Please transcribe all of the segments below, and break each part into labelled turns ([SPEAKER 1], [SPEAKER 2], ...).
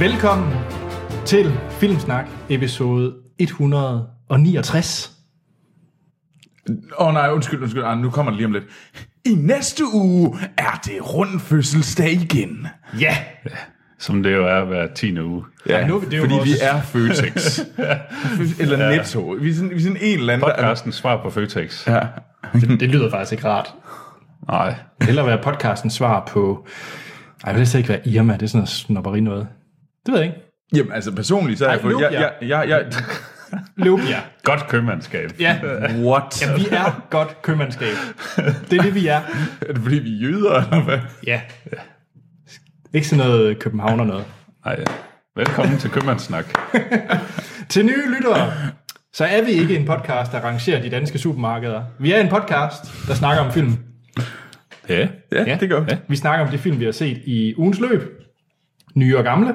[SPEAKER 1] Velkommen til Filmsnak episode 169.
[SPEAKER 2] Åh oh, nej, undskyld, undskyld. Ah, nu kommer det lige om lidt. I næste uge er det rund fødselsdag igen.
[SPEAKER 1] Ja!
[SPEAKER 3] Som det jo er hver 10. uge.
[SPEAKER 1] Ja, nu er det jo
[SPEAKER 2] fordi
[SPEAKER 1] vores-
[SPEAKER 2] vi Ah, er Føtex. eller Netto. Vi er, sådan, vi er sådan en eller anden, der er...
[SPEAKER 3] Podcasten svar på Føtex.
[SPEAKER 2] Ja.
[SPEAKER 1] Det, det lyder faktisk ikke rart.
[SPEAKER 3] Nej.
[SPEAKER 1] Eller være podcastens svar på... Ej, jeg vil slet ikke være Irma, det er sådan noget snopperi noget. Det ved jeg ikke.
[SPEAKER 2] Jamen altså personligt, så har jeg
[SPEAKER 1] Ej,
[SPEAKER 2] fået...
[SPEAKER 1] nu,
[SPEAKER 2] Jeg,
[SPEAKER 1] ja.
[SPEAKER 2] jeg, jeg, jeg,
[SPEAKER 1] Løb, ja.
[SPEAKER 3] Godt købmandskab.
[SPEAKER 1] Ja,
[SPEAKER 2] what?
[SPEAKER 1] vi er godt købmandskab. Det er det, vi er.
[SPEAKER 2] Er det fordi, vi er jøder, eller hvad?
[SPEAKER 1] Ja. Ikke sådan noget københavner noget.
[SPEAKER 3] Nej. Velkommen til Købmandssnak.
[SPEAKER 1] Til nye lyttere, så er vi ikke en podcast, der rangerer de danske supermarkeder. Vi er en podcast, der snakker om film.
[SPEAKER 3] Ja.
[SPEAKER 2] Ja, ja. det gør vi.
[SPEAKER 3] Ja.
[SPEAKER 1] Vi snakker om de film, vi har set i ugens løb, nye og gamle.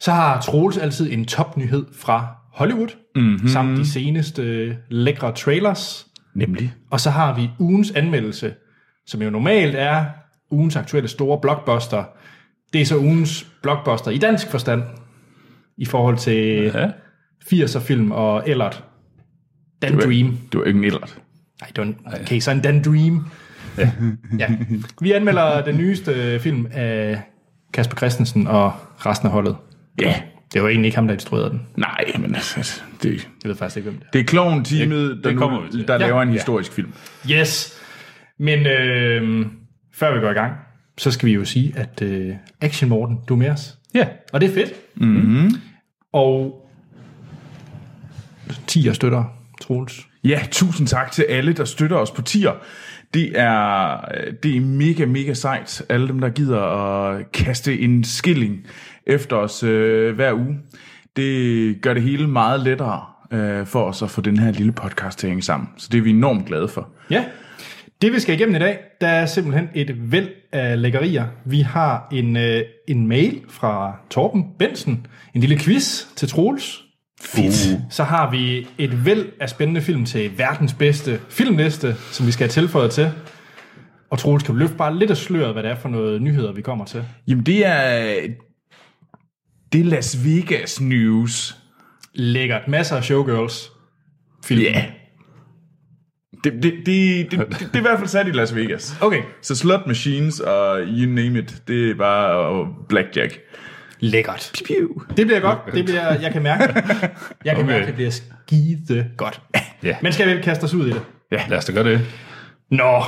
[SPEAKER 1] Så har Troels altid en topnyhed fra Hollywood,
[SPEAKER 2] Mhm.
[SPEAKER 1] mm-hmm. samt de seneste øh, lækre trailers.
[SPEAKER 2] Nemlig.
[SPEAKER 1] Og så har vi ugens anmeldelse, som jo normalt er ugens aktuelle store blockbuster. Det er så ugens blockbuster i dansk forstand, i forhold til
[SPEAKER 3] ja.
[SPEAKER 1] 80'er film og Ellert. Dan Dream.
[SPEAKER 2] Det var ikke en ellert.
[SPEAKER 1] Nej, det var en, okay, så en Dan Dream. Ja. ja. Vi anmelder den nyeste øh, film af Kasper Christensen og resten af holdet.
[SPEAKER 2] Ja.
[SPEAKER 1] Det var egentlig ikke ham, der instruerede den.
[SPEAKER 2] Nej, men altså, det,
[SPEAKER 1] Jeg ved faktisk ikke, hvem det
[SPEAKER 2] det er klovn-teamet, der,
[SPEAKER 3] kommer
[SPEAKER 2] nu,
[SPEAKER 3] vi til.
[SPEAKER 2] der
[SPEAKER 1] Ja.
[SPEAKER 2] laver en
[SPEAKER 1] Ja.
[SPEAKER 2] historisk film.
[SPEAKER 1] er. Yes! Men øh, før vi går i gang, så skal vi jo sige, at øh, Action Morten, du er med os.
[SPEAKER 3] Ja.
[SPEAKER 1] Og det er fedt. Mm-hmm. Og 10 støtter, Troels.
[SPEAKER 2] Ja, tusind tak til alle, der støtter os på tier. Det er, øh, det er mega, mega sejt. Alle dem, der gider at kaste en skilling efter os øh, hver uge. Det gør det hele meget lettere øh, for os at få den her lille podcast til at hænge sammen. Så det er vi enormt glade for.
[SPEAKER 1] Ja. Det vi skal igennem i dag, der er simpelthen et væld af lækkerier. Vi har en, øh, en mail fra Torben Bensen, en lille quiz til Troels.
[SPEAKER 2] Fedt. Uh.
[SPEAKER 1] Så har vi et væld af spændende film til verdens bedste filmliste, som vi skal have tilføjet til. Og Troels, kan du løfte bare lidt af sløret, hvad det er for noget nyheder, vi kommer til?
[SPEAKER 2] Jamen det er, det er Las Vegas News.
[SPEAKER 1] Lækkert. Masser af showgirls. Film.
[SPEAKER 2] Ja. Det, det, det, det, det, det er i hvert fald sat i Las Vegas.
[SPEAKER 1] Okay.
[SPEAKER 2] Så slot machines og you name it, det er bare og blackjack.
[SPEAKER 1] Lækkert.
[SPEAKER 2] Pew.
[SPEAKER 1] Det bliver godt. Det bliver, jeg kan mærke. Jeg kan okay.
[SPEAKER 3] Okay.
[SPEAKER 1] mærke, det bliver skide godt.
[SPEAKER 3] Ja.
[SPEAKER 1] Men skal vi ikke kaste os ud i det?
[SPEAKER 3] Lad os da gøre det.
[SPEAKER 1] Nå.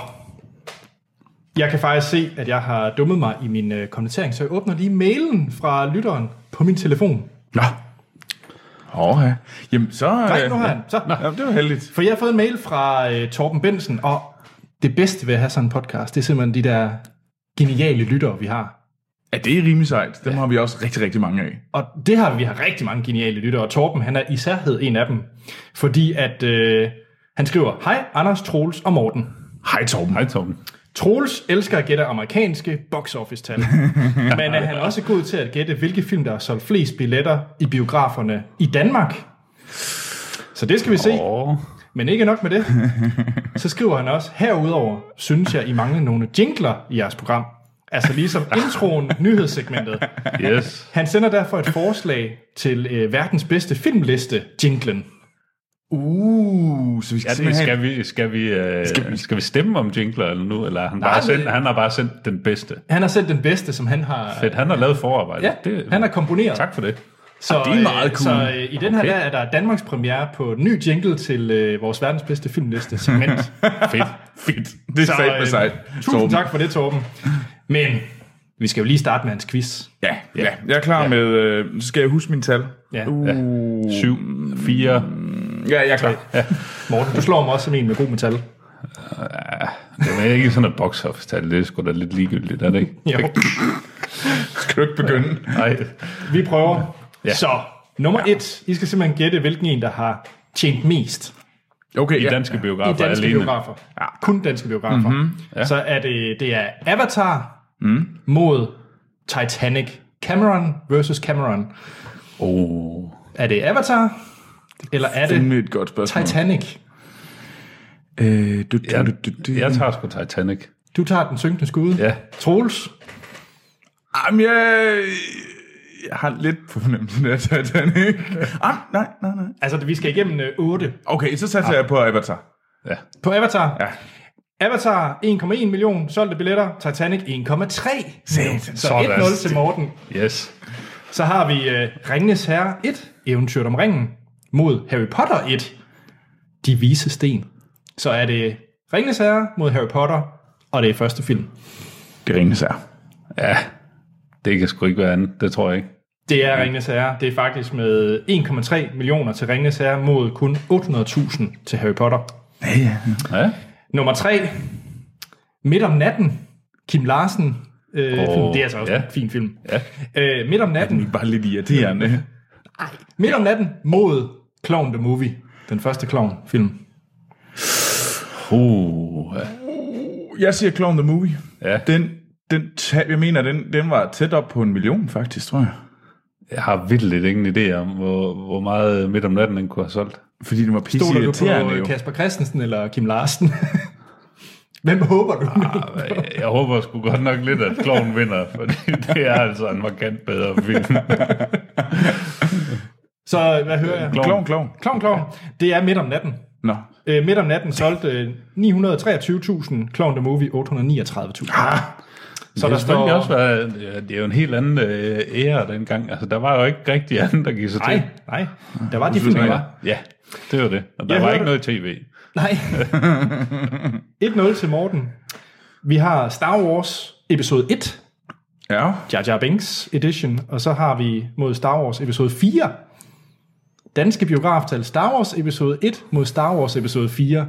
[SPEAKER 1] Jeg kan faktisk se, at jeg har dummet mig i min øh, konvertering, så jeg åbner lige mailen fra lytteren på min telefon.
[SPEAKER 2] Nå. Åh, ja. Jamen, så...
[SPEAKER 1] Nej,
[SPEAKER 2] øh,
[SPEAKER 1] nu har jeg den. Så.
[SPEAKER 2] ja, det var heldigt.
[SPEAKER 1] For jeg har fået en mail fra øh, Torben Bensen, og det bedste ved at have sådan en podcast, det er simpelthen de der geniale lyttere, vi har.
[SPEAKER 2] Ja, det er rimelig sejt. Dem ja. har vi også rigtig, rigtig mange af.
[SPEAKER 1] Og det har vi- vi har rigtig mange geniale lyttere, og Torben han er i særhed en af dem, fordi at øh, han skriver, Hej Anders, Troels og Morten.
[SPEAKER 2] Hej, Torben.
[SPEAKER 3] Hej, Torben.
[SPEAKER 1] Troels elsker at gætte amerikanske box office-tal, men er han også god til at gætte, hvilke film, der har solgt flest billetter i biograferne i Danmark? Så det skal vi se,
[SPEAKER 3] Åh.
[SPEAKER 1] men ikke nok med det. Så skriver han også, herudover synes jeg, I mangler nogle jingler i jeres program. Altså ligesom introen, nyhedssegmentet.
[SPEAKER 3] Yes.
[SPEAKER 1] Han sender derfor et forslag til øh, verdens bedste filmliste, jinglen.
[SPEAKER 2] Uh, så vi skal
[SPEAKER 3] Ja, men
[SPEAKER 2] simpelthen
[SPEAKER 3] skal vi, skal, vi, øh, skal, vi, skal vi stemme om jingler eller nu? Eller er han,
[SPEAKER 1] Nej,
[SPEAKER 3] bare sendt,
[SPEAKER 1] men-
[SPEAKER 3] han har bare sendt den bedste.
[SPEAKER 1] Han har sendt den bedste, som han har...
[SPEAKER 3] Fedt, han har lavet forarbejde.
[SPEAKER 1] Ja,
[SPEAKER 3] det,
[SPEAKER 1] han har komponeret.
[SPEAKER 3] Tak for det.
[SPEAKER 1] Så,
[SPEAKER 2] Ah, det er meget
[SPEAKER 1] øh,
[SPEAKER 2] cool.
[SPEAKER 1] Så øh, i den her okay.
[SPEAKER 3] Okay.
[SPEAKER 1] der er der Danmarks premiere på en ny jingle til øh, vores verdens bedste filmliste segment.
[SPEAKER 3] Fedt.
[SPEAKER 2] Fedt. Det er
[SPEAKER 1] så, øh,
[SPEAKER 2] sejt med sejt.
[SPEAKER 1] tusind Torben. tak for det, Torben. Men vi skal jo lige starte med hans quiz.
[SPEAKER 2] Ja, ja. Jeg er klar ja. med... Øh, så skal jeg huske mine tal.
[SPEAKER 1] Ja.
[SPEAKER 2] Uh, ja.
[SPEAKER 3] 7, 4,
[SPEAKER 2] ja, jeg er klar.
[SPEAKER 1] Morten, du slår mig også som en med god metal.
[SPEAKER 3] Det er ikke sådan et box office tal, det er sgu da lidt ligegyldigt, er det ikke?
[SPEAKER 1] Jo,
[SPEAKER 2] Skal du ikke begynde?
[SPEAKER 3] Nej.
[SPEAKER 1] vi prøver. Ja.
[SPEAKER 3] Ja.
[SPEAKER 1] Så, nummer ja. et. I skal simpelthen gætte, hvilken en, der har tjent mest
[SPEAKER 2] Okay,
[SPEAKER 3] I
[SPEAKER 2] ja.
[SPEAKER 3] danske biografer
[SPEAKER 1] i danske
[SPEAKER 3] alene.
[SPEAKER 1] biografer. Ja. Kun danske biografer. Mm-hmm. Ja. Så er det, det er Avatar mm. mod Titanic. Cameron versus Cameron.
[SPEAKER 3] Oh.
[SPEAKER 1] Er det Avatar, eller er
[SPEAKER 2] Det
[SPEAKER 1] det
[SPEAKER 2] er et godt spørgsmål.
[SPEAKER 1] Titanic?
[SPEAKER 2] Øh, du, du,
[SPEAKER 3] Jeg,
[SPEAKER 2] du, du, du.
[SPEAKER 3] jeg tager sgu Titanic.
[SPEAKER 1] Du tager den synkende skude.
[SPEAKER 3] Ja.
[SPEAKER 1] Troels,
[SPEAKER 2] Jamen, jeg, jeg har lidt på fornemmelsen af Titanic. ah, nej, nej, nej.
[SPEAKER 1] Altså, vi skal igennem øh, 8.
[SPEAKER 2] Okay, så satser jeg på Avatar.
[SPEAKER 3] Ja.
[SPEAKER 1] På Avatar.
[SPEAKER 2] Ja.
[SPEAKER 1] Avatar 1,1 million solgte billetter. Titanic 1,3.
[SPEAKER 2] Satan.
[SPEAKER 1] Så
[SPEAKER 3] Sådan.
[SPEAKER 1] 1-0 til Morten.
[SPEAKER 3] Yes.
[SPEAKER 1] Så har vi øh, Ringnes Herre 1, Eventyret om Ringen, mod Harry Potter 1, De Vise Sten. Så er det Ringnes Herre mod Harry Potter, og det er første film.
[SPEAKER 2] Det ringes her.
[SPEAKER 3] Ja, det kan sgu ikke være andet. Det tror jeg ikke.
[SPEAKER 1] Det er Ringnes Herre. Det er faktisk med 1,3 millioner til Ringnes Herre, mod kun 800.000 til Harry Potter.
[SPEAKER 2] Ja, ja.
[SPEAKER 3] Ja,
[SPEAKER 1] Nummer 3, Midt om natten, Kim Larsen. Øh,
[SPEAKER 3] Åh,
[SPEAKER 1] film. Det er altså også
[SPEAKER 3] ja.
[SPEAKER 1] en fin film.
[SPEAKER 3] ja.
[SPEAKER 1] Øh, midt om natten,
[SPEAKER 2] Det er bare lidt irriterende.
[SPEAKER 1] midt om natten mod Clown the Movie. Den første Clown-film.
[SPEAKER 3] Uh, ja.
[SPEAKER 2] Jeg siger Clown the Movie.
[SPEAKER 3] Ja.
[SPEAKER 2] Den, den tab, jeg mener, den, den var tæt op på en million, faktisk, tror jeg.
[SPEAKER 3] Jeg har vildt lidt ingen idé om, hvor, hvor meget midt om natten den kunne have solgt.
[SPEAKER 2] Fordi den var
[SPEAKER 1] Stoler du
[SPEAKER 2] pisseirriterende
[SPEAKER 1] på
[SPEAKER 2] jo.
[SPEAKER 1] Kasper Christensen eller Kim Larsen? Hvem håber du? Ah,
[SPEAKER 3] Jeg, jeg håber sgu godt nok lidt, at kloven vinder, for det er altså en markant bedre film.
[SPEAKER 1] så hvad hører jeg?
[SPEAKER 2] Clown, clown.
[SPEAKER 1] Klovn, klovn. Det er midt om natten.
[SPEAKER 2] Nå.
[SPEAKER 1] Øh, midt om natten solgte øh, 923.000, Clown the Movie 839.000. Ah, så der
[SPEAKER 3] det, har
[SPEAKER 1] står...
[SPEAKER 3] også været, ja, det er jo en helt anden øh, ære dengang. Altså, der var jo ikke rigtig andet, der give sig
[SPEAKER 1] Nej,
[SPEAKER 3] til.
[SPEAKER 1] nej. Der var de film, der var.
[SPEAKER 3] Ja, det var det. Og der
[SPEAKER 1] Jeg
[SPEAKER 3] jeg var
[SPEAKER 1] hørte-
[SPEAKER 3] ikke noget tv.
[SPEAKER 1] Nej. 1-0 til Morten. Vi har Star Wars episode 1,
[SPEAKER 2] Ja.
[SPEAKER 1] Jar Jar Binks edition, og så har vi mod Star Wars episode 4. Danske biograftal Star Wars episode 1 mod Star Wars episode 4.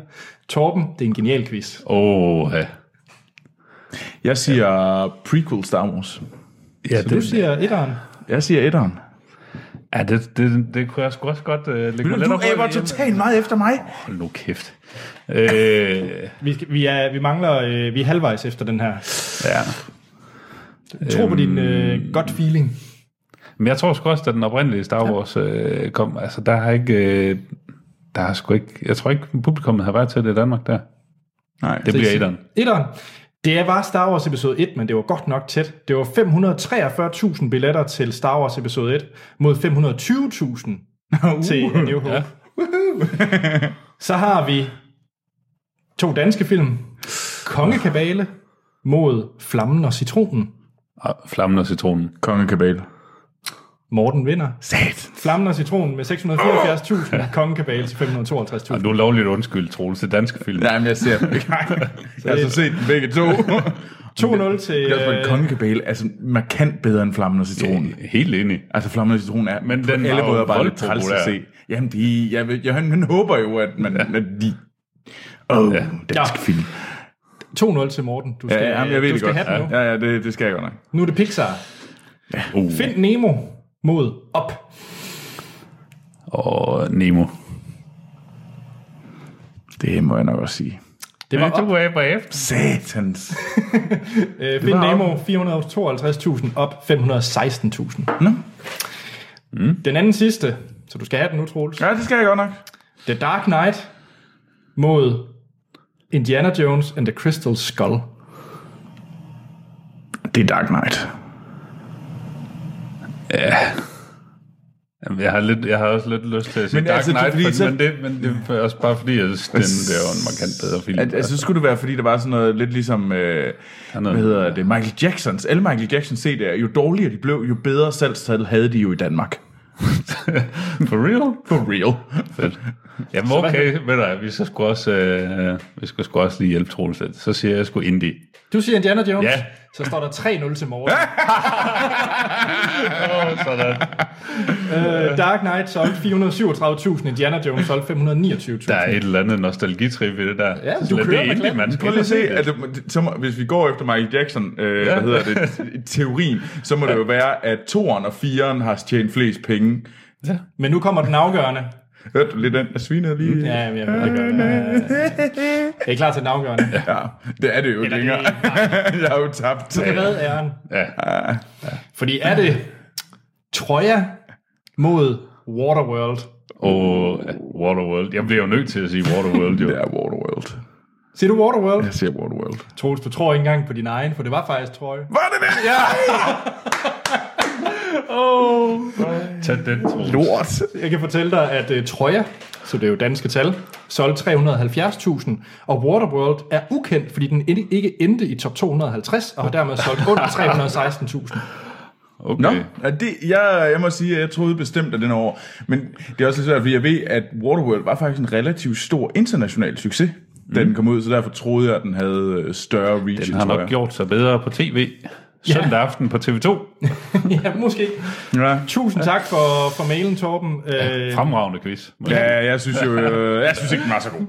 [SPEAKER 1] Torben, det er en genial quiz.
[SPEAKER 3] Åh, ja.
[SPEAKER 2] Jeg siger prequel Star Wars.
[SPEAKER 3] Ja,
[SPEAKER 1] Så du siger etteren.
[SPEAKER 2] Jeg siger etteren.
[SPEAKER 3] ja det, det, det kunne jeg sgu også godt uh, lægge mig lidt op over derhjemme.
[SPEAKER 2] meget efter mig.
[SPEAKER 3] Hold nu kæft. Øh,
[SPEAKER 1] Vi, skal- vi, er, vi mangler, øh, vi er halvvejs efter den her.
[SPEAKER 3] ja.
[SPEAKER 1] Tro på din øh,
[SPEAKER 2] Øhm,
[SPEAKER 1] godt feeling.
[SPEAKER 3] Men jeg tror sgu også, at den oprindelige Star Wars øh, kom, altså der har ikke... Øh, der har sgu ikke... Jeg tror ikke, publikummet har været til det i Danmark der.
[SPEAKER 2] Nej,
[SPEAKER 3] Det bliver etteren.
[SPEAKER 1] Etteren. Det var Star Wars episode 1, men det var godt nok tæt. Det var 543.000 billetter til Star Wars episode 1, mod 520.000 til
[SPEAKER 2] Uhuh.
[SPEAKER 1] A New Hope. Ja. Så har vi to danske film. Kongekabale mod Flammen og Citronen.
[SPEAKER 3] Og flammen og citronen.
[SPEAKER 2] Konge Kabale.
[SPEAKER 1] Morten vinder.
[SPEAKER 2] Sat.
[SPEAKER 1] Flammen og Citronen med 674.000, Kongekabale til
[SPEAKER 3] Og
[SPEAKER 1] 552.000.
[SPEAKER 3] nu lovligt undskyld, Troels, det er danske film. Ja.
[SPEAKER 2] Nej, men jeg ser dem ikke. jeg har så set dem begge to.
[SPEAKER 1] 2-0 til...
[SPEAKER 2] Det er også
[SPEAKER 1] øh,
[SPEAKER 2] en kongekabale, altså markant bedre end flammen og citronen.
[SPEAKER 3] Helt enig.
[SPEAKER 2] Altså flammen og citronen er
[SPEAKER 3] Men
[SPEAKER 2] på
[SPEAKER 3] den var
[SPEAKER 2] alle
[SPEAKER 3] jo
[SPEAKER 2] måder bare lidt
[SPEAKER 3] voldpopulær.
[SPEAKER 2] træls at se. Jamen, de, jeg, vil- jeg, man håber jo, at, man, at de... Åh, oh, ja. dansk
[SPEAKER 1] Ja.
[SPEAKER 2] film.
[SPEAKER 1] 2-0 til Morten. Du skal,
[SPEAKER 2] Ja, ja, jamen, jeg ved
[SPEAKER 1] du
[SPEAKER 2] det
[SPEAKER 1] skal
[SPEAKER 2] godt.
[SPEAKER 1] have den nu.
[SPEAKER 2] Ja, ja, det, det skal jeg godt nok.
[SPEAKER 1] Nu er det Pixar.
[SPEAKER 3] Uh,
[SPEAKER 1] Find Nemo mod op.
[SPEAKER 3] og Nemo.
[SPEAKER 2] Det må jeg nok også sige.
[SPEAKER 1] Det var op.
[SPEAKER 3] er bare efter.
[SPEAKER 2] Satans.
[SPEAKER 1] Øh, Find
[SPEAKER 2] var op.
[SPEAKER 1] Nemo 452.000, op 516.000.
[SPEAKER 2] Nå.
[SPEAKER 1] Mm. Den anden sidste, så du skal have den nu, Troels.
[SPEAKER 2] Ja, det skal jeg godt nok.
[SPEAKER 1] The Dark Knight mod Indiana Jones and the Crystal Skull.
[SPEAKER 2] Det er Dark Knight.
[SPEAKER 3] Jamen, Jeg har, lidt, jeg har også lidt lyst til at sige
[SPEAKER 2] Men
[SPEAKER 3] men Dark
[SPEAKER 2] altså, det er
[SPEAKER 3] Knight,
[SPEAKER 2] fordi,
[SPEAKER 3] fordi,
[SPEAKER 2] så-
[SPEAKER 3] men, det, men det er også bare fordi, jeg synes, den, det er jo en markant bedre film.
[SPEAKER 2] At, altså, skulle det være, fordi der var sådan noget lidt ligesom, øh, hvad hedder det, Michael Jacksons. Alle Michael Jacksons CD'er, jo dårligere de blev, jo bedre salgstal havde de jo i Danmark.
[SPEAKER 3] For real?
[SPEAKER 2] For real.
[SPEAKER 3] Fedt. Jamen okay, ved du, hvad, vi skal sgu også, øh, vi skal sgu også lige hjælpe Troels lidt. Så siger jeg sgu Indie.
[SPEAKER 1] Du siger Indiana Jones,
[SPEAKER 3] Ja.
[SPEAKER 1] så står der 3-0 til Morten.
[SPEAKER 3] Oh, sådan.
[SPEAKER 1] Øh, Dark Knight solgte 437.000, Indiana Jones solgte 529.000.
[SPEAKER 3] Der er et eller andet nostalgitrip i det der.
[SPEAKER 1] Ja, du
[SPEAKER 3] Så
[SPEAKER 1] kører
[SPEAKER 3] det
[SPEAKER 1] med
[SPEAKER 3] er Indie,
[SPEAKER 1] klatten.
[SPEAKER 3] man.
[SPEAKER 2] Prøv lige at se, at det, så må, hvis vi går efter Michael Jackson, øh, ja. hvad hedder det, teorien, så må det jo være, at toeren og fireren har tjent flest penge.
[SPEAKER 1] Men nu kommer den afgørende.
[SPEAKER 2] Hørte du lidt den? Jeg svinede lige.
[SPEAKER 1] Ja, jeg ved det godt. Ja, ja, ja. Er I klar til den afgørende? Ja.
[SPEAKER 2] Ja, det er det jo ikke
[SPEAKER 1] Eller det-
[SPEAKER 2] længere. jeg har jo tabt.
[SPEAKER 1] Det er æren.
[SPEAKER 3] Ja.
[SPEAKER 1] Fordi er det Troja mod Waterworld?
[SPEAKER 3] Og ja, Waterworld. Jeg bliver jo nødt til at sige Waterworld, jo.
[SPEAKER 2] Det er Waterworld.
[SPEAKER 1] Siger du Waterworld? Ja.
[SPEAKER 2] Jeg siger Waterworld.
[SPEAKER 1] Troels, du tror ikke engang på din egen, for det var faktisk Troja.
[SPEAKER 2] Var det det? Ja!
[SPEAKER 3] Oh, Tag den, Troels.
[SPEAKER 2] Lort.
[SPEAKER 1] Jeg kan fortælle dig, at uh, Troja, så det er jo danske tal, solgte 370.000, og Waterworld er ukendt, fordi den ind- ikke endte i top 250, og har dermed solgt under 316.000.
[SPEAKER 3] Okay.
[SPEAKER 2] Nå, Øh, ja, det, jeg, jeg må sige, at jeg troede bestemt, at den er over. Men det er også lidt svært, fordi jeg ved, at Waterworld var faktisk en relativt stor international succes, mm. da den kom ud, så derfor troede jeg, at den havde øh, større reach,
[SPEAKER 3] Den har
[SPEAKER 2] tror
[SPEAKER 3] nok
[SPEAKER 2] jeg.
[SPEAKER 3] gjort sig bedre på tv. Søndag aften på TV2.
[SPEAKER 1] ja, måske.
[SPEAKER 2] Ja.
[SPEAKER 1] Tusind tak for, for mailen, Torben. Øh,
[SPEAKER 3] Fremragende quiz.
[SPEAKER 2] Ja, jeg synes jo, øh, jeg synes ikke, den var så god.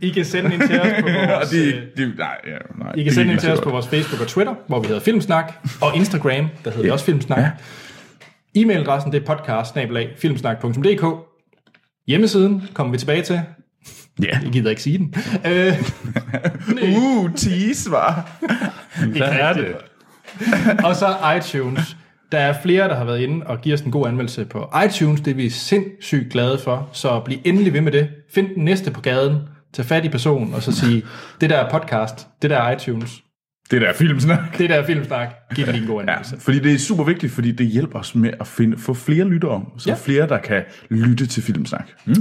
[SPEAKER 1] I kan sende den til os på
[SPEAKER 2] Og
[SPEAKER 1] vores,
[SPEAKER 2] det,
[SPEAKER 1] øh,
[SPEAKER 2] er ikke- det, er- nej, ja, nej.
[SPEAKER 1] I
[SPEAKER 2] det er
[SPEAKER 1] kan sende den
[SPEAKER 2] ikke
[SPEAKER 1] til os
[SPEAKER 2] så
[SPEAKER 1] på
[SPEAKER 2] godt.
[SPEAKER 1] vores Facebook og Twitter, hvor vi hedder Filmsnak, og Instagram, der hedder vi også Filmsnak. E-mailadressen, det er podcast-filmsnak.dk. Hjemmesiden kommer vi tilbage til.
[SPEAKER 2] Ja.
[SPEAKER 1] Jeg gider ikke sige den. Øh,
[SPEAKER 2] Uh, tease, var.
[SPEAKER 3] Hvad er det?
[SPEAKER 1] og så iTunes. Der er flere, der har været inde og giver os en god anmeldelse på iTunes. Det er vi sindssygt glade for, så bliv endelig ved med det. Find den næste på gaden, tag fat i personen, og så sige, det der er podcast, det der er iTunes,
[SPEAKER 2] Det der filmsnak.
[SPEAKER 1] det der er filmsnak, giv den lige en god anmeldelse.
[SPEAKER 2] Ja, fordi det er super vigtigt, fordi det hjælper os med at finde, få flere lyttere, så
[SPEAKER 1] Ja.
[SPEAKER 2] ja. flere, der kan lytte til Filmsnak. Mm.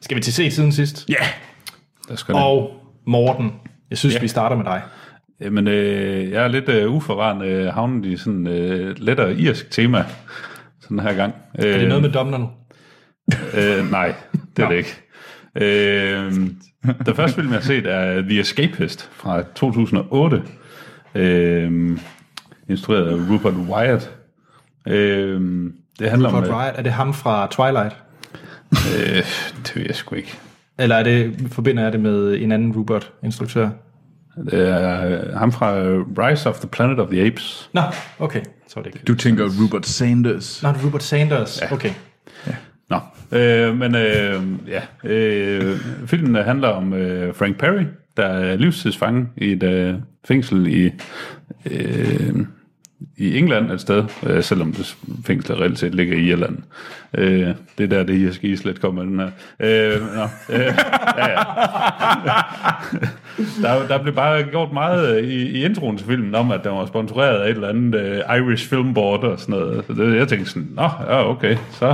[SPEAKER 1] Skal vi til se siden sidst?
[SPEAKER 2] Ja,
[SPEAKER 3] Der skal
[SPEAKER 1] Og Morten, jeg synes, ja. vi starter med dig.
[SPEAKER 3] Jamen, øh, jeg er lidt øh, uforvarende øh, havnet i sådan øh, lettere irsk tema sådan her gang. Øh,
[SPEAKER 1] Er det noget med Domnerne?
[SPEAKER 3] Øh, nej, det er det ikke. Øh, den første film, jeg har set, er The Escapist fra 2008. Øh, instrueret af Rupert Wyatt. Øh, det handler
[SPEAKER 1] Fort
[SPEAKER 3] om... øh,
[SPEAKER 1] Riot, er det ham fra Twilight?
[SPEAKER 3] Øh, det ved jeg sgu ikke.
[SPEAKER 1] Eller er det, forbinder jeg det med en anden Rupert-instruktør?
[SPEAKER 3] Det er øh, ham fra øh, Rise of the Planet of the Apes.
[SPEAKER 1] Nå, okay, så er det ikke.
[SPEAKER 2] du tænker Rupert Sanders.
[SPEAKER 1] Nå, det er Rupert Sanders. Ja. Okay.
[SPEAKER 3] Nå, øh, men øh, ja, øh, filmen øh, handler om øh, Frank Perry, der er livstidsfange i et øh, fængsel i, øh, i England et sted, øh, selvom det fængslet reelt set ligger i Irland. Øh, det er der, det irske islet kommer den her. Øh, nå, øh, ja, ja. Der, der blev bare gjort meget øh, i, i introen til filmen om, at den var sponsoreret af et eller andet øh, Irish Film Board og sådan noget. Så det, jeg tænkte sådan, nå, ja, okay, så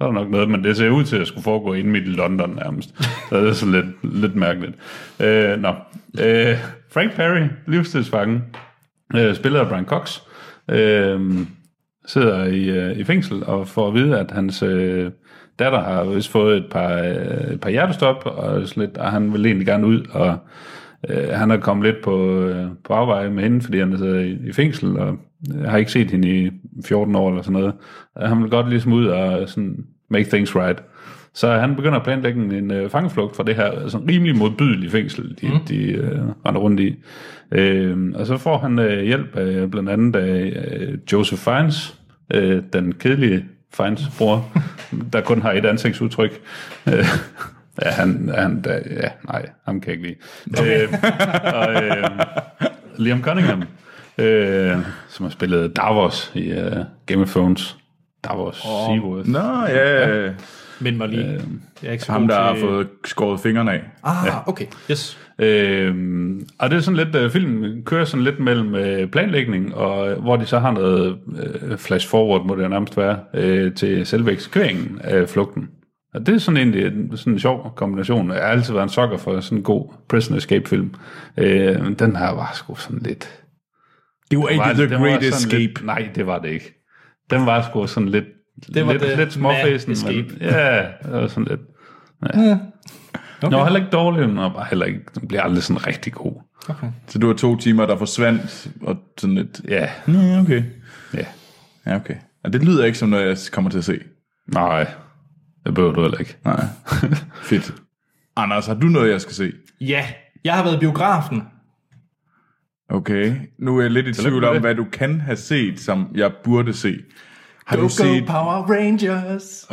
[SPEAKER 3] der er nok noget, men det ser ud til at skulle foregå inde midt i London nærmest. Så det er så lidt, lidt mærkeligt. Øh, nå. Øh, Frank Perry, livstidsfangen, øh, spiller af Brian Cox, øh, sidder i, øh, i fængsel og får at vide, at hans øh, datter har vist fået et par, øh, et par hjertestop, og, sådan lidt, og han vil egentlig gerne ud, og øh, han er kommet lidt på, øh, på afveje med hende, fordi han sidder i, i fængsel, og øh, har ikke set hende i 14 år eller sådan noget. Og han vil godt ligesom ud og sådan make things right. Så han begynder at planlægge en, en øh, fangeflugt fra det her sådan rimelig modbydelige fængsel, de, mm. de øh, render rundt i. Øh, og så får han øh, hjælp af blandt andet af øh, Joseph Fiennes, øh, den kedelige Fiennes bror, der kun har et ansigtsudtryk. Øh, ja, han, han, da, ja, nej, ham kan jeg ikke lide. Øh, og, øh, Liam Cunningham, øh, som har spillet Davos i øh, Game of Thrones. Davos oh. Seaworth.
[SPEAKER 2] Nå, ja, ja.
[SPEAKER 1] Men mig lige. Jeg er ikke så
[SPEAKER 2] Øhm, Ham,
[SPEAKER 1] god
[SPEAKER 2] der
[SPEAKER 1] til-
[SPEAKER 2] har fået skåret fingrene af.
[SPEAKER 1] Ah, okay. Yes.
[SPEAKER 3] Øhm, og det er sådan lidt, øh, filmen kører sådan lidt mellem øh, planlægning, og øh, hvor de så har noget øh, flash forward, må det jo nærmest være, øh, til selve eksekveringen af flugten. Og det er sådan egentlig en, sådan en sjov kombination. Jeg har altid været en sokker for sådan en god prison escape film. Øh, men den her var sgu sådan lidt...
[SPEAKER 2] Det var
[SPEAKER 3] var-
[SPEAKER 2] ikke The
[SPEAKER 3] den var
[SPEAKER 2] Great
[SPEAKER 3] sådan
[SPEAKER 2] Escape.
[SPEAKER 3] Lidt, nej, det var det ikke. Den var sgu sådan lidt...
[SPEAKER 1] Det var
[SPEAKER 3] lidt,
[SPEAKER 1] det
[SPEAKER 3] lidt småfæsen.
[SPEAKER 1] mad
[SPEAKER 3] men-
[SPEAKER 1] escape.
[SPEAKER 3] Ja, det var sådan lidt... Ja. Okay. Den var heller ikke dårlig, men den var bare heller ikke, den bliver aldrig sådan rigtig god.
[SPEAKER 1] okay.
[SPEAKER 2] Så du var to timer, der forsvandt, og sådan lidt...
[SPEAKER 3] Ja,
[SPEAKER 2] Ja, okay.
[SPEAKER 3] ja.
[SPEAKER 2] Ja, okay. Og det lyder ikke som noget, jeg kommer til at se.
[SPEAKER 3] Nej, det behøver du heller ikke.
[SPEAKER 2] Nej. Fedt. Anders, har du noget, jeg skal se?
[SPEAKER 1] Ja, jeg har været i biografen.
[SPEAKER 2] Okay. Nu er jeg lidt i tvivl
[SPEAKER 3] med
[SPEAKER 2] om,
[SPEAKER 3] det.
[SPEAKER 2] hvad du kan have set, som jeg burde se. Har
[SPEAKER 1] Go,
[SPEAKER 2] du
[SPEAKER 1] go,
[SPEAKER 2] set...
[SPEAKER 1] Power Rangers.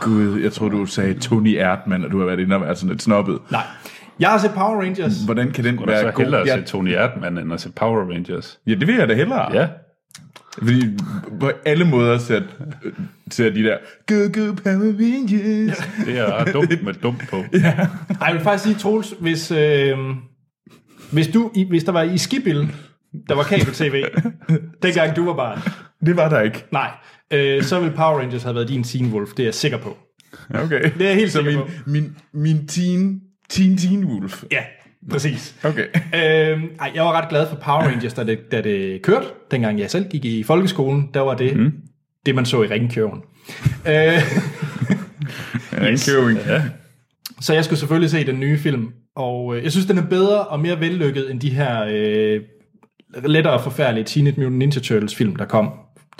[SPEAKER 2] Gud, jeg tror, du sagde Tony Erdmann, og du har været inde og været sådan lidt snobbet.
[SPEAKER 1] Nej, jeg har set Power Rangers.
[SPEAKER 2] Hvordan kan den
[SPEAKER 3] Og så
[SPEAKER 2] være god?
[SPEAKER 3] hellere
[SPEAKER 2] Ja,
[SPEAKER 3] at se Tony Erdmann, end at se Power Rangers.
[SPEAKER 2] ja, det vil jeg da hellere.
[SPEAKER 3] Ja,
[SPEAKER 2] Fordi på alle måder ser, ser de der Go, go, Power Rangers.
[SPEAKER 3] det er dumt med dumt på.
[SPEAKER 2] Mm.
[SPEAKER 1] Ej, jeg vil faktisk sige, Troels, hvis, øh, hvis, du, i, hvis der var i Skibil, der var kabel-tv, dengang du var barn,
[SPEAKER 2] Det var der ikke.
[SPEAKER 1] Nej, øh, så vil Power Rangers have været din Teen Wolf, det er jeg sikker på.
[SPEAKER 2] Okay.
[SPEAKER 1] Det er jeg helt
[SPEAKER 2] Så
[SPEAKER 1] sikker
[SPEAKER 2] min,
[SPEAKER 1] på.
[SPEAKER 2] min, min teen, teen, teen wolf.
[SPEAKER 1] Ja, præcis.
[SPEAKER 2] Okay.
[SPEAKER 1] Øhm, ej, jeg var ret glad for Power Rangers, da det, da det kørte. Dengang jeg selv gik i folkeskolen, der var det mm. det, man så i ringkøven. øh,
[SPEAKER 2] Yes. Ja.
[SPEAKER 1] så jeg skulle selvfølgelig se den nye film, og øh, jeg synes, den er bedre og mere vellykket end de her øh, lettere forfærdelige Teenage Mutant Ninja Turtles film, der kom.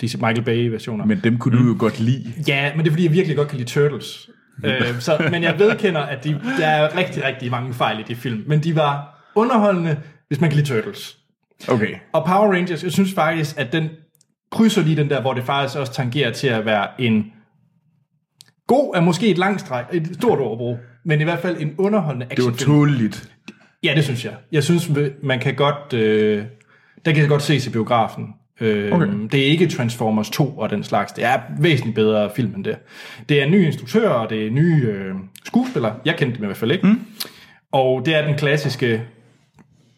[SPEAKER 1] Disse Michael Bay-versioner.
[SPEAKER 2] Men dem kunne du jo godt lide.
[SPEAKER 1] Ja, men det er fordi, jeg virkelig godt kan lide Turtles. øh, så, men jeg vedkender, at de, der er rigtig, rigtig mange fejl i de film. Men de var underholdende, hvis man kan lide Turtles.
[SPEAKER 2] Okay.
[SPEAKER 1] Og Power Rangers, jeg synes faktisk, at den krydser lige den der, hvor det faktisk også tangerer til at være en god, er måske et langt streg, et stort overbrug, men i hvert fald en underholdende
[SPEAKER 2] Det var
[SPEAKER 1] actionfilm.
[SPEAKER 2] tåligt.
[SPEAKER 1] ja, det synes jeg. Jeg synes, man kan godt, øh, der kan godt ses i biografen. Øh, okay. Det er ikke Transformers 2 og den slags. Det er væsentligt bedre film end det. Det er en ny instruktør, og det er nye øh, skuespillere. Jeg kendte dem i hvert fald ikke. Mm. Og det er den klassiske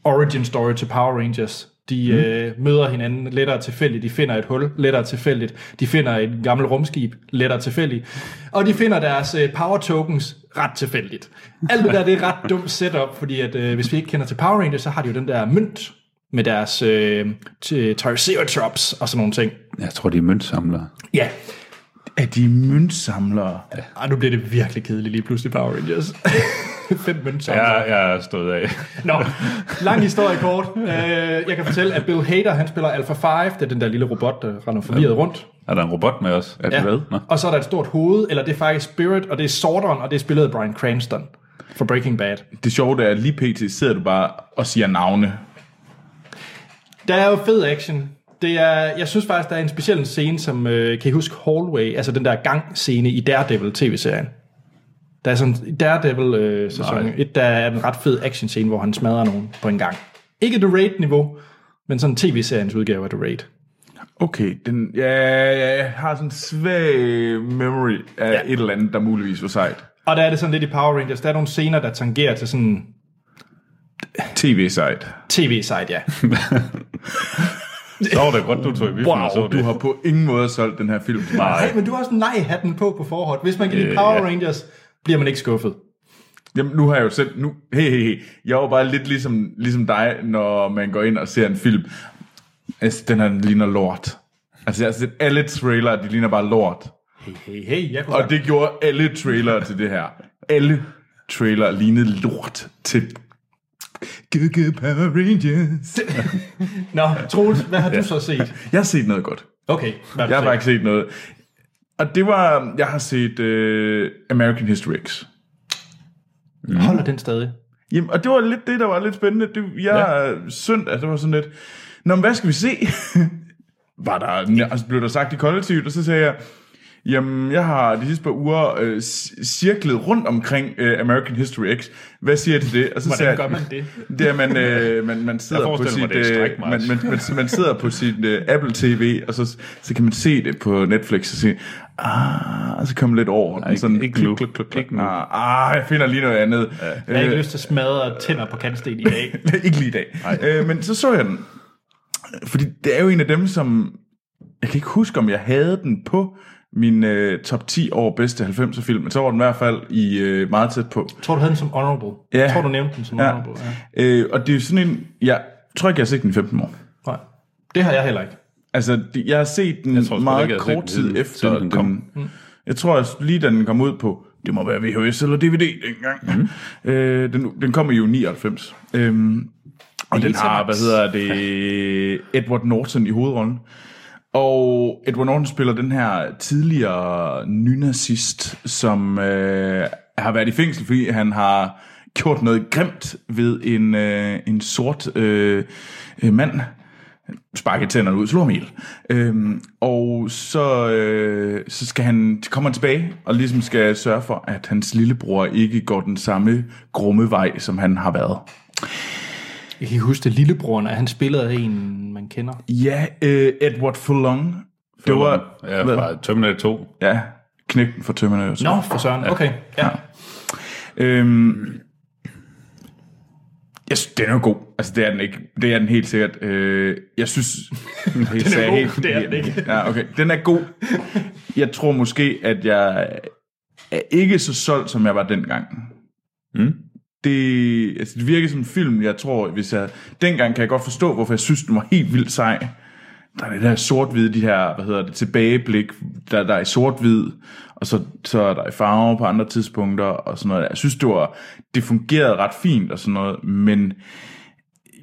[SPEAKER 1] origin story til Power Rangers. De mm. øh, møder hinanden lettere tilfældigt, de finder et hul lettere tilfældigt, de finder et gammelt rumskib lettere tilfældigt, og de finder deres øh, power tokens ret tilfældigt. Alt det der, det er ret dumt setup, fordi at, øh, hvis vi ikke kender til Power Rangers, så har de jo den der mønt med deres øh, t- Triceratops og sådan nogle ting.
[SPEAKER 3] Jeg tror, de er møntsamlere.
[SPEAKER 1] Ja,
[SPEAKER 2] Er de møntsamlere?
[SPEAKER 1] Ej, nu bliver det virkelig kedeligt lige pludselig Power Rangers. Fem mønter.
[SPEAKER 3] Ja, jeg er stået af.
[SPEAKER 1] Nå, lang historie kort. Øh, jeg kan fortælle, at Bill Hader, han spiller Alpha 5. Det er den der lille robot, der render forvirret rundt.
[SPEAKER 3] Er der en robot med os? Er det Nå.
[SPEAKER 1] Og så er der et stort hoved, eller det er faktisk Spirit, og det er Sordon, og det er spillet af Bryan Cranston for Breaking Bad.
[SPEAKER 2] Det sjove er, at lige pt. sidder du bare og siger navne.
[SPEAKER 1] Der er jo fed action. Det er, jeg synes faktisk, der er en speciel scene, som, øh, kan I huske Hallway, altså den der gangscene i Daredevil tv-serien. Der er sådan i Daredevil øh, sæson
[SPEAKER 3] Nej.
[SPEAKER 1] 1, der er en ret fed action scene, hvor han smadrer nogen på en gang. Ikke The Raid-niveau, men sådan tv-seriens udgave af The Raid.
[SPEAKER 2] Okay, den, ja, jeg har sådan en svag memory af ja. et eller andet, der muligvis var sejt.
[SPEAKER 1] Og der er det sådan lidt i Power Rangers, der er nogle scener, der tangerer til sådan
[SPEAKER 2] TV-sejt.
[SPEAKER 1] tv-site, ja.
[SPEAKER 3] Så var det godt, du tog i biffen og så
[SPEAKER 2] Wow, du
[SPEAKER 3] det.
[SPEAKER 2] har på ingen måde solgt den her film til mig.
[SPEAKER 1] Nej, men du har også nej-hatten på på forhånd. Hvis man kan lide Power Rangers, bliver man ikke skuffet.
[SPEAKER 2] Jamen, nu har jeg jo selv... Nu, hey, hey, hey. Jeg var bare lidt ligesom, ligesom dig, når man går ind og ser en film. Altså, den her den ligner lort. Altså, jeg har set alle trailere, de ligner bare lort.
[SPEAKER 1] Hey, hey, jeg kunne
[SPEAKER 2] Og det gjorde alle trailere til det her. Alle trailere lignede lort til... Good, good Power Rangers.
[SPEAKER 1] Nå, Troels, hvad har du så set?
[SPEAKER 2] Jeg har set noget godt.
[SPEAKER 1] Okay, hvad
[SPEAKER 2] Jeg
[SPEAKER 1] har
[SPEAKER 2] har
[SPEAKER 1] du set?
[SPEAKER 2] faktisk set noget. Og det var... Jeg har set uh, American History X.
[SPEAKER 1] Holder den stadig?
[SPEAKER 2] Jamen, og det var lidt det, der var lidt spændende. Det, jeg ja. søndag, det var sådan lidt, Nå, men hvad skal vi se? var der, altså blev der sagt i kollektivt, og så sagde jeg, jamen, jeg har de sidste par uger øh, c- cirklet rundt omkring øh, American History X. Hvad siger jeg til det? Og så sagde jeg,
[SPEAKER 1] gør man det?
[SPEAKER 2] Det er, man, øh, man, man sidder på
[SPEAKER 3] forestiller mig,
[SPEAKER 2] sit,
[SPEAKER 3] det er en
[SPEAKER 2] øh, man,
[SPEAKER 3] strækmarch.
[SPEAKER 2] man, man, man sidder på sit øh, Apple TV, og så, så kan man se det på Netflix, og sige, ah, og så kommer lidt over. Nej,
[SPEAKER 3] ikke- ikke nu. Ikke nu.
[SPEAKER 2] Ah, jeg finder lige noget andet.
[SPEAKER 1] Jeg har
[SPEAKER 2] Øh,
[SPEAKER 1] ikke lyst til at smadre tænder på kantsten i dag.
[SPEAKER 2] ikke lige i dag. Øh, men så så jeg den. Fordi det er jo en af dem, som... Jeg kan ikke huske, om jeg havde den på min øh, top 10 over bedste 90'er film, men så var den i hvert fald i øh, meget tæt på.
[SPEAKER 1] Jeg tror, du havde den som honorable.
[SPEAKER 2] Ja.
[SPEAKER 1] Jeg tror, du nævnte den som
[SPEAKER 2] Ja.
[SPEAKER 1] honorable. Ja.
[SPEAKER 2] Øh, og det er jo sådan en... Jeg tror ikke, jeg har set den i 15 år.
[SPEAKER 1] Nej, det har jeg heller ikke.
[SPEAKER 2] Altså, det- jeg har set den jeg
[SPEAKER 3] tror
[SPEAKER 2] tror,
[SPEAKER 3] sgu
[SPEAKER 2] meget
[SPEAKER 3] ikke, jeg har
[SPEAKER 2] kort
[SPEAKER 3] set den
[SPEAKER 2] tid
[SPEAKER 3] siden, så
[SPEAKER 2] efter
[SPEAKER 3] den
[SPEAKER 2] den
[SPEAKER 3] kom.
[SPEAKER 2] kom. Den, jeg tror, at lige da den kom ud på, det må være VHS eller DVD dengang. Mm. Øh, den, den kom i jo 99. Øhm, og den har, hvad hedder det, Edward Norton i hovedrollen. Og Edward Norton spiller den her tidligere nynazist, som øh, har været i fængsel, fordi han har gjort noget grimt ved en, øh, en sort øh, øh, mand sparke tænderne ud, slå ham ihjel. Øhm, og så, øh, så skal han, kommer han tilbage og ligesom skal sørge for, at hans lillebror ikke går den samme grumme vej, som han har været.
[SPEAKER 1] Jeg kan huske det lillebroren, at han spillede af en, man kender.
[SPEAKER 2] Ja, øh, Edward Furlong. Det var...
[SPEAKER 3] Ja,
[SPEAKER 2] hvad?
[SPEAKER 3] fra Terminator 2.
[SPEAKER 2] ja knægten fra Terminator.
[SPEAKER 1] Nå, for søren. Okay, ja.
[SPEAKER 2] Øhm, jeg, s- den er jo god. Altså, det er den ikke. Det er den helt sikkert. Øh, jeg synes... den helt,
[SPEAKER 1] er god. Det er den ikke.
[SPEAKER 2] Ja, okay. Den er god. Jeg tror måske, at jeg er ikke så solgt, som jeg var dengang.
[SPEAKER 3] Mm.
[SPEAKER 2] Det, altså, det virker som en film, jeg tror, hvis jeg... Dengang kan jeg godt forstå, hvorfor jeg synes, den var helt vildt sej. Der er det der sort-hvide, de her, hvad hedder det, tilbageblik, der, der er i sort-hvid, og så, så er der i farve på andre tidspunkter, og sådan noget. Jeg synes, det, var, det fungerede ret fint og sådan noget, men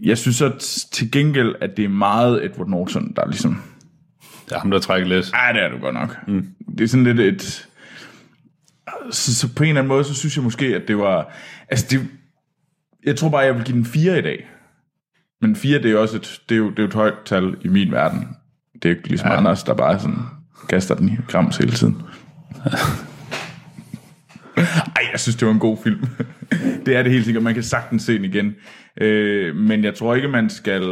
[SPEAKER 2] jeg synes så t- til gengæld, at det er meget Edward Norton, der ligesom...
[SPEAKER 3] Det er ham, der trækker læs.
[SPEAKER 2] Ej, det er du godt nok. Mm. Det er sådan lidt et... Så, så på en eller anden måde, så synes jeg måske, at det var... Altså, det, jeg tror bare, jeg vil give den 4 i dag. Men 4, det er, også et, det er, jo, det er jo et højt tal i min verden. Det er jo ikke ligesom ja. Anders, der bare sådan kaster den i grams hele tiden. Ej, jeg synes, det var en god film. det er det helt sikkert. Man kan sagtens se den igen. Øh, men jeg tror ikke, man skal...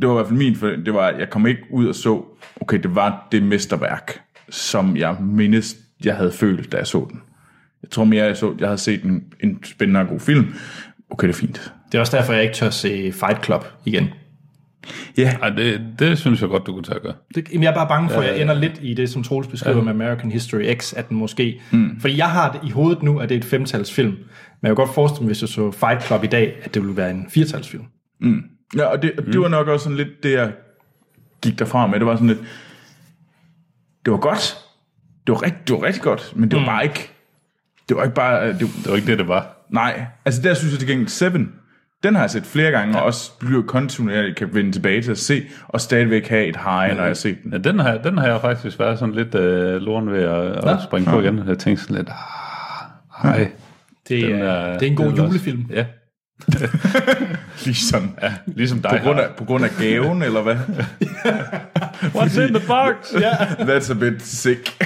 [SPEAKER 2] Det var i hvert fald min fornemmelse. Det var, at jeg kom ikke ud og så, okay, det var det mesterværk, som jeg mindes, jeg havde følt, da jeg så den. Jeg tror mere, jeg så, jeg havde set en, en spændende og god film. Okay, det er fint.
[SPEAKER 1] Det er også derfor, jeg ikke tør se Fight Club igen.
[SPEAKER 2] Ja,
[SPEAKER 3] Ej, det, det synes jeg godt, du kunne tage og gøre.
[SPEAKER 1] Det, jamen, jeg er bare bange for, at jeg ender lidt i det, som Troels beskriver ja. med American History X, at den måske... Mm. Fordi jeg har det i hovedet nu, at det er et femtalsfilm. Men jeg kan godt forestille mig, hvis jeg så Fight Club i dag, at det ville være en firtalsfilm.
[SPEAKER 2] ja og det, det var nok også sådan lidt det, jeg gik derfra med. Det var sådan lidt... Det var godt. Det var, rigt, det var rigtig godt, men det var bare ikke... Det var ikke bare... Det var,
[SPEAKER 3] Det var ikke det, det var.
[SPEAKER 2] Nej, altså der synes jeg til gengæld Seven, den har jeg set flere gange, ja. og også bliver kontinuerligt kan vende tilbage til at se, og stadigvæk have et high, når jeg har set den.
[SPEAKER 3] Ja, den, har, den har jeg faktisk været sådan lidt øh, loren ved at, at springe på igen. Jeg tænkte sådan lidt, ah, hej.
[SPEAKER 1] Det,
[SPEAKER 3] Den
[SPEAKER 1] er, det er en god
[SPEAKER 3] den
[SPEAKER 1] julefilm.
[SPEAKER 3] Også, ja,
[SPEAKER 2] Ligesom, ja.
[SPEAKER 3] ligesom dig.
[SPEAKER 2] på, grund af, på grund af gaven, eller hvad?
[SPEAKER 3] What's in the box? ja.
[SPEAKER 2] That's a bit sick.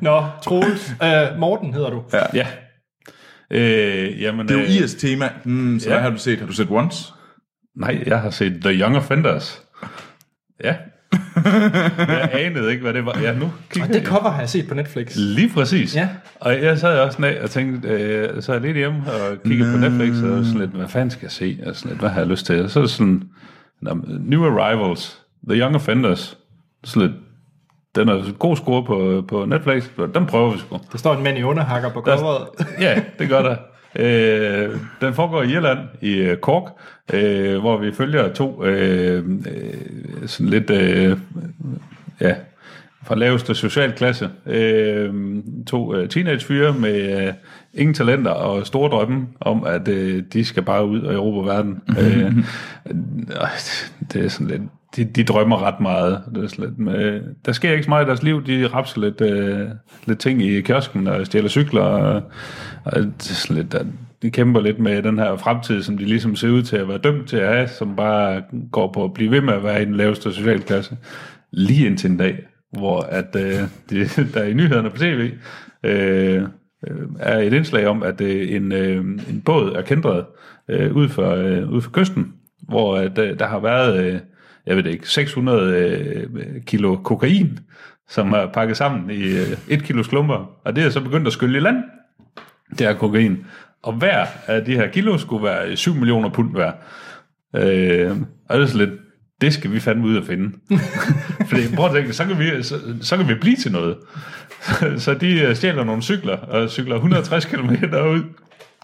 [SPEAKER 1] Nå, Troels. Øh, Morten hedder du. Ja.
[SPEAKER 3] ja. Øh, jamen,
[SPEAKER 2] Det er
[SPEAKER 3] øh,
[SPEAKER 2] jo IS tema. Hmm, så ja. hvad har du set? Har du set Once?
[SPEAKER 3] Nej, jeg har set The Young Offenders. Ja. jeg anede ikke, hvad det var. Ja, nu kigger
[SPEAKER 1] Det cover har jeg set på Netflix.
[SPEAKER 3] Lige præcis.
[SPEAKER 1] Ja.
[SPEAKER 3] Og jeg sad også ned og tænkte, øh, så er jeg lidt hjemme og kiggede på Netflix, og jeg var sådan lidt, hvad fanden skal jeg se? Og sådan lidt, hvad har jeg lyst til? Og så er det sådan, nå, New Arrivals, The Young Offenders. Sådan lidt, den er en god score på, på Netflix, og den prøver vi sgu.
[SPEAKER 1] Der står en mand i underhakker på coveret.
[SPEAKER 3] Ja, det gør der. Øh, den foregår i Irland, i øh, Cork, øh, hvor vi følger to øh, øh, sådan lidt, øh, ja, fra laveste socialklasse. Øh, to øh, teenagefyre med øh, ingen talenter og store drømme om, at øh, de skal bare ud og erobre verden. øh, øh, det er sådan lidt, de, de drømmer ret meget. Det er sådan lidt, men, øh, der sker ikke så meget i deres liv. De rapser lidt, øh, lidt ting i kiosken og stjæler cykler. Og, og det er sådan lidt, at de kæmper lidt med den her fremtid, som de ligesom ser ud til at være dømt til at have, som bare går på at blive ved med at være i den laveste socialklasse. Lige indtil en dag, hvor at, øh, de, der i nyhederne på tv øh, øh, er et indslag om, at øh, en, øh, en båd er kendret øh, ud, for, øh, ud for kysten, hvor at, øh, der har været, øh, jeg ved det ikke, 600 øh, kilo kokain, som er pakket sammen i øh, et kilos klumper, og det er så begyndt at skylle i land det her kokain. Og hver af de her kilo skulle være 7 millioner pund hver. Øh, og det er sådan lidt, det skal vi fandme ud at finde. Fordi, prøv at tænke, så kan vi, så, så kan vi blive til noget. så de øh, stjæler nogle cykler, og cykler 160 km ud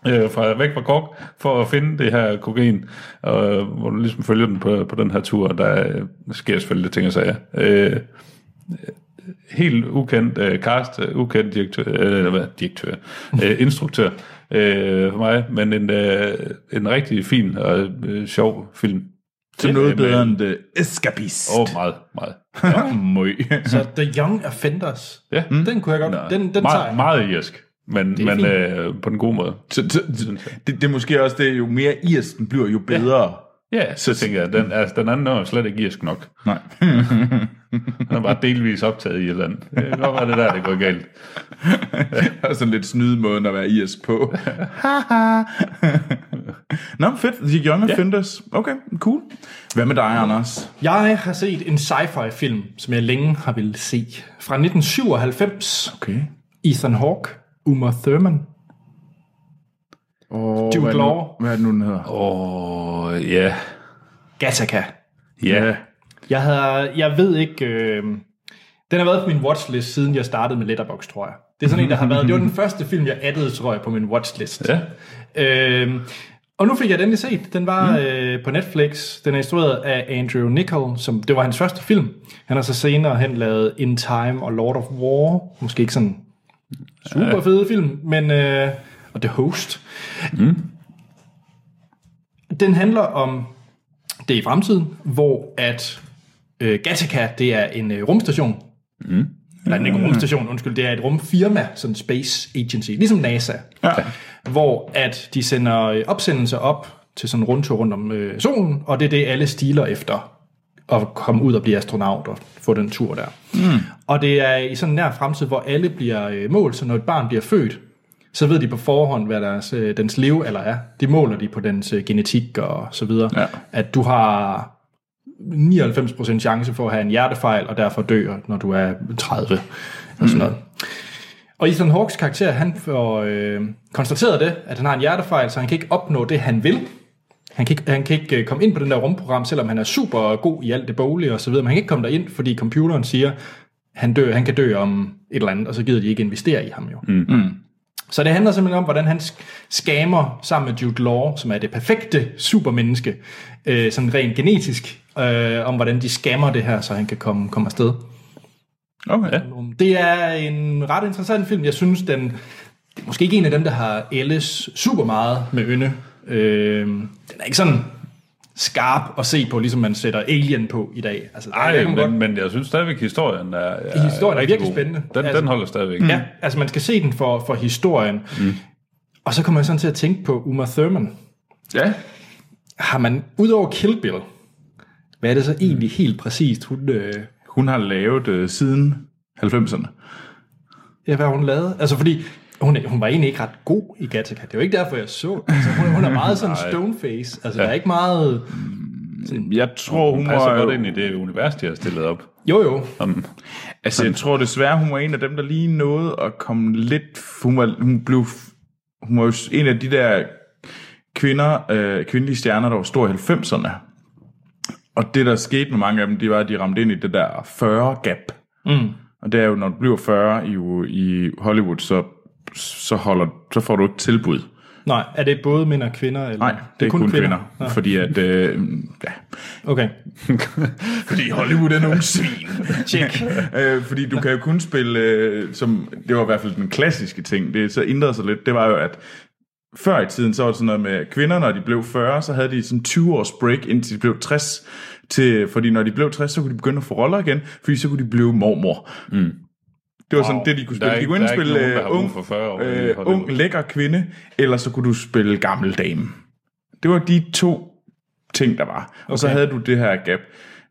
[SPEAKER 3] øh, fra, væk fra Kork, for at finde det her kokain, og, hvor du ligesom følger den på, på den her tur, og der øh, sker selvfølgelig lidt ting og sager. Øh, helt ukendt øh, cast, øh, ukendt direktør, øh, eller hvad, direktør, øh, instruktør øh, for mig, men en, øh, en rigtig fin og øh, sjov film.
[SPEAKER 2] Til noget bedre end The Escapist.
[SPEAKER 3] Åh, oh, meget, meget.
[SPEAKER 2] oh, møg.
[SPEAKER 1] Så The Young Offenders.
[SPEAKER 3] Ja.
[SPEAKER 1] Den kunne jeg godt. Den, den tager
[SPEAKER 3] meget,
[SPEAKER 1] jeg.
[SPEAKER 3] meget irsk, men, men
[SPEAKER 1] fint.
[SPEAKER 3] øh, på den gode måde.
[SPEAKER 2] Så- så- så- Det, det er måske også det, jo mere irsk den bliver, jo bedre.
[SPEAKER 3] Ja, så tænker jeg, den, altså, den anden er jo slet ikke irsk nok.
[SPEAKER 2] Nej.
[SPEAKER 3] Den er bare delvis optaget i Irland. Det kan godt være det der, det går galt.
[SPEAKER 2] Og sådan lidt snydemåden at være irsk på. Haha. Nå, fedt. The Young Offenders. Okay, cool. Hvad med dig, Anders?
[SPEAKER 1] Jeg har set en sci-fi film, som jeg længe har ville se. Fra 1997.
[SPEAKER 2] Okay.
[SPEAKER 1] Ethan Hawke. Uma Thurman.
[SPEAKER 2] Oh,
[SPEAKER 1] Jude
[SPEAKER 2] hvad, er det nu-
[SPEAKER 1] Law.
[SPEAKER 2] hvad er det nu, den hedder?
[SPEAKER 3] Åh, oh, ja.
[SPEAKER 1] Gattaca.
[SPEAKER 3] Ja.
[SPEAKER 1] Jeg, havde, jeg ved ikke... Øh, den har været på min watchlist, siden jeg startede med Letterboxd, tror jeg. Det er sådan en, der har været... Det var den første film, jeg addede, tror jeg, på min watchlist.
[SPEAKER 3] Ja.
[SPEAKER 1] Øhm, og nu fik jeg den lige set. Den var mm. øh, på Netflix. Den er instrueret af Andrew Niccol, som det var hans første film. Han har så senere hen lavet In Time og Lord of War. Måske ikke sådan super fede film, men... Øh, og The Host. Mm. Den handler om det i fremtiden, hvor at øh, Gattaca, det er en øh, rumstation. Mm. Eller den er ikke en rumstation, undskyld. Det er et rumfirma, sådan space agency, ligesom NASA
[SPEAKER 2] Ja.
[SPEAKER 1] hvor at de sender øh, opsendelser op til sådan en rundtur rundt om øh, solen, og det er det, alle stiler efter at komme ud og blive astronaut og få den tur der. Mm. Og det er i sådan en nær fremtid, hvor alle bliver øh, målt, så når et barn bliver født, så ved de på forhånd, hvad deres, øh, dens levealder er. Det måler de på dens øh, genetik og så videre.
[SPEAKER 2] Ja.
[SPEAKER 1] At du har 99% chance for at have en hjertefejl, og derfor dør, når du er 30, eller sådan noget. Og Ethan Hawks karakter, han får øh, konstateret det, at han har en hjertefejl, så han kan ikke opnå det, han vil. Han kan, ikke, han kan ikke øh, komme ind på den der rumprogram, selvom han er super god i alt det boglige og så videre, men han kan ikke komme derind, fordi computeren siger, han, dør, han kan dø om et eller andet, og så gider de ikke investere i ham jo. Mm. Så det handler simpelthen om, hvordan han sk- skammer sammen med Jude Law, som er det perfekte supermenneske, øh, sådan rent genetisk, øh, om hvordan de skammer det her, så han kan komme, komme afsted.
[SPEAKER 2] Okay. Ja.
[SPEAKER 1] Rum. Det er en ret interessant film. Jeg synes, den, det er måske ikke en af dem, der har ældes super meget med ynde. Øh, den er ikke sådan skarp at se på, ligesom man sætter Alien på i dag. Altså, der
[SPEAKER 3] Ej,
[SPEAKER 1] kan man godt-
[SPEAKER 3] men, men jeg synes stadigvæk, historien er, er
[SPEAKER 1] Historien er
[SPEAKER 3] rigtig
[SPEAKER 1] virkelig spændende.
[SPEAKER 3] Den,
[SPEAKER 1] Altså-
[SPEAKER 3] den holder stadigvæk.
[SPEAKER 1] Ja, altså man skal se den for, for historien. Mm. Og så kommer jeg sådan til at tænke på Uma Thurman.
[SPEAKER 2] ja.
[SPEAKER 1] Har man, udover Kill Bill, hvad er det så
[SPEAKER 2] Mm.
[SPEAKER 1] egentlig helt præcist, hun... Øh,
[SPEAKER 2] Hun har lavet øh, siden 90'erne.
[SPEAKER 1] Ja, hvad hun lavede. Altså, fordi hun, hun var egentlig ikke ret god i Gattaca. Det var ikke derfor, jeg så. Altså, hun, hun er meget sådan stoneface. Altså, ja. der er ikke meget...
[SPEAKER 2] Jeg tror, hun,
[SPEAKER 3] Den
[SPEAKER 2] hun
[SPEAKER 3] passer
[SPEAKER 2] var...
[SPEAKER 3] godt
[SPEAKER 2] jo-
[SPEAKER 3] ind i det univers, de har stillet op.
[SPEAKER 1] Jo, jo.
[SPEAKER 3] Om,
[SPEAKER 2] Altså, jeg tror desværre, hun var en af dem, der lige nåede at komme lidt... Hun var, hun blev, hun var jo en af de der kvinder, øh, kvindelige stjerner, der var stor i 90'erne. Og det, der skete med mange af dem, det var, at de ramte ind i det der 40-gap. Mm. Og det er jo, når du bliver 40 i, i Hollywood, så, så, holder, så får du ikke tilbud.
[SPEAKER 1] Nej, er det både mænd og kvinder? Eller?
[SPEAKER 2] Nej, det er, det er kun, kun kvinder. kvinder. Fordi at... Øh, ja.
[SPEAKER 1] Okay.
[SPEAKER 2] Fordi Hollywood er nogle svin.
[SPEAKER 1] Check.
[SPEAKER 2] øh, fordi du kan jo kun spille, øh, som det var i hvert fald den klassiske ting, det så ændrede sig lidt, det var jo, at før i tiden, så var det sådan noget med at kvinder, når de blev 40, så havde de sådan 20 års break, indtil de blev 60. Til, fordi når de blev 60, så kunne de begynde at få roller igen, fordi så kunne de blive mormor. Mm. Det var wow. sådan det, de kunne
[SPEAKER 3] Der
[SPEAKER 2] spille.
[SPEAKER 3] er
[SPEAKER 2] De
[SPEAKER 3] ikke-
[SPEAKER 2] kunne enten
[SPEAKER 3] der er ikke
[SPEAKER 2] spille
[SPEAKER 3] nogen, der
[SPEAKER 2] øh,
[SPEAKER 3] har brug
[SPEAKER 2] ung,
[SPEAKER 3] for 40 år i
[SPEAKER 2] øh,
[SPEAKER 3] Hollywood.
[SPEAKER 2] ung, lækker kvinde, eller så kunne du spille gammel dame. Det var de to ting, der var. Og så havde du det her gap.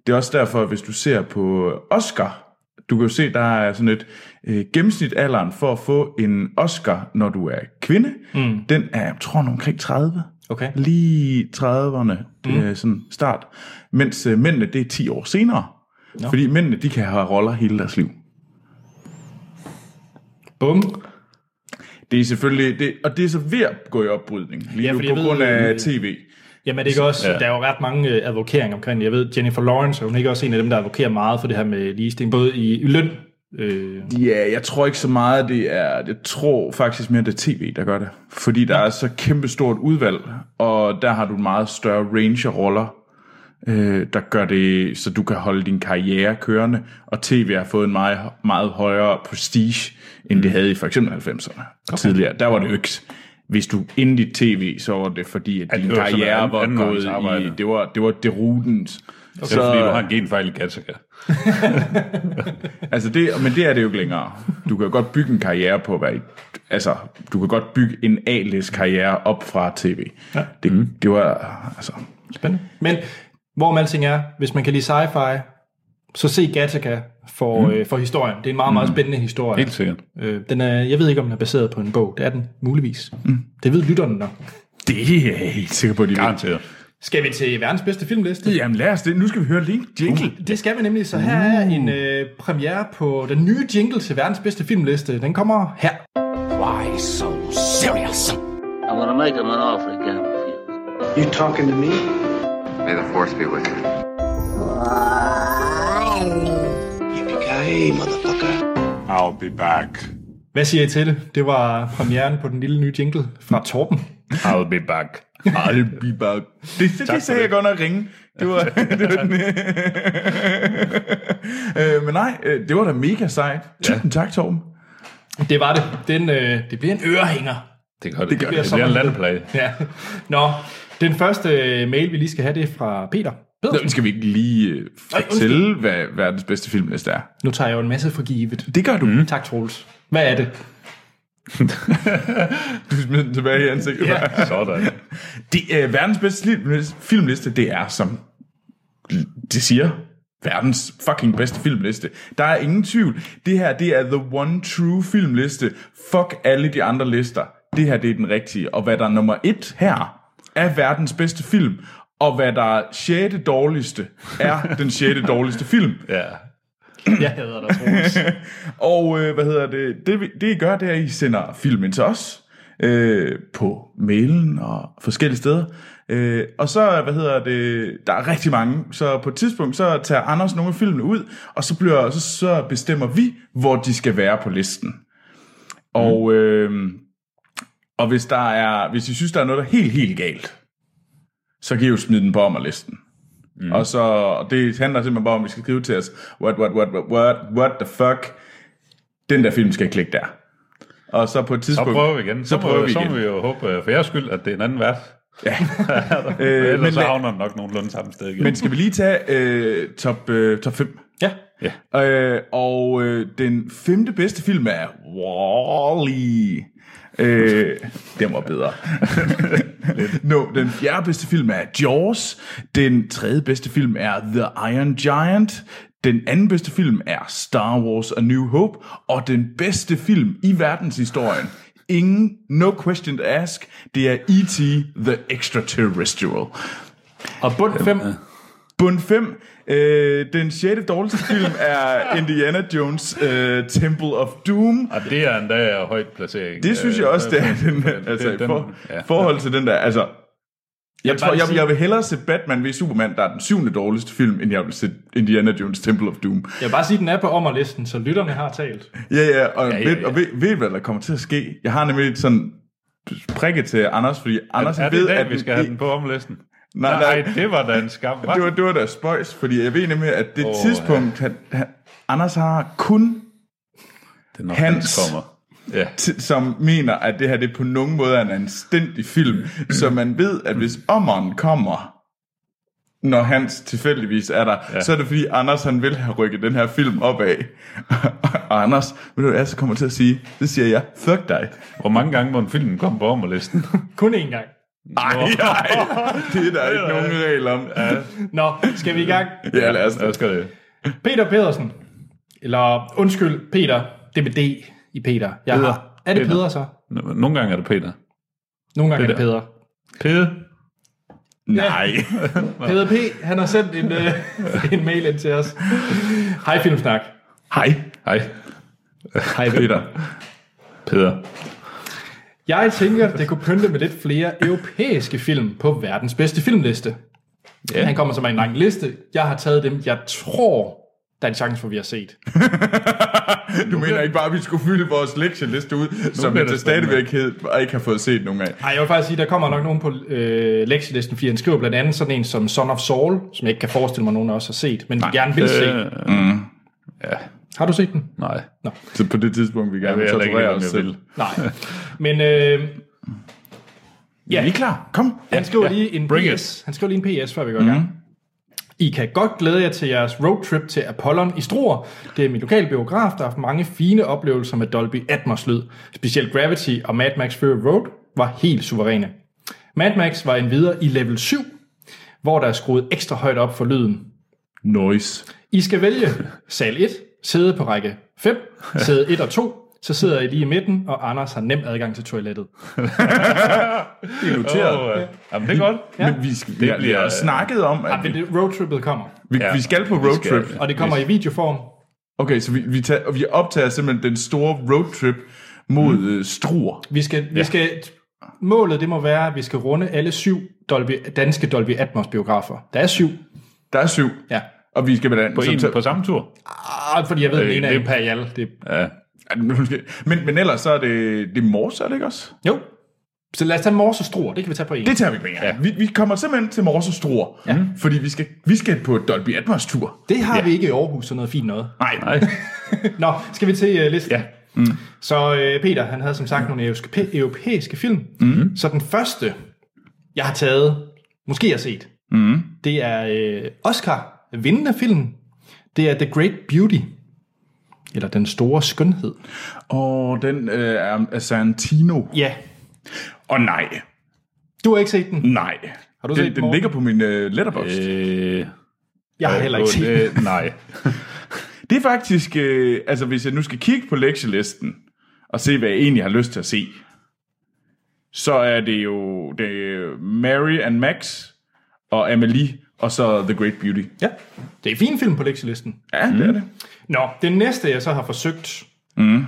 [SPEAKER 2] Det er også derfor, at hvis du ser på Oscar, du kan jo se, der er sådan et øh, gennemsnitalderen for at få en Oscar, når du er kvinde. Mm. Den er, jeg tror, nok omkring 30.
[SPEAKER 1] Okay.
[SPEAKER 2] Lige 30'erne, det
[SPEAKER 1] Mm.
[SPEAKER 2] er sådan start. Mens øh, mændene, det er 10 år senere. No. Fordi mændene, de kan have roller hele deres liv.
[SPEAKER 1] Bum.
[SPEAKER 2] Det er selvfølgelig, det, og det er så ved at gå i opbrydning, lige
[SPEAKER 1] Ja,
[SPEAKER 2] ja, nu
[SPEAKER 1] fordi
[SPEAKER 2] på
[SPEAKER 1] jeg ved,
[SPEAKER 2] grund af
[SPEAKER 1] øh,
[SPEAKER 2] tv.
[SPEAKER 1] Jamen, er det ikke også, ja. der er jo ret mange øh, advokeringer omkring det. Jeg ved, Jennifer Lawrence, er hun ikke også en af dem, der advokerer meget for det her med ligestilling, både i, i løn. Øh,
[SPEAKER 2] Ja, jeg tror ikke så meget, det er... Jeg tror faktisk mere, det er tv, der gør det. Fordi der er så kæmpe stort udvalg, og der har du en meget større range af roller, øh, der gør det, så du kan holde din karriere kørende. Og tv har fået en meget, meget højere prestige, end
[SPEAKER 3] Mm.
[SPEAKER 2] det havde i for eksempel 90'erne og okay. tidligere. Der var det jo ikke... Hvis du inden dit tv, så var det fordi, at din
[SPEAKER 3] det var sådan
[SPEAKER 2] karriere
[SPEAKER 3] anden-
[SPEAKER 2] var gået
[SPEAKER 3] andenhåndsarbejde.
[SPEAKER 2] i... Det var det, var det rutens. Okay.
[SPEAKER 3] det er fordi, du har en genfejl i Gattaca.
[SPEAKER 2] Altså det, men det er det jo ikke længere. Du kan jo godt bygge en karriere på at være i, altså, du kan godt bygge en A-list karriere op fra tv. Ja. Det,
[SPEAKER 3] Mhm.
[SPEAKER 2] mm. det var, altså,
[SPEAKER 1] Spændende. Men hvorom alting er, hvis man kan lide sci-fi, så se Gattaca for, mm. øh, for historien. Det er en meget, meget spændende historie.
[SPEAKER 3] Mm. Helt sikkert.
[SPEAKER 1] Øh, den er, jeg ved ikke, om den er baseret på en bog. Det er den muligvis. Mm. Det ved lytterne nok.
[SPEAKER 2] det er jeg helt sikker på, de vil.
[SPEAKER 3] Garanteret.
[SPEAKER 1] Skal vi til verdens bedste filmliste?
[SPEAKER 2] Jamen lad os det. Nu skal vi høre link jingle.
[SPEAKER 1] Det skal vi nemlig. Så her er
[SPEAKER 3] Uh.
[SPEAKER 1] en øh, premiere på den nye jingle til verdens bedste filmliste. Den kommer her.
[SPEAKER 4] Why so serious? I'm gonna make him an offer again for you.
[SPEAKER 5] You talking to me?
[SPEAKER 6] May the force be with you.
[SPEAKER 5] Yippee-ki-yay, motherfucker.
[SPEAKER 3] Uh,
[SPEAKER 7] I'll be back.
[SPEAKER 1] Hvad siger I til det? Det var premieren på den lille nye jingle fra Torben.
[SPEAKER 3] I'll be back. I'll be back.
[SPEAKER 2] Det, det, det sagde jeg godt nok ringe. Det var, det var den. øh, men nej, øh, det var da mega sejt. Tusind tak, Torben.
[SPEAKER 1] Det var det. Den, øh, det bliver en ørehænger.
[SPEAKER 3] Det gør det. Det, gør
[SPEAKER 1] bliver
[SPEAKER 3] det. det bliver en
[SPEAKER 1] sommer-
[SPEAKER 3] landeplage.
[SPEAKER 1] Ja. Nå, den første øh, mail, vi lige skal have, det er fra Peter. Pedersen.
[SPEAKER 2] Nå, skal vi ikke lige øh,
[SPEAKER 1] undskyld.
[SPEAKER 2] fortælle, hvad verdens bedste filmliste er?
[SPEAKER 1] Nu tager jeg jo en masse for givet.
[SPEAKER 2] Det gør du. Mm.
[SPEAKER 1] Tak, Troels. Hvad er det?
[SPEAKER 2] Du smider den tilbage i ansigtet. Ja.
[SPEAKER 3] Sådan.
[SPEAKER 2] Det, øh, verdens bedste li- filmliste, det er, som det siger, verdens fucking bedste filmliste. Der er ingen tvivl. Det her, det er the one true filmliste. Fuck alle de andre lister. Det her, det er den rigtige. Og hvad der er nummer et her, er verdens bedste film. Og hvad der er sjette dårligste, er den sjette dårligste film.
[SPEAKER 3] Ja.
[SPEAKER 1] Jeg hader dig, Troels.
[SPEAKER 2] Og øh, hvad hedder det? Det, vi- det I gør, det er, at I sender filmen til os øh, på mailen og forskellige steder. Øh, og så, hvad hedder det, der er rigtig mange, så på et tidspunkt, så tager Anders nogle af filmene ud, og så, bliver, så, så bestemmer vi, hvor de skal være på listen. Og, øh, og hvis, der er, hvis I synes, der er noget, der er helt, helt galt, så kan I jo smide den på om listen. Mm. Og så, og det handler simpelthen bare om, at I skal skrive til os, what, what, what, what, what, what the fuck, den der film skal klikke der. Og så på et
[SPEAKER 3] Så
[SPEAKER 2] tidspunkt...
[SPEAKER 3] prøver vi igen. Så,
[SPEAKER 2] Så prøver vi
[SPEAKER 3] Så
[SPEAKER 2] igen.
[SPEAKER 3] må vi jo håbe, øh, for jeres skyld, at det er en anden vært. Ja.
[SPEAKER 2] Øh,
[SPEAKER 3] Ellers
[SPEAKER 2] men,
[SPEAKER 3] så havner den nok nogenlunde samme sted igen.
[SPEAKER 2] men skal vi lige tage øh, top, øh, top 5?
[SPEAKER 1] Ja.
[SPEAKER 2] Øh, og øh, den femte bedste film er Wall-E. Øh, den var bedre. no, den fjerde bedste film er Jaws. Den tredje bedste film er The Iron Giant. Den anden bedste film er Star Wars A New Hope. Og den bedste film i verdenshistorien, ingen, no question to ask, det er E.T. The Extraterrestrial.
[SPEAKER 1] Og bund 5.
[SPEAKER 2] Bund 5. Øh, den sjette dårligste film er Indiana Jones øh, Temple of Doom.
[SPEAKER 3] Og det er endda højt placering.
[SPEAKER 2] Det synes jeg
[SPEAKER 3] Øh,
[SPEAKER 2] også, det er den,
[SPEAKER 3] den-
[SPEAKER 2] altså, i
[SPEAKER 3] den-
[SPEAKER 2] for,
[SPEAKER 3] ja.
[SPEAKER 2] forhold til den der. Altså, jeg, tror,
[SPEAKER 3] bare
[SPEAKER 2] jeg,
[SPEAKER 3] sige-
[SPEAKER 2] jeg vil hellere se Batman v Superman, der er den syvende dårligste film, end jeg vil se Indiana Jones Temple of Doom.
[SPEAKER 1] Jeg vil bare sige, at den er på ommerlisten, så lytterne har talt.
[SPEAKER 2] Ja, ja, og, ja,
[SPEAKER 3] ja,
[SPEAKER 2] ja, ja. Ved,
[SPEAKER 3] ja.
[SPEAKER 2] og ved, ved, hvad der kommer til at ske? Jeg har nemlig sådan prikket til Anders, fordi Anders
[SPEAKER 3] Er det
[SPEAKER 2] ved,
[SPEAKER 3] i dag,
[SPEAKER 2] at
[SPEAKER 3] vi skal have den på omlisten?
[SPEAKER 2] Nej,
[SPEAKER 3] Nej,
[SPEAKER 2] nej.
[SPEAKER 3] det var da en skam. hva'?
[SPEAKER 2] Det var, det var da spøjs, fordi jeg ved nemlig, at det oh,
[SPEAKER 3] Åh,
[SPEAKER 2] tidspunkt, han, han, Anders har kun
[SPEAKER 3] Det er nok,
[SPEAKER 2] Hans.
[SPEAKER 3] den kommer. Ja.
[SPEAKER 2] t- som mener, at det her det på nogen måde er en anstændig film, så man ved, at hvis ommeren kommer, når Hans tilfældigvis er der, ja. så er det fordi Anders han vil have rykket den her film op af. og Anders, ved du hvad, så kommer til at sige, det siger jeg, fuck dig.
[SPEAKER 3] Hvor mange gange må en film komme på ommerlisten?
[SPEAKER 1] Kun én gang.
[SPEAKER 2] Nej, nej, det er der ikke nogen regel om.
[SPEAKER 1] Nå, skal vi i gang?
[SPEAKER 2] Ja, lad os
[SPEAKER 3] Lad os gøre det.
[SPEAKER 1] Peter Pedersen. Eller, undskyld, Peter. Det med D i Peter. Jeg har. Er det
[SPEAKER 3] Peder.
[SPEAKER 1] Peder så?
[SPEAKER 3] Nå, Nogle gange er det Peter.
[SPEAKER 1] Nogle gange er det
[SPEAKER 3] Peter.
[SPEAKER 1] Peder.
[SPEAKER 3] Pede?
[SPEAKER 2] Nej.
[SPEAKER 1] Peder P., han har sendt en, øh, en mail ind til os. Hej Filmsnak.
[SPEAKER 2] Hej,
[SPEAKER 3] Hej,
[SPEAKER 1] Hej
[SPEAKER 2] Peter.
[SPEAKER 3] Peder.
[SPEAKER 1] Jeg tænker, det kunne pynte med lidt flere europæiske film på verdens bedste filmliste. Yeah. Han kommer som en lang liste. Jeg har taget dem, jeg tror, der er en chance for, vi har set.
[SPEAKER 2] Du mener ikke bare, at vi skulle fylde vores lektieliste ud, som
[SPEAKER 3] bliver
[SPEAKER 2] jeg til
[SPEAKER 3] det spændende.
[SPEAKER 2] stadigvæk hed, og ikke har fået set nogen af.
[SPEAKER 1] Ej, jeg vil faktisk sige, der kommer nok nogen på øh, lektielisten, fordi han skriver blandt andet sådan en som Son of Saul, som jeg ikke kan forestille mig, nogen af os har set, men vi gerne vil se.
[SPEAKER 3] Øh,
[SPEAKER 1] Har du set den?
[SPEAKER 3] nej.
[SPEAKER 2] Så på det tidspunkt, vi
[SPEAKER 3] Jeg
[SPEAKER 2] gerne
[SPEAKER 3] ved
[SPEAKER 2] vil
[SPEAKER 3] heller ikke,
[SPEAKER 2] torturere
[SPEAKER 3] om
[SPEAKER 2] os
[SPEAKER 3] jeg
[SPEAKER 2] selv.
[SPEAKER 3] vil.
[SPEAKER 1] Nej. Men øh,
[SPEAKER 2] Ja. Vi er klar. Kom.
[SPEAKER 1] han skriver
[SPEAKER 3] ja.
[SPEAKER 1] lige en
[SPEAKER 3] Bring Mhm.
[SPEAKER 1] PS. Han skriver lige en PS, før vi går i gang. I kan godt glæde jer til jeres roadtrip til Apollon i Struer. Det er min lokale biograf, der har haft mange fine oplevelser med Dolby Atmos lyd. Specielt Gravity og Mad Max Fury Road var helt suveræne. Mad Max var endvidere i level 7, hvor der er skruet ekstra højt op for lyden.
[SPEAKER 2] Noise.
[SPEAKER 1] I skal vælge sal 1, sæde på række 5, sæde 1 og 2, så sidder I lige i midten, og Anders har nem adgang til toilettet.
[SPEAKER 2] Det er noteret.
[SPEAKER 3] Åh, ja. Jamen, det er godt.
[SPEAKER 2] Ja. Men vi, skal, det
[SPEAKER 3] Det
[SPEAKER 2] vi, bliver,
[SPEAKER 3] bliver-
[SPEAKER 2] har snakket om, at
[SPEAKER 1] Men
[SPEAKER 2] vi,
[SPEAKER 1] det roadtrippet kommer,
[SPEAKER 2] vi,
[SPEAKER 3] Ja.
[SPEAKER 2] vi skal på roadtrip.
[SPEAKER 3] skal-
[SPEAKER 1] og det kommer i videoform.
[SPEAKER 2] Okay, så vi, vi, tager, og vi optager simpelthen den store roadtrip mod mm. struer.
[SPEAKER 1] Vi skal, vi skal Målet det må være, at vi skal runde alle syv Dolby, danske Dolby Atmos biografer. Der er syv.
[SPEAKER 2] Der er syv,
[SPEAKER 1] Ja.
[SPEAKER 2] og vi skal med den.
[SPEAKER 3] På,
[SPEAKER 2] Så-
[SPEAKER 3] en,
[SPEAKER 2] så-
[SPEAKER 3] på samme tur?
[SPEAKER 1] Ah, fordi jeg ved,
[SPEAKER 3] Øh,
[SPEAKER 1] øh,
[SPEAKER 3] det er
[SPEAKER 1] per jal. Det...
[SPEAKER 3] Ja.
[SPEAKER 2] Ej, men måske- Men, men ellers så er det, det er morse, er det ikke også?
[SPEAKER 1] Jo. Så lad os tage Morse og Struer. Det kan vi tage på en.
[SPEAKER 2] Det tager vi med ja. vi, vi kommer simpelthen til morse og struer, ja. fordi vi skal, vi skal på Dolby Atmos tur.
[SPEAKER 1] det har ja. vi ikke i Aarhus, sådan noget fint noget.
[SPEAKER 3] Nej.
[SPEAKER 1] Nå, skal vi til uh, listen?
[SPEAKER 3] Ja.
[SPEAKER 1] Mm. Så øh, Peter, han havde som sagt nogle europæ- europæiske film. Mm. Så den første, jeg har taget, måske har set, mm. det er øh, Oscar-vindende film. Det er The Great Beauty, eller Den Store Skønhed.
[SPEAKER 2] Og den øh, er af Santino.
[SPEAKER 1] Ja,
[SPEAKER 2] Og nej,
[SPEAKER 1] du har ikke set den.
[SPEAKER 2] nej. Har
[SPEAKER 1] du
[SPEAKER 2] den,
[SPEAKER 1] set den,
[SPEAKER 2] den
[SPEAKER 1] Morten?
[SPEAKER 2] ligger på min øh, letterbox. Øh.
[SPEAKER 3] Øh,
[SPEAKER 1] Jeg har heller ikke set den.
[SPEAKER 3] øh, Nej.
[SPEAKER 2] Det er faktisk, øh, altså hvis jeg nu skal kigge på lektielisten, og se, hvad jeg egentlig har lyst til at se, så er det jo det er Mary and Max, og Amelie, og så The Great Beauty.
[SPEAKER 1] Ja, det er en fin film på lektielisten.
[SPEAKER 2] Ja, mm. det er det.
[SPEAKER 1] Nå, det næste, jeg så har forsøgt, mm.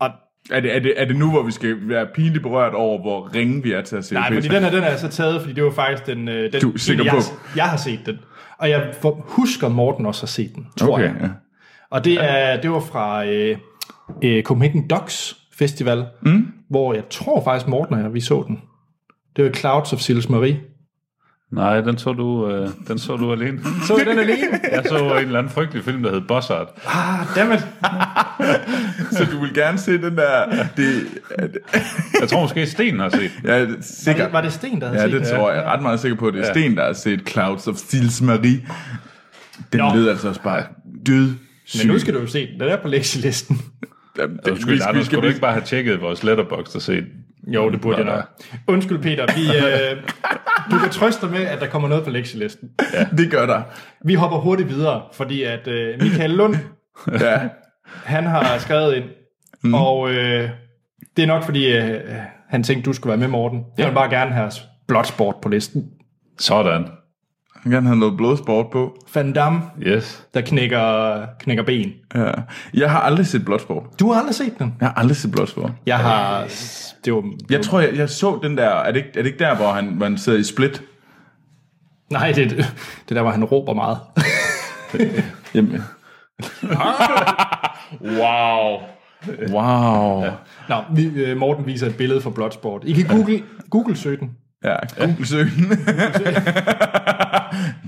[SPEAKER 1] og
[SPEAKER 2] Er det, er, det, er det nu, hvor vi skal være pinligt berørt over, hvor ringe vi er til at se
[SPEAKER 1] Nej,
[SPEAKER 2] film?
[SPEAKER 1] fordi den her, den er jeg så taget, fordi det var faktisk den, øh, den
[SPEAKER 2] Du er sikker
[SPEAKER 1] jeg,
[SPEAKER 2] på?
[SPEAKER 1] jeg har set den. Og jeg for, husker, Morten også har set den, tror
[SPEAKER 2] Okay,
[SPEAKER 1] jeg.
[SPEAKER 2] ja.
[SPEAKER 1] Og det, er, det var fra øh, øh, Copenhagen Docs Festival, mm. hvor jeg tror faktisk, Morten og jeg, vi så den. Det var Clouds of Sils Marie.
[SPEAKER 3] Nej, den så du, øh, den så du alene.
[SPEAKER 1] Så vi den alene?
[SPEAKER 3] Jeg så en eller anden frygtelig film, der hed Bossart.
[SPEAKER 1] Ah, dammit.
[SPEAKER 2] Så du vil gerne se den der... Det, er det-
[SPEAKER 3] Jeg tror måske, Sten har set den.
[SPEAKER 2] ja, det er
[SPEAKER 1] Var
[SPEAKER 2] sikkert.
[SPEAKER 1] det, var det Sten, der havde
[SPEAKER 2] Ja,
[SPEAKER 1] set
[SPEAKER 2] det
[SPEAKER 1] den?
[SPEAKER 2] tror jeg. Ret meget sikker på, at det er Sten, der har set Clouds of Sils Marie. Den
[SPEAKER 1] Nå.
[SPEAKER 2] lød altså også bare død.
[SPEAKER 1] Men nu skal du jo se den. Den er på lektielisten.
[SPEAKER 2] Jamen, det-
[SPEAKER 3] Undskyld, vi, Anders, skulle du ikke bare have tjekket vores letterbox og set?
[SPEAKER 1] Jo, det burde jeg nok. Undskyld, Peter. Vi, øh, du kan trøste dig med, at der kommer noget på lektielisten.
[SPEAKER 2] Det gør der.
[SPEAKER 1] Vi hopper hurtigt videre, fordi at øh, Michael Lund,
[SPEAKER 2] Ja.
[SPEAKER 1] han har skrevet ind, mm. og øh, det er nok fordi, øh, han tænkte, du skulle være med, Morten. Jeg vil bare gerne have blotsport på listen.
[SPEAKER 2] Jeg
[SPEAKER 3] Sådan.
[SPEAKER 2] vil gerne have noget blodsport på.
[SPEAKER 1] Van Damme,
[SPEAKER 3] Yes.
[SPEAKER 1] der knækker, knækker ben.
[SPEAKER 2] Ja. Jeg har aldrig set blodsport.
[SPEAKER 1] Du har aldrig set den.
[SPEAKER 2] Jeg har aldrig set blodsport.
[SPEAKER 1] Jeg har... Det var,
[SPEAKER 2] Jeg tror, jeg, jeg så den der... Er det ikke, er det ikke der, hvor han, hvor han sidder i split?
[SPEAKER 1] nej, det, det er der, hvor han råber meget.
[SPEAKER 2] Jamen. wow. Wow. Ja,
[SPEAKER 1] Nå, vi, øh, Morten viser et billede fra blotsport. I kan google, google søge den.
[SPEAKER 2] ja Google søgen.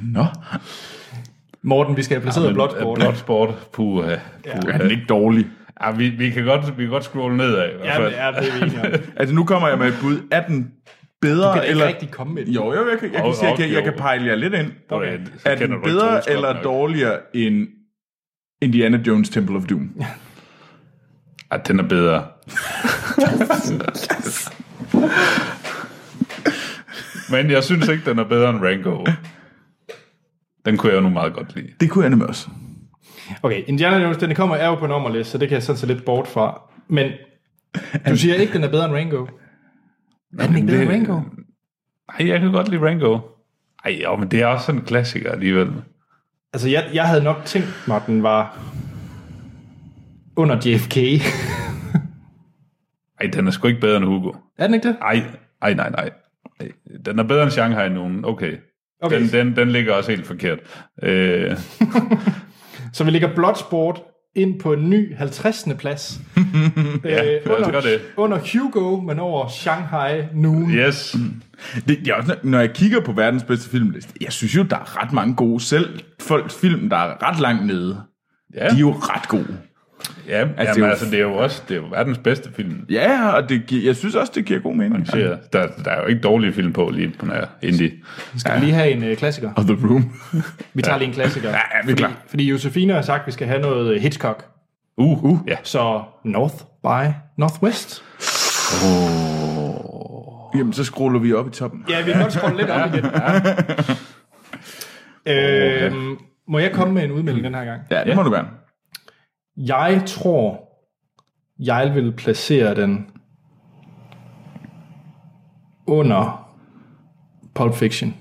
[SPEAKER 2] Nå,
[SPEAKER 1] Morten, vi skal have placeret ja, øh, blotsport.
[SPEAKER 3] Blotsport. Puh, ja.
[SPEAKER 2] er den ikke dårlig?
[SPEAKER 3] ja, vi, vi, kan godt, vi kan godt scrolle nedad. I hvert
[SPEAKER 1] Ja,
[SPEAKER 3] fald.
[SPEAKER 1] men, ja, det er vi enige om.
[SPEAKER 2] Altså, nu kommer jeg med et bud. Er den bedre?
[SPEAKER 1] Du kan da ikke
[SPEAKER 2] eller...
[SPEAKER 1] rigtig komme med det.
[SPEAKER 2] Jo, jo, jeg kan, jeg, kan
[SPEAKER 3] Og-
[SPEAKER 2] sige, jeg,
[SPEAKER 3] og-
[SPEAKER 2] kan, jeg
[SPEAKER 3] jo.
[SPEAKER 2] kan pejle jer lidt ind.
[SPEAKER 3] Okay, så
[SPEAKER 2] Er
[SPEAKER 3] kender
[SPEAKER 2] den
[SPEAKER 3] du ikke Troels
[SPEAKER 2] bedre
[SPEAKER 3] godt
[SPEAKER 2] eller
[SPEAKER 3] nok.
[SPEAKER 2] dårligere end Indiana Jones Temple of Doom?
[SPEAKER 3] Ej, den er bedre. Men jeg synes ikke, den er bedre end Rango. Den kunne jeg nu meget godt lide.
[SPEAKER 2] Det kunne jeg nemlig også.
[SPEAKER 1] Okay, Indiana Jones, den kommer er jo på en ommerliste, så det kan jeg sådan set lidt bort fra. Men du siger ikke, den er bedre end Rango. Er den ikke bedre end
[SPEAKER 3] det-
[SPEAKER 1] Rango?
[SPEAKER 3] Ej, jeg kan godt lide Rango. Ej, jo, men det er også sådan en klassiker alligevel.
[SPEAKER 1] Altså, jeg, jeg havde nok tænkt mig, at den var under JFK.
[SPEAKER 3] Ej, den er sgu ikke bedre end Hugo.
[SPEAKER 1] er den ikke det?
[SPEAKER 3] Ej, ej, nej, nej. Ej, Den er bedre end Shanghai nogen. Okay.
[SPEAKER 1] Okay.
[SPEAKER 3] okay. Den, den, den ligger også helt forkert. Øh,
[SPEAKER 1] Så vi lægger Bloodsport ind på en ny 50. plads. ja, øh,
[SPEAKER 3] lad os gøre det.
[SPEAKER 1] under Hugo, men over Shanghai Noon. Yeah.
[SPEAKER 3] yes.
[SPEAKER 2] Det, det er også, når jeg kigger på verdens bedste filmliste, jeg synes jo, der er ret mange gode selv. Folks film, der er ret langt nede,
[SPEAKER 3] Ja,
[SPEAKER 2] de er jo ret gode.
[SPEAKER 3] ja altså, jamen,
[SPEAKER 2] det
[SPEAKER 3] det
[SPEAKER 2] er jo-
[SPEAKER 3] er altså, det er jo også det er jo verdens bedste film.
[SPEAKER 2] Ja, og det, gi- jeg synes også, det giver god mening.
[SPEAKER 3] Ja. Der, der er jo ikke dårlige film på lige på nær indie.
[SPEAKER 1] Skal vi lige have en øh, klassiker?
[SPEAKER 2] Og The Room.
[SPEAKER 1] Vi tager lige en klassiker.
[SPEAKER 2] Ja, ja, vi er klar.
[SPEAKER 1] Fordi Josefine har sagt, at vi skal have noget øh, Hitchcock.
[SPEAKER 3] Uh, uh. ja.
[SPEAKER 1] Så North by Northwest.
[SPEAKER 2] Jamen, så scroller vi op i toppen.
[SPEAKER 1] Ja, vi kan godt scrolle lidt op igen. Ja. Øhm, må jeg komme med en udmelding den her gang?
[SPEAKER 2] Ja, det må du gerne.
[SPEAKER 1] Jeg tror, jeg vil placere den under Pulp Fiction.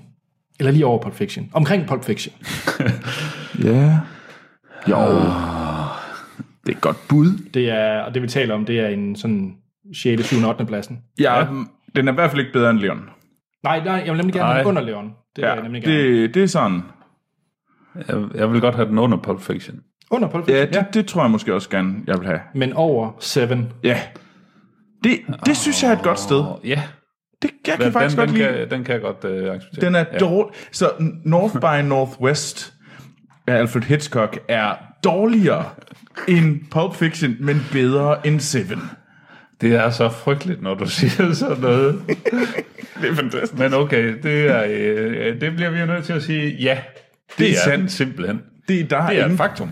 [SPEAKER 1] Eller lige over Pulp Fiction. Omkring Pulp Fiction.
[SPEAKER 2] Ja. Jo. Ah. Det er et godt bud.
[SPEAKER 1] Det er, og det vi taler om, det er en sådan 6. 7. 8. pladsen.
[SPEAKER 2] Jeg, ja. Den er i hvert fald ikke bedre end Leon.
[SPEAKER 1] Nej, nej, jeg vil nemlig gerne have den
[SPEAKER 3] Nej.
[SPEAKER 1] under Leon. Det ja, vil jeg nemlig gerne. Det...
[SPEAKER 2] det, det er sådan.
[SPEAKER 3] Jeg, jeg vil godt have den under Pulp Fiction.
[SPEAKER 1] Under Pulp Fiction,
[SPEAKER 2] Ja,
[SPEAKER 1] ja,
[SPEAKER 2] det, ja, det tror jeg måske også gerne, jeg vil have.
[SPEAKER 1] Men over Seven.
[SPEAKER 2] Ja. Det, det synes jeg er et godt sted.
[SPEAKER 3] Og, ja,
[SPEAKER 2] Det, jeg kan
[SPEAKER 3] den,
[SPEAKER 2] faktisk
[SPEAKER 3] den,
[SPEAKER 2] godt
[SPEAKER 3] den,
[SPEAKER 2] lide.
[SPEAKER 3] kan, den kan jeg godt øh, acceptere.
[SPEAKER 2] Den er ja. dårlig. Så North by Northwest af Alfred Hitchcock er dårligere end Pulp Fiction, men bedre end Seven.
[SPEAKER 3] Det er så frygteligt, når du siger sådan noget.
[SPEAKER 2] Det er fantastisk.
[SPEAKER 3] Men okay, det, er, øh, det bliver vi jo nødt til at sige, ja, det,
[SPEAKER 2] Det er
[SPEAKER 3] er
[SPEAKER 2] sandt.
[SPEAKER 3] sandt simpelthen.
[SPEAKER 2] Det, der er,
[SPEAKER 3] Det er
[SPEAKER 2] ingen,
[SPEAKER 3] et faktum.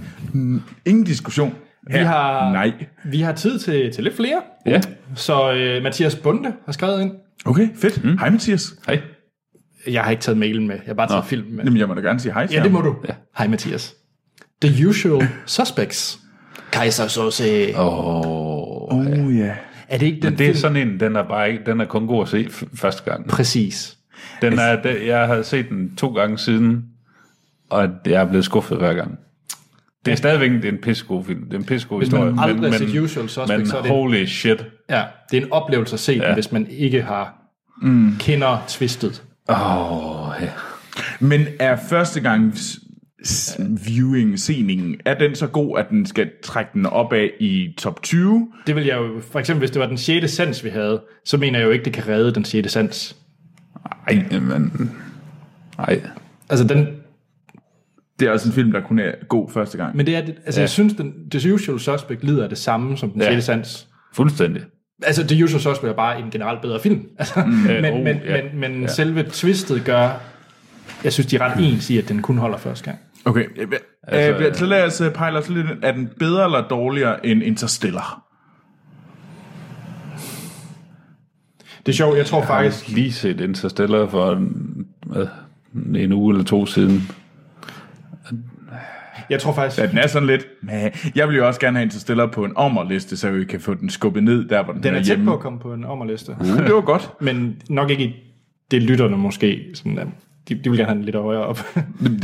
[SPEAKER 2] ingen diskussion.
[SPEAKER 1] Vi har-
[SPEAKER 2] Nej.
[SPEAKER 1] Vi har tid til, til lidt flere,
[SPEAKER 3] Ja,
[SPEAKER 1] så øh, Mathias Bunde har skrevet ind.
[SPEAKER 2] Okay, fedt. Mm. Hej Mathias.
[SPEAKER 3] hej.
[SPEAKER 1] Jeg har ikke taget mailen med, jeg har bare taget
[SPEAKER 3] Nå.
[SPEAKER 1] filmen med.
[SPEAKER 2] Jamen, jeg må da gerne sige hej til
[SPEAKER 1] Ja, det
[SPEAKER 2] ham.
[SPEAKER 1] må du. Ja. Hej Mathias. The Usual Suspects. Kaiser Sose. Oh.
[SPEAKER 3] Oh,
[SPEAKER 2] Oh, ja.
[SPEAKER 1] Er det ikke den
[SPEAKER 3] det er
[SPEAKER 1] film?
[SPEAKER 3] sådan en, den er bare ikke, den er kun god at se f- første gang.
[SPEAKER 1] Præcis.
[SPEAKER 3] Den er, den, jeg har set den to gange siden, og jeg er blevet skuffet hver gang. Det er stadigvæk det er en pissegod film. Det er en pissegod
[SPEAKER 1] Hvis man
[SPEAKER 3] historie.
[SPEAKER 1] aldrig har set Usual Suspects,
[SPEAKER 3] men
[SPEAKER 1] så er det-
[SPEAKER 3] holy shit.
[SPEAKER 1] Ja, det er en oplevelse at se ja. den, hvis man ikke har mm. kender twistet.
[SPEAKER 3] Åh, ja.
[SPEAKER 2] Men er første gang viewing seningen er den så god, at den skal trække den op af i top 20?
[SPEAKER 1] Det vil jeg jo, for eksempel hvis det var den 6. sans, vi havde, så mener jeg jo ikke, det kan redde den 6. sans.
[SPEAKER 3] Ej, men... Ej.
[SPEAKER 1] Altså den,
[SPEAKER 2] Det er også en film, der kun er god første gang.
[SPEAKER 1] men det er, det- altså ja.
[SPEAKER 3] Ja.
[SPEAKER 1] jeg synes, den, The Usual Suspect lider af det samme som den
[SPEAKER 3] Ja.
[SPEAKER 1] 6. Ja. sans.
[SPEAKER 3] Fuldstændig.
[SPEAKER 1] Altså, The Usual Suspect er bare en generelt bedre film. Altså, mm. men,
[SPEAKER 3] Øh, oh,
[SPEAKER 1] men,
[SPEAKER 3] ja.
[SPEAKER 1] men, men selve twistet gør, jeg synes, de er ret ens i, at den kun holder første gang.
[SPEAKER 2] Okay, øh, altså, øh, så lad os øh, pejle os lidt. ind. Er den bedre eller dårligere end Interstellar?
[SPEAKER 1] Det er sjovt, jeg tror faktisk,
[SPEAKER 3] Lige set Interstellar for en, hvad, en uge eller to siden.
[SPEAKER 1] jeg tror faktisk,
[SPEAKER 2] Ja, den er sådan lidt. Næh. Jeg vil jo også gerne have Interstellar på en ommerliste, så vi kan få den skubbet ned der, hvor den,
[SPEAKER 1] den er tæt
[SPEAKER 2] hjemme.
[SPEAKER 1] på at komme på en ommerliste.
[SPEAKER 2] Uh, det var godt.
[SPEAKER 1] Men nok ikke i det lytterne måske, sådan at de, de vil gerne have den lidt højere op.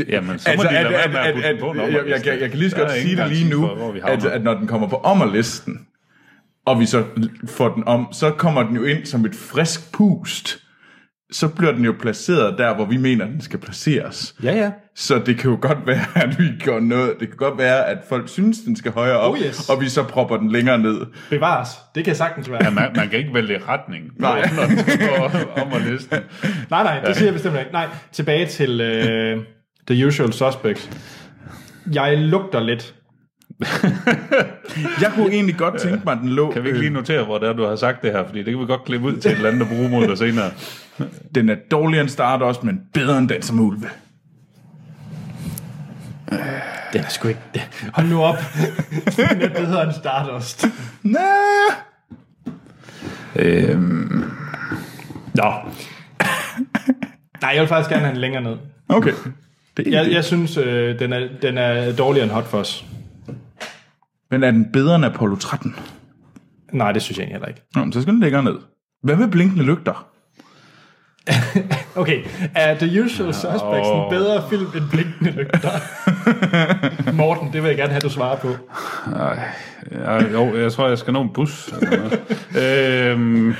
[SPEAKER 3] Jamen, så altså, må de lade være med at putte den på en
[SPEAKER 2] jeg, jeg,
[SPEAKER 3] ommerliste.
[SPEAKER 2] jeg, jeg kan lige så
[SPEAKER 3] Der
[SPEAKER 2] godt
[SPEAKER 3] er
[SPEAKER 2] sige
[SPEAKER 3] ingen
[SPEAKER 2] det lige
[SPEAKER 3] garanti
[SPEAKER 2] nu,
[SPEAKER 3] for, hvor vi havner.
[SPEAKER 2] at, at når den kommer på ommerlisten, og vi så l- får den om, så kommer den jo ind som et frisk pust. Så bliver den jo placeret der, hvor vi mener, den skal placeres.
[SPEAKER 1] ja, ja.
[SPEAKER 2] Så det kan jo godt være, at vi gør noget. Det kan godt være, at folk synes, den skal højere op,
[SPEAKER 1] Oh, yes.
[SPEAKER 2] og vi så propper den længere ned.
[SPEAKER 1] Bevares. Det kan sagtens være.
[SPEAKER 3] Ja, man, man kan ikke vælge retning.
[SPEAKER 2] Nej.
[SPEAKER 3] Når den står om og listen.
[SPEAKER 1] Nej, nej, det siger jeg bestemt ikke. Nej, tilbage til uh, The Usual Suspect. Jeg lugter lidt.
[SPEAKER 2] Jeg kunne egentlig godt tænke mig, at den lå... øh,
[SPEAKER 3] Kan vi ikke lige notere, hvor det er, du har sagt det her? Fordi det kan vi godt klippe ud til et eller andet at bruge mod dig senere.
[SPEAKER 2] Den er dårligere end Stardust, men bedre end Danser med Ulve.
[SPEAKER 1] Den er sgu ikke... Hold nu op. den er bedre end Stardust.
[SPEAKER 2] Næh!
[SPEAKER 3] Øhm,
[SPEAKER 1] Nå. Nej, jeg vil faktisk gerne have den længere ned.
[SPEAKER 2] Okay. Det er
[SPEAKER 1] Jeg,
[SPEAKER 2] jeg,
[SPEAKER 1] jeg synes, øh, den, er, den er dårligere end Hot Fuzz.
[SPEAKER 2] Men er den bedre end Apollo 13?
[SPEAKER 1] Nej, det synes jeg egentlig heller ikke.
[SPEAKER 2] Nå, men så skal den længere ned. Hvad med blinkende lygter?
[SPEAKER 1] Okay, er The Usual Suspects en bedre film end Blinkende Lygter? Morten, det vil jeg gerne have, du svarer på.
[SPEAKER 3] ja, jo, jeg tror, jeg skal nå en bus. eller noget. øhm,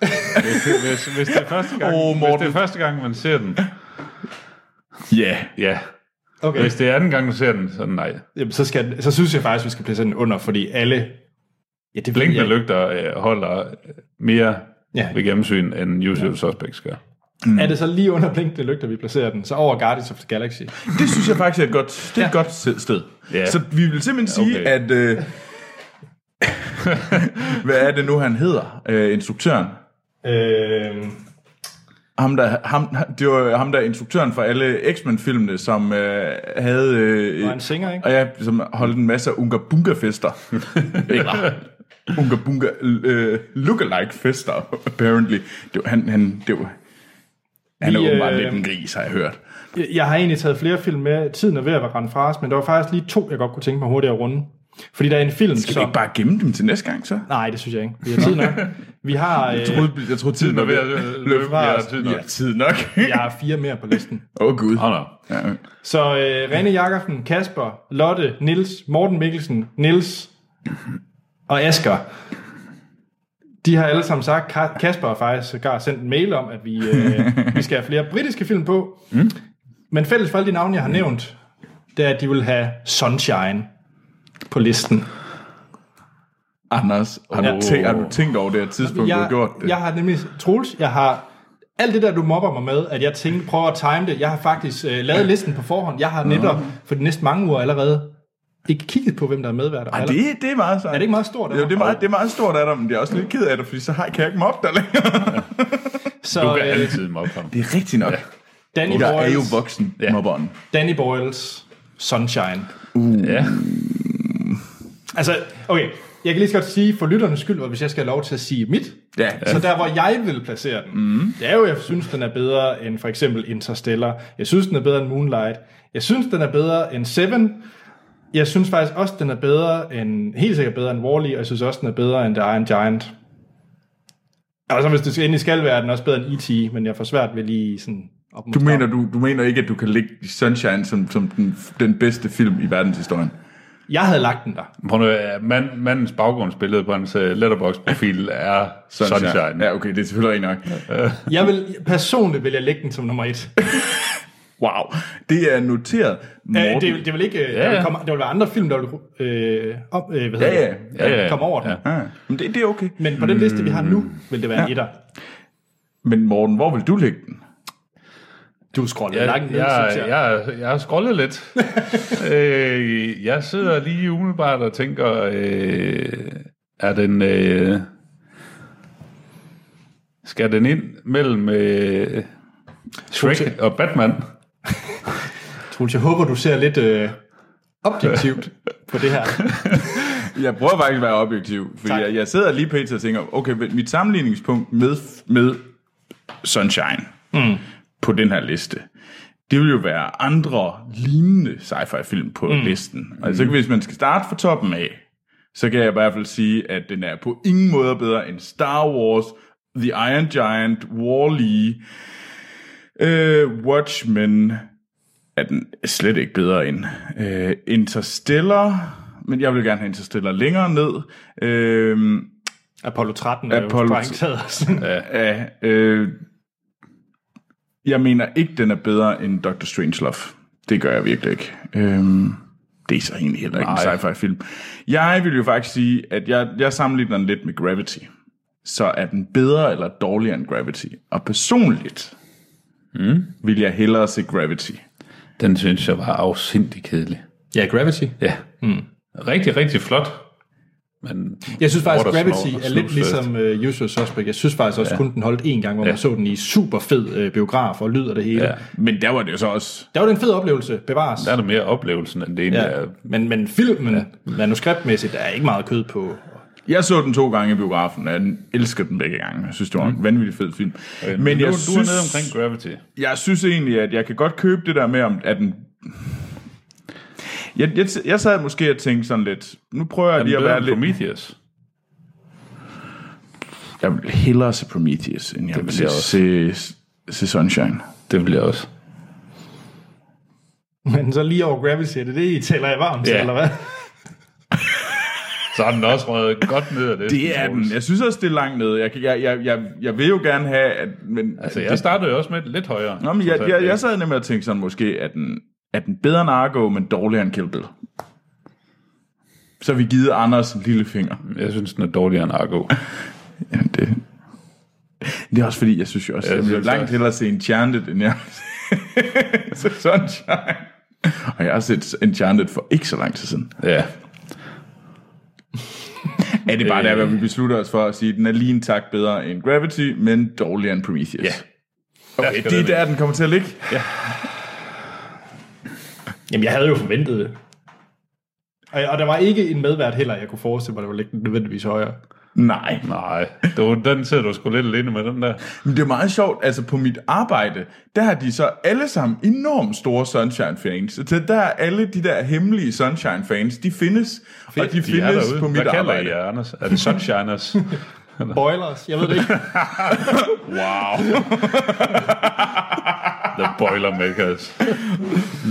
[SPEAKER 3] hvis, hvis, hvis, det er første gang,
[SPEAKER 2] Åh,
[SPEAKER 3] oh, hvis det
[SPEAKER 2] Morten.
[SPEAKER 3] er første gang, man ser den,
[SPEAKER 2] Ja. Yeah.
[SPEAKER 3] ja.
[SPEAKER 1] Okay,
[SPEAKER 3] Hvis det er anden gang, du ser den, så nej.
[SPEAKER 1] Jamen, så, skal, så synes jeg faktisk, vi skal placere den under, fordi alle... Ja, det
[SPEAKER 3] Blinkende yeah. lygter øh, holder mere
[SPEAKER 1] Ja.
[SPEAKER 3] ved gennemsyn, end Usual Suspects gør.
[SPEAKER 1] Er det så lige under Blinkende Lygter, vi placerer den? Så over Guardians of the Galaxy.
[SPEAKER 2] Det synes jeg faktisk er et godt, det er et godt se- sted.
[SPEAKER 3] Ja.
[SPEAKER 2] Så vi vil simpelthen sige,
[SPEAKER 3] Okay.
[SPEAKER 2] at... Øh, hvad er det nu, han hedder, øh, instruktøren?
[SPEAKER 1] Øh,
[SPEAKER 2] Ham der, ham, det var ham der er instruktøren for alle X-Men-filmene, som øh, havde... Øh,
[SPEAKER 1] Var han singer, ikke?
[SPEAKER 2] Og ja, som holdt en masse Unga Bunga-fester. Eller Unga Bunga øh, lookalike-fester, apparently. Det var, han, han, det var, han er
[SPEAKER 1] Vi,
[SPEAKER 2] åbenbart
[SPEAKER 1] øh,
[SPEAKER 2] lidt en gris, har jeg hørt.
[SPEAKER 1] jeg, jeg har egentlig taget flere film med. Tiden er ved at være rendt fra os, men der var faktisk lige to, jeg godt kunne tænke mig hurtigt at runde. Fordi der er en film,
[SPEAKER 2] Skal vi
[SPEAKER 1] som...
[SPEAKER 2] ikke bare gemme dem til næste gang, så?
[SPEAKER 1] Nej, det synes jeg ikke. Vi har tid nok. Vi har... Øh,
[SPEAKER 2] Jeg troede, jeg troede tiden var ved at løbe fra
[SPEAKER 3] Ja,
[SPEAKER 2] os.
[SPEAKER 3] tid nok.
[SPEAKER 2] Ja, tid nok.
[SPEAKER 1] jeg har fire mere på listen.
[SPEAKER 2] Åh, oh, Gud.
[SPEAKER 3] Hold da op.
[SPEAKER 2] Ja, ja.
[SPEAKER 1] Så øh, Rene Jakobsen, Kasper, Lotte, Nils, Morten Mikkelsen, Nils og Asger De har alle sammen sagt, Ka- Kasper har faktisk sågar sendt en mail om, at vi, øh, vi skal have flere britiske film på. Mm. Men fælles for alle de navne, jeg har nævnt, det er, at de vil have Sunshine på listen.
[SPEAKER 2] Anders, har, ja.
[SPEAKER 1] Ja.
[SPEAKER 2] du tænkt, har du tænkt over det her tidspunkt, du har
[SPEAKER 1] Jeg,
[SPEAKER 2] gjort det?
[SPEAKER 1] jeg har nemlig, Troels, jeg har alt det der, du mobber mig med, at jeg tænkte, prøv at time det. Jeg har faktisk øh, lavet listen på forhånd. Jeg har
[SPEAKER 2] Ah.
[SPEAKER 1] netop for de næste mange uger allerede ikke kigget på, hvem der er medværter.
[SPEAKER 2] Ej, det, det er meget sejt.
[SPEAKER 1] Er det ikke meget stort af
[SPEAKER 2] Jo,
[SPEAKER 1] dig?
[SPEAKER 2] det er meget, det er meget stort af dig, men det er også lidt ked af dig, fordi så har, kan jeg ikke mobbe dig længere.
[SPEAKER 1] Så,
[SPEAKER 3] Du kan
[SPEAKER 1] øh,
[SPEAKER 3] altid mobbe ham.
[SPEAKER 2] Det er rigtigt nok. Ja.
[SPEAKER 1] Danny
[SPEAKER 2] Jeg er jo
[SPEAKER 1] Boyles,
[SPEAKER 2] voksen, ja.
[SPEAKER 3] Ja.
[SPEAKER 2] mobberen.
[SPEAKER 1] Danny Boyles, Sunshine.
[SPEAKER 2] Uh.
[SPEAKER 3] Ja.
[SPEAKER 1] Altså, okay, jeg kan lige så godt sige for lytternes skyld, og hvis jeg skal have lov til at sige mit,
[SPEAKER 2] Ja.
[SPEAKER 1] så der, hvor jeg vil placere den, mm. det er jo, jeg synes, den er bedre end for eksempel Interstellar. Jeg synes, den er bedre end Moonlight. Jeg synes, den er bedre end Seven. Jeg synes faktisk også, den er bedre end, helt sikkert bedre end Wall-E, og jeg synes også, den er bedre end The Iron Giant. Altså, hvis det endelig skal være, er den også bedre end E.T., men jeg får svært ved lige sådan... Op
[SPEAKER 2] Du mener, du, du mener ikke, at du kan lægge Sunshine som, som den, den bedste film i verdenshistorien?
[SPEAKER 1] Jeg havde lagt den der.
[SPEAKER 3] Prøv nu, øh, mand, mandens baggrundsbillede på hans øh, letterbox-profil er Sunshine. Sunshine.
[SPEAKER 2] Ja, okay, det er selvfølgelig rigtig nok.
[SPEAKER 1] Jeg vil, personligt vil jeg lægge den som nummer et.
[SPEAKER 2] Wow, det er noteret.
[SPEAKER 1] Øh,
[SPEAKER 2] Morten,
[SPEAKER 1] det, det vil ikke... Ja, ja. Der, vil komme, der vil være andre film, der vil øh, op, øh, hvad hedder
[SPEAKER 2] Ja, ja.
[SPEAKER 1] det?
[SPEAKER 3] Ja, ja, ja.
[SPEAKER 1] komme over den. Ja.
[SPEAKER 2] ja, Ah, men det, det er okay.
[SPEAKER 1] Men på den liste, vi har nu, vil det være ja. en etter.
[SPEAKER 2] Men Morten, hvor vil du lægge den?
[SPEAKER 1] Du scroller ja,
[SPEAKER 3] Jeg,
[SPEAKER 1] langt ned,
[SPEAKER 3] jeg,
[SPEAKER 1] synes jeg. Ja.
[SPEAKER 3] jeg, jeg har scrollet lidt. øh, jeg sidder lige umiddelbart og tænker, øh, er den... Øh, skal den ind mellem øh, Shrek og Batman?
[SPEAKER 1] Troels, jeg håber, du ser lidt øh, objektivt på det her.
[SPEAKER 2] Jeg prøver faktisk at være objektiv, for
[SPEAKER 1] Tak.
[SPEAKER 2] jeg, jeg sidder lige pt. og tænker, okay, men mit sammenligningspunkt med, med Sunshine mm. på den her liste, det vil jo være andre lignende sci-fi film på mm. listen. Altså mm. hvis man skal starte fra toppen af, så kan jeg i hvert fald sige, at den er på ingen måde bedre end Star Wars, The Iron Giant, Wall-E, øh, Watchmen, er den slet ikke bedre end øh, Interstellar, men jeg vil gerne have Interstellar længere ned. Øh,
[SPEAKER 1] Apollo 13 er Apollo...
[SPEAKER 2] Apollo-
[SPEAKER 1] jo strengt taget sådan. Ja.
[SPEAKER 2] ja, øh, jeg mener ikke, den er bedre end Dr. Strangelove. Det gør jeg virkelig ikke. Øh, det er så egentlig heller ikke Nej. en sci-fi film. Jeg vil jo faktisk sige, at jeg, jeg sammenligner den lidt med Gravity. Så er den bedre eller dårligere end Gravity? Og personligt mm. vil jeg hellere se Gravity.
[SPEAKER 3] Den synes jeg var afsindig kedelig.
[SPEAKER 1] ja, Gravity.
[SPEAKER 3] Ja. Mm. Rigtig, rigtig flot. Men
[SPEAKER 1] Jeg synes faktisk,
[SPEAKER 3] Water
[SPEAKER 1] Gravity
[SPEAKER 3] Snow-
[SPEAKER 1] er lidt
[SPEAKER 3] Snowfest.
[SPEAKER 1] ligesom uh, Usual Suspect. Jeg synes faktisk også, ja. kun den holdt en gang, hvor man
[SPEAKER 3] Ja.
[SPEAKER 1] så den i super fed øh, biograf og lyd og det hele. Ja.
[SPEAKER 3] Ja.
[SPEAKER 2] Men der var det jo så også
[SPEAKER 1] Der var det en fed oplevelse, bevares.
[SPEAKER 3] der er det mere oplevelsen, end det egentlig ja.
[SPEAKER 1] Ja.
[SPEAKER 3] er.
[SPEAKER 1] Men, men filmen, ja. manuskriptmæssigt, der er ikke meget kød på.
[SPEAKER 2] Jeg så den to gange i biografen, og jeg elskede den begge gange. Jeg synes, det var en vanvittig fed film. Okay, men
[SPEAKER 3] Men
[SPEAKER 2] Mm. jeg,
[SPEAKER 3] du,
[SPEAKER 2] synes,
[SPEAKER 3] du er nede omkring Gravity.
[SPEAKER 2] jeg synes egentlig, at jeg kan godt købe det der med, om- at den... Jeg, jeg, jeg sad måske og tænkte sådan lidt, nu prøver jeg lige
[SPEAKER 3] Det
[SPEAKER 2] at
[SPEAKER 3] er
[SPEAKER 2] være lidt...
[SPEAKER 3] Prometheus.
[SPEAKER 2] Jeg vil hellere se Prometheus, end jeg vil
[SPEAKER 3] vil jeg
[SPEAKER 2] se, se, se Sunshine.
[SPEAKER 3] Det bliver også.
[SPEAKER 1] Men så lige over Gravity, er det det, I taler i varmt,
[SPEAKER 3] Ja.
[SPEAKER 1] ja. eller hvad?
[SPEAKER 3] Så har den også røget godt ned af det.
[SPEAKER 2] Det er den. Jeg synes også, det er langt nede. Jeg, kan- jeg, jeg, jeg, jeg vil jo gerne have, at... Men
[SPEAKER 3] Altså, jeg startede jo også med et lidt højere. Altså,
[SPEAKER 2] Nå, men jeg, jeg, jeg sad nemlig og tænkte sådan, måske er den, er den bedre end Argo, men dårligere end Kill Bill. Så har vi givet Anders en lille finger.
[SPEAKER 3] jeg synes, den er dårligere end Argo.
[SPEAKER 2] Jamen, det, det er også fordi, jeg synes jo også,
[SPEAKER 3] Ja,
[SPEAKER 2] jeg, jeg
[SPEAKER 3] det
[SPEAKER 2] vil jo
[SPEAKER 3] synes jeg
[SPEAKER 2] langt
[SPEAKER 3] også.
[SPEAKER 2] hellere se Enchanted, end jeg så Sunshine. Og jeg har set Enchanted for ikke så lang tid siden.
[SPEAKER 3] Ja.
[SPEAKER 2] Er det bare
[SPEAKER 3] Øh.
[SPEAKER 2] der, hvad vi beslutter os for at sige, den er lige en tak bedre end Gravity, men dårligere end Prometheus.
[SPEAKER 3] Ja.
[SPEAKER 2] Okay,
[SPEAKER 3] skal
[SPEAKER 2] det er
[SPEAKER 3] den
[SPEAKER 2] der, den kommer til at ligge.
[SPEAKER 1] Jamen, jeg havde jo forventet det. Og, og der var ikke en medvært heller, jeg kunne forestille mig, der var lidt nødvendigvis højere.
[SPEAKER 2] Nej.
[SPEAKER 3] Nej, du, den sidder du sgu lidt alene med, den der.
[SPEAKER 2] Men det er meget sjovt, altså på mit arbejde, der har de så alle sammen enormt store Sunshine-fans. Så der er alle de der hemmelige Sunshine-fans, de findes, og de,
[SPEAKER 3] er
[SPEAKER 2] findes
[SPEAKER 3] derude.
[SPEAKER 2] på mit
[SPEAKER 3] Hvad kalder
[SPEAKER 2] arbejde.
[SPEAKER 3] I jer, Anders? Er det Sunshiners?
[SPEAKER 1] Boilers, jeg ved det ikke.
[SPEAKER 3] wow. The Boilermakers.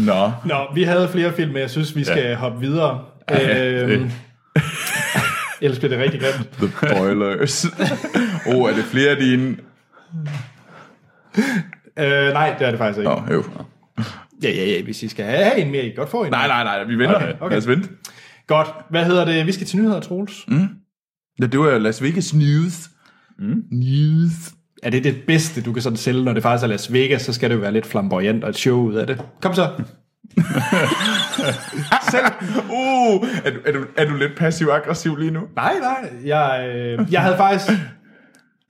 [SPEAKER 2] Nå,
[SPEAKER 1] Nå, vi havde flere film, men jeg synes, vi skal ja. hoppe videre.
[SPEAKER 3] Ja,
[SPEAKER 1] øhm,
[SPEAKER 3] det-
[SPEAKER 1] Ellers bliver det rigtig grimt.
[SPEAKER 2] The Boilers. oh, er det flere af dine?
[SPEAKER 1] Øh, nej, det er det faktisk ikke.
[SPEAKER 2] Nå, jo.
[SPEAKER 1] Ja, ja, ja, hvis I skal have en mere, I kan godt få en.
[SPEAKER 2] Nej, nej, nej, vi venter.
[SPEAKER 1] Okay,
[SPEAKER 2] Okay,
[SPEAKER 1] okay.
[SPEAKER 2] Lad os vente.
[SPEAKER 1] Godt. Hvad hedder det? Vi skal til nyheder, Troels. Mm.
[SPEAKER 2] Ja, det var jo Las Vegas News. Mm. News.
[SPEAKER 1] Er det det bedste, du kan sådan sælge, når det faktisk er Las Vegas, så skal det jo være lidt flamboyant og et show ud af det. Kom så. Selv.
[SPEAKER 2] Uh, er, du, er, du, er du lidt passiv-aggressiv lige nu?
[SPEAKER 1] Nej, nej. Jeg, øh, jeg havde faktisk...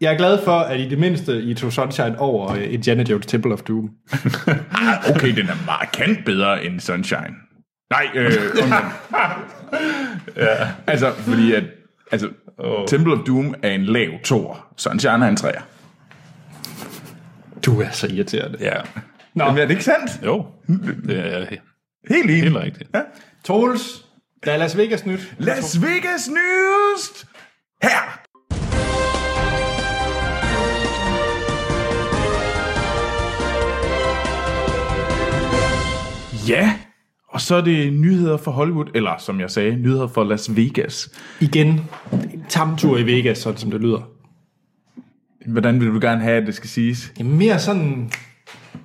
[SPEAKER 1] Jeg er glad for, at i det mindste I tog Sunshine over øh, Indiana Jones Temple of Doom.
[SPEAKER 2] Okay, den er markant bedre end Sunshine. Nej, øh, ja. Altså, fordi at, altså, oh. Temple of Doom er en lav tor. Sunshine er en træer.
[SPEAKER 1] Du er så irriterende.
[SPEAKER 3] Ja.
[SPEAKER 1] Nå,
[SPEAKER 2] Jamen, er det ikke sandt?
[SPEAKER 3] Jo. Det er
[SPEAKER 2] Helt enig.
[SPEAKER 3] helt rigtigt.
[SPEAKER 2] Ja.
[SPEAKER 1] Troels, der er Las Vegas nyt.
[SPEAKER 2] Las Vegas News! Her! Ja, og så er det nyheder fra Hollywood, eller som jeg sagde, nyheder fra Las Vegas.
[SPEAKER 1] Igen, en tamtur i Vegas, sådan som det lyder.
[SPEAKER 2] Hvordan vil du gerne have, at det skal siges?
[SPEAKER 1] Jamen, mere sådan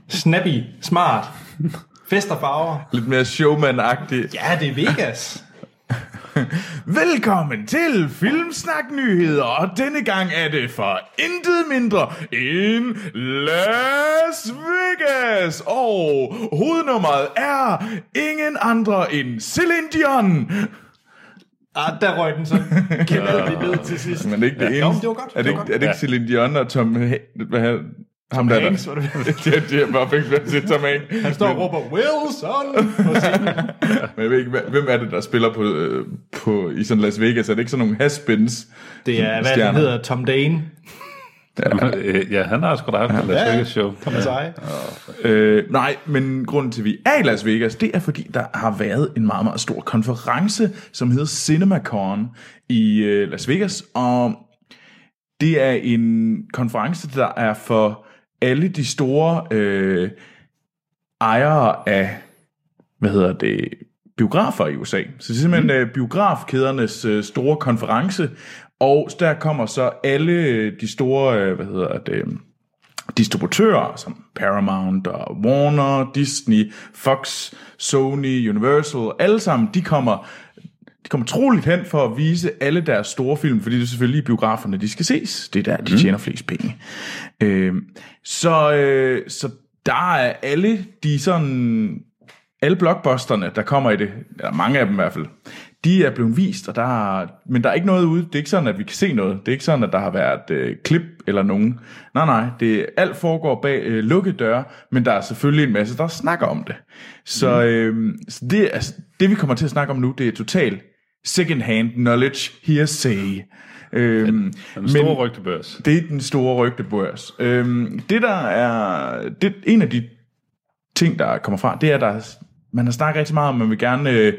[SPEAKER 1] snappy, smart, fest og farver.
[SPEAKER 2] Lidt mere showman-agtigt.
[SPEAKER 1] Ja, det er Vegas.
[SPEAKER 2] Velkommen til Filmsnak Nyheder, og denne gang er det for intet mindre end Las Vegas. Og hovednummeret er ingen andre end Celine Dion.
[SPEAKER 1] Ah, der røg den så. Kæmpe vi ned til sidst.
[SPEAKER 2] Men det er ikke det
[SPEAKER 1] Ja, jo, det var godt,
[SPEAKER 2] Er det,
[SPEAKER 1] det
[SPEAKER 2] ikke,
[SPEAKER 1] var
[SPEAKER 2] er
[SPEAKER 1] godt.
[SPEAKER 2] det ikke Celine Dion og Tom... H- Hvad hedder ham der,
[SPEAKER 1] Hanks,
[SPEAKER 2] der.
[SPEAKER 1] var det vel?
[SPEAKER 2] det, er- det er bare fik at sige Tom Hanks.
[SPEAKER 1] Han står og råber, Wilson! på scenen.
[SPEAKER 2] Men jeg ved ikke, hvem er det, der spiller på, øh, på, i sådan Las Vegas? Er det ikke sådan nogle haspins?
[SPEAKER 1] Det er, hvad
[SPEAKER 2] Stjerner.
[SPEAKER 1] han hedder, Tom Dane.
[SPEAKER 3] Øh, Ja, han har sgu da haft et Las
[SPEAKER 1] Ja, ja.
[SPEAKER 3] Vegas show.
[SPEAKER 1] Kom ja.
[SPEAKER 2] Øh, nej, men grunden til, at vi er i Las Vegas, det er fordi, der har været en meget, meget stor konference, som hedder CinemaCon i øh, Las Vegas, og det er en konference, der er for alle de store øh, ejere af, hvad hedder det, biografer i USA. Så det er simpelthen mm. øh, biografkædernes øh, store konference, og der kommer så alle øh, de store, øh, hvad hedder det, øh, distributører som Paramount og Warner, Disney, Fox, Sony, Universal, alle sammen, de kommer, de kommer troligt hen for at vise alle deres store film, fordi det er selvfølgelig i biograferne, de skal ses. Det er der, de tjener flest penge. Øh, så, øh, så der er alle de sådan alle blockbusterne, der kommer i det, eller mange af dem i hvert fald, de er blevet vist, og der er, men der er ikke noget ude. Det er ikke sådan, at vi kan se noget. Det er ikke sådan, at der har været øh, klip eller nogen. Nej, nej, det, alt foregår bag øh, lukkede døre, men der er selvfølgelig en masse, der snakker om det. Så, øh, så det, altså, det, vi kommer til at snakke om nu, det er totalt second-hand knowledge hearsay. Øhm,
[SPEAKER 3] Den store rygtebørs.
[SPEAKER 2] det er den store rygtebørs. Øhm, det der er... Det, en af de ting, der kommer fra, det er, at der, man har snakket rigtig meget om, at man vil gerne... Øh,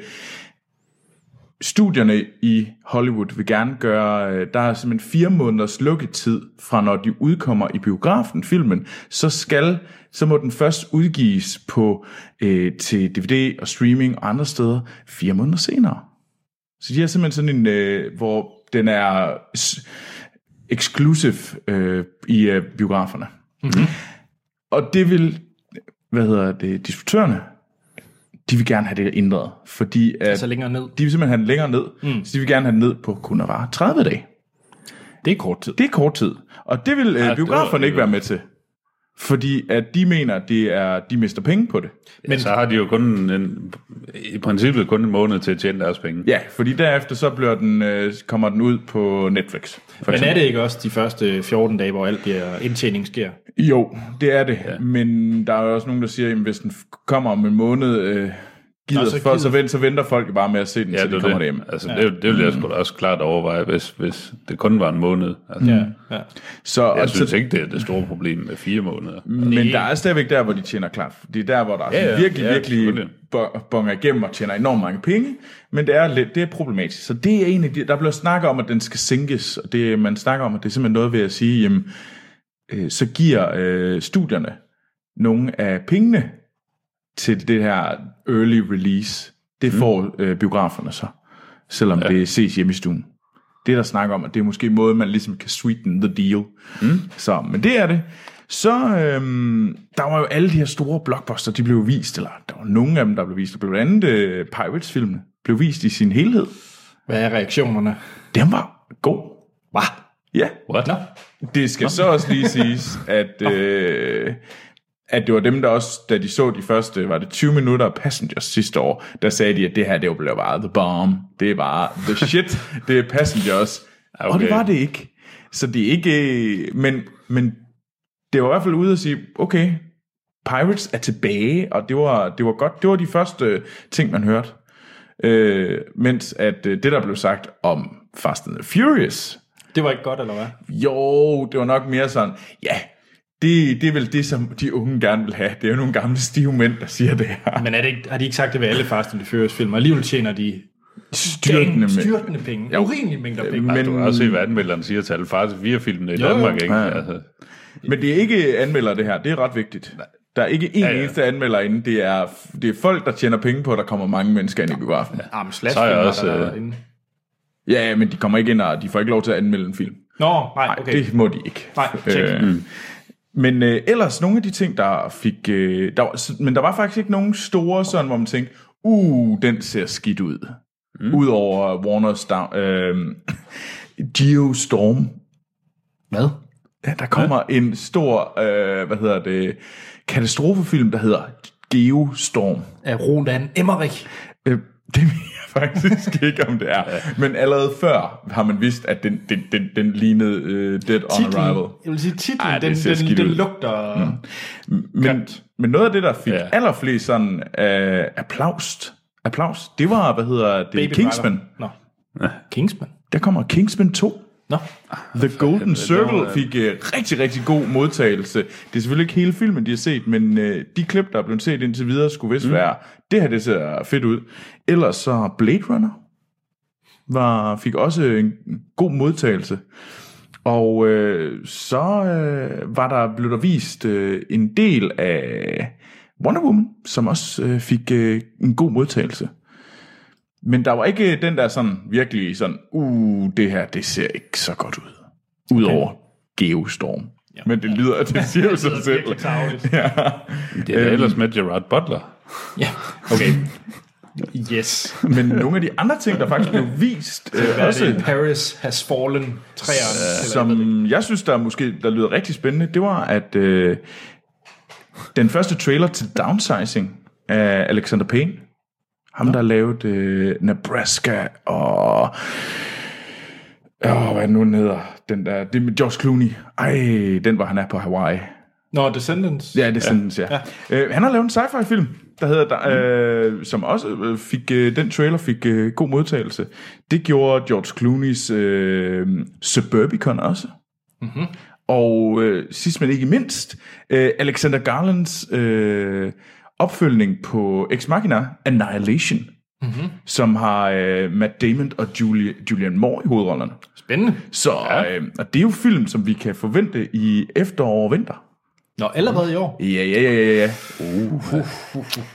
[SPEAKER 2] studierne i Hollywood vil gerne gøre... Øh, der er simpelthen fire måneders lukketid fra, når de udkommer i biografen, filmen, så skal så må den først udgives på øh, til DVD og streaming og andre steder fire måneder senere. Så de har simpelthen sådan en, øh, hvor den er s- exclusive øh, i øh, biograferne. Mm-hmm. Og det vil, hvad hedder det, distributørerne, de vil gerne have det ændret, fordi at
[SPEAKER 1] Så længere ned.
[SPEAKER 2] de vil simpelthen have den længere ned, mm. så de vil gerne have den ned på kun at vare 30 dage.
[SPEAKER 1] Det er kort tid.
[SPEAKER 2] Det er kort tid. Og det vil øh,
[SPEAKER 3] det
[SPEAKER 2] biograferne
[SPEAKER 3] var-
[SPEAKER 2] ikke være med til. Fordi at de mener, at det er, de mister penge på det.
[SPEAKER 3] Men så har de jo kun en, i princippet kun en måned til at tjene deres penge.
[SPEAKER 2] Ja, fordi derefter så bliver den, øh, kommer den ud på Netflix. For
[SPEAKER 1] Men
[SPEAKER 2] eksempel.
[SPEAKER 1] er det ikke også de første 14 dage, hvor alt bliver indtjening sker?
[SPEAKER 2] Jo, det er det. Ja. Men der er jo også nogen, der siger, at hvis den f- kommer om en måned, øh, gider
[SPEAKER 1] Nå, så
[SPEAKER 2] så, for, så,
[SPEAKER 1] gider-
[SPEAKER 2] vent, så venter folk jo bare med at se den, ja,
[SPEAKER 3] Ja,
[SPEAKER 2] så de kommer det. hjem.
[SPEAKER 3] Altså, det, det ville jeg sgu da også klart overveje, hvis, hvis det kun var en måned. Altså, ja.
[SPEAKER 1] Ja.
[SPEAKER 2] Så, og,
[SPEAKER 3] Jeg synes
[SPEAKER 2] så, Mm.
[SPEAKER 3] ikke, det er det store problem med fire måneder.
[SPEAKER 2] men der er stadigvæk der, hvor de tjener klart. Det er der, hvor der ja,
[SPEAKER 3] ja,
[SPEAKER 2] virkelig,
[SPEAKER 3] ja,
[SPEAKER 2] virkelig
[SPEAKER 3] selvfølgelig.
[SPEAKER 2] bo- bonger igennem og tjener enormt mange penge. Men det er, lidt, det er problematisk. Så det er en af de, der bliver snakket om, at den skal sænkes. Og det, man snakker om, at det er simpelthen noget ved at sige, jamen, øh, så giver øh, studierne nogle af pengene til det her early release, det får øh, biograferne så, selvom ja. det ses hjemme i stuen. Det er der snak om, at det er måske måde, man ligesom kan sweeten the deal. Mm. Så, men det er det. Så øhm, der var jo alle de her store blockbuster, de blev vist, eller der var nogle af dem, der blev vist. Der blev blandt andet øh, Pirates-filmene, blev vist i sin helhed.
[SPEAKER 1] Hvad er reaktionerne?
[SPEAKER 2] Den var god.
[SPEAKER 1] Hva?
[SPEAKER 2] Ja.
[SPEAKER 3] What? No.
[SPEAKER 2] Det skal så også lige siges, at, øh, at det var dem, der også, da de så de første, var det 20 minutter af Passengers sidste år, der sagde de, at det her, det blev bare the bomb. Det er bare the shit. det er Passengers. Okay. Og det
[SPEAKER 3] Okay.
[SPEAKER 2] var det ikke. Så det er ikke... øh, Men, men det var i hvert fald ude at sige, okay, Pirates er tilbage, og det var, det var godt. Det var de første øh, ting, man hørte. Øh, mens at øh, det, der blev sagt om Fast and the Furious,
[SPEAKER 1] Det var ikke godt, eller hvad?
[SPEAKER 2] jo, det var nok mere sådan, ja, det, det er vel det, som de unge gerne vil have. Det er jo nogle gamle stive mænd, der siger det her.
[SPEAKER 1] Men er det ikke, har de ikke sagt det ved alle Fast and the Furious film? Og alligevel tjener de
[SPEAKER 2] Styrtende
[SPEAKER 1] penge,
[SPEAKER 2] mænd.
[SPEAKER 1] styrtende penge. Urimelige mængder
[SPEAKER 2] Øhm,
[SPEAKER 1] penge.
[SPEAKER 3] Men, du har også
[SPEAKER 2] Men,
[SPEAKER 3] set, hvad anmelderen siger til alle faktisk fire filmene i
[SPEAKER 1] Jo, jo.
[SPEAKER 3] Danmark, ikke?
[SPEAKER 2] Ja.
[SPEAKER 3] Altså,
[SPEAKER 2] men det er ikke anmelder det her, det er ret vigtigt. Der er ikke en ja,
[SPEAKER 3] Ja, ja.
[SPEAKER 2] ja. eneste anmelder inde. Det er, det er folk, der tjener penge på, at der kommer mange mennesker ind i biografen.
[SPEAKER 1] Jamen,
[SPEAKER 3] Så er jeg også, øh,
[SPEAKER 1] inde.
[SPEAKER 2] Ja, ja, men de kommer ikke ind, og de får ikke lov til at anmelde en film.
[SPEAKER 1] Nå, nej,
[SPEAKER 2] Nej,
[SPEAKER 1] okay.
[SPEAKER 2] okay. det må de ikke.
[SPEAKER 1] Nej, tjek.
[SPEAKER 2] mm. Men øh, ellers nogle af de ting, der fik... Øh, der var, s- men der var faktisk ikke nogen store, sådan, hvor man tænkte, uh, den ser skidt ud. Mm. Udover Warners down, øh, Geostorm.
[SPEAKER 3] Hvad?
[SPEAKER 2] Ja, der kommer ja. en stor, øh, hvad hedder det, katastrofefilm, der hedder Geostorm.
[SPEAKER 1] Af Roland Emmerich.
[SPEAKER 2] Øh, det ved jeg faktisk ikke, om det er. Men allerede før har man vidst, at den, den, den, den lignede øh, Dead on Arrival.
[SPEAKER 1] jeg vil sige titlen,
[SPEAKER 2] Ej,
[SPEAKER 1] Ej,
[SPEAKER 2] det
[SPEAKER 1] den,
[SPEAKER 2] ser
[SPEAKER 1] den,
[SPEAKER 2] skidt
[SPEAKER 1] den
[SPEAKER 2] ud.
[SPEAKER 1] lugter... Mm.
[SPEAKER 2] Men, men noget af det, der fik ja.
[SPEAKER 3] Ja.
[SPEAKER 2] allerflest sådan øh, applaus, applaus, det var, hvad hedder det, Baby Kingsman.
[SPEAKER 1] Driver. Nå. Kingsman?
[SPEAKER 2] Der kommer Kingsman 2.
[SPEAKER 1] Nå.
[SPEAKER 2] The Golden
[SPEAKER 3] det
[SPEAKER 2] Circle
[SPEAKER 3] var-
[SPEAKER 2] fik øh, rigtig, rigtig god modtagelse. Det er selvfølgelig ikke hele filmen, de har set, men øh, de klip, der er blevet set indtil videre, skulle vist mm. være, det her, det ser fedt ud. Ellers så Blade Runner var, fik også en god modtagelse. Og øh, så øh, var der, blev der vist øh, en del af Wonder Woman, som også øh, fik øh, en god modtagelse. Men der var ikke øh, den der sådan virkelig sådan, uh, det her, det ser ikke så godt ud. Udover Geostorm. Ja. Men det lyder, det siger jo sig selv.
[SPEAKER 1] virkelig tarveligt.
[SPEAKER 2] ja. Øhm,
[SPEAKER 3] Det er ellers med Gerard Butler.
[SPEAKER 1] Ja, okay. Yes.
[SPEAKER 2] Men nogle af de andre ting, der faktisk blev vist, øh,
[SPEAKER 1] Hvad er det?
[SPEAKER 2] også,
[SPEAKER 1] Paris has fallen træerne. Som...
[SPEAKER 2] som jeg synes, der måske der lyder rigtig spændende, det var, at øh, den første trailer til Downsizing af Alexander Payne, ham der lavede øh, Nebraska og Åh, hvad er det nu den hedder? Den der, det er med George Clooney. Ej, den var han er på Hawaii.
[SPEAKER 1] Nå, Descendants.
[SPEAKER 2] Ja, det er sådan, ja. ja. Øh, han har lavet en sci-fi film, der hedder, der, øh, som også øh, fik, øh, den trailer fik øh, god modtagelse. Det gjorde George Clooney's øh, Suburbicon også. Mm-hmm. Og øh, sidst men ikke mindst, øh, Alexander Garlands øh, opfølgning på Ex Machina, Annihilation, mm-hmm. som har øh, Matt Damon og Julie, Julian Moore i hovedrollerne.
[SPEAKER 1] Spændende.
[SPEAKER 2] Så ja. øh, og det er jo film, som vi kan forvente i efterår og vinter.
[SPEAKER 1] Nå, allerede i år.
[SPEAKER 2] Ja, ja, ja, ja, ja.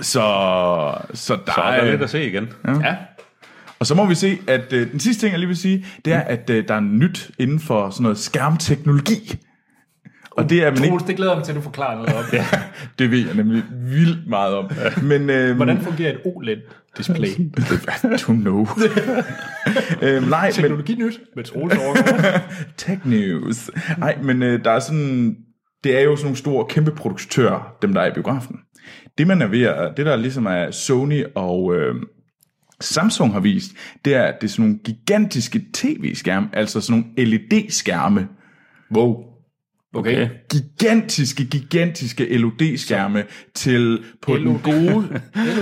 [SPEAKER 2] Så, så der,
[SPEAKER 3] Uh. Så er der
[SPEAKER 2] er...
[SPEAKER 3] lidt at se igen.
[SPEAKER 1] Ja.
[SPEAKER 2] Og så må vi se, at øh, den sidste ting, jeg lige vil sige, det
[SPEAKER 3] Mm.
[SPEAKER 2] er, at øh, der er nyt inden for sådan noget skærmteknologi. Og det er man ikke...
[SPEAKER 1] Troels, det glæder jeg mig til, at du forklarer noget om. ja.
[SPEAKER 2] Det ved jeg nemlig vildt meget om. Men, øh,
[SPEAKER 1] Hvordan fungerer et E OLED-display?
[SPEAKER 2] I don't know. øhm, nej, men
[SPEAKER 1] Teknologi nyt med Troels overgår.
[SPEAKER 2] tech news. Nej, men øh, der er sådan... Det er jo sådan nogle store, kæmpe produktører, dem der er i biografen. Det man er ved at, det der ligesom er Sony og øh, Samsung har vist, det er, at det er sådan nogle gigantiske tv-skærme, altså sådan nogle LED-skærme. Wow.
[SPEAKER 3] Okay.
[SPEAKER 2] Gigantiske, gigantiske LED-skærme til på den gode...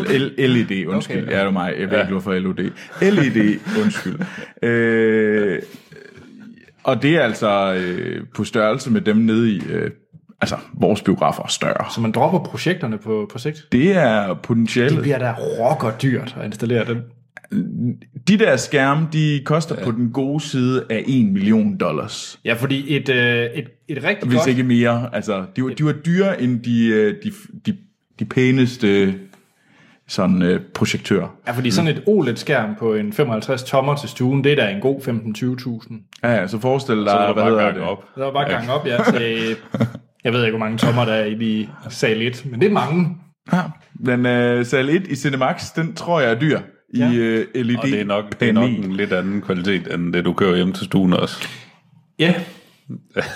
[SPEAKER 2] L- LED, undskyld. Okay. Ja, det er mig. Jeg ved ikke, hvorfor LED. LED, E undskyld. Øh, og det er altså øh, på størrelse med dem nede i... Øh, altså, vores biografer er større.
[SPEAKER 1] Så man dropper projekterne på, på sigt.
[SPEAKER 2] Det er potentialet.
[SPEAKER 1] Det bliver da rocker dyrt at installere dem.
[SPEAKER 2] De der skærme, de koster ja. på den gode side af 1 million dollars.
[SPEAKER 1] Ja, fordi et, øh, et, et rigtig
[SPEAKER 2] Hvis
[SPEAKER 1] godt...
[SPEAKER 2] ikke mere. Altså, de, var- de var dyrere end de, øh, de, de, de pæneste sådan øh, projektør.
[SPEAKER 1] Ja, fordi sådan et OLED-skærm på en 55 tommer til stuen, det er da en god 15-20.000.
[SPEAKER 2] Ja, ja, så forestil dig,
[SPEAKER 3] Så er der
[SPEAKER 2] hvad
[SPEAKER 3] bare
[SPEAKER 2] hedder
[SPEAKER 3] gang
[SPEAKER 2] det?
[SPEAKER 3] op.
[SPEAKER 1] Så er der bare gang op, ja, til... Jeg ved ikke, hvor mange tommer der er i de sal 1, men det er mange.
[SPEAKER 2] Ja, men øh, sal 1 i Cinemax, den tror jeg er dyr ja. i øh, LED.
[SPEAKER 3] Og det er, nok, det er nok en lidt anden kvalitet, end det du kører hjem til stuen også.
[SPEAKER 1] Ja.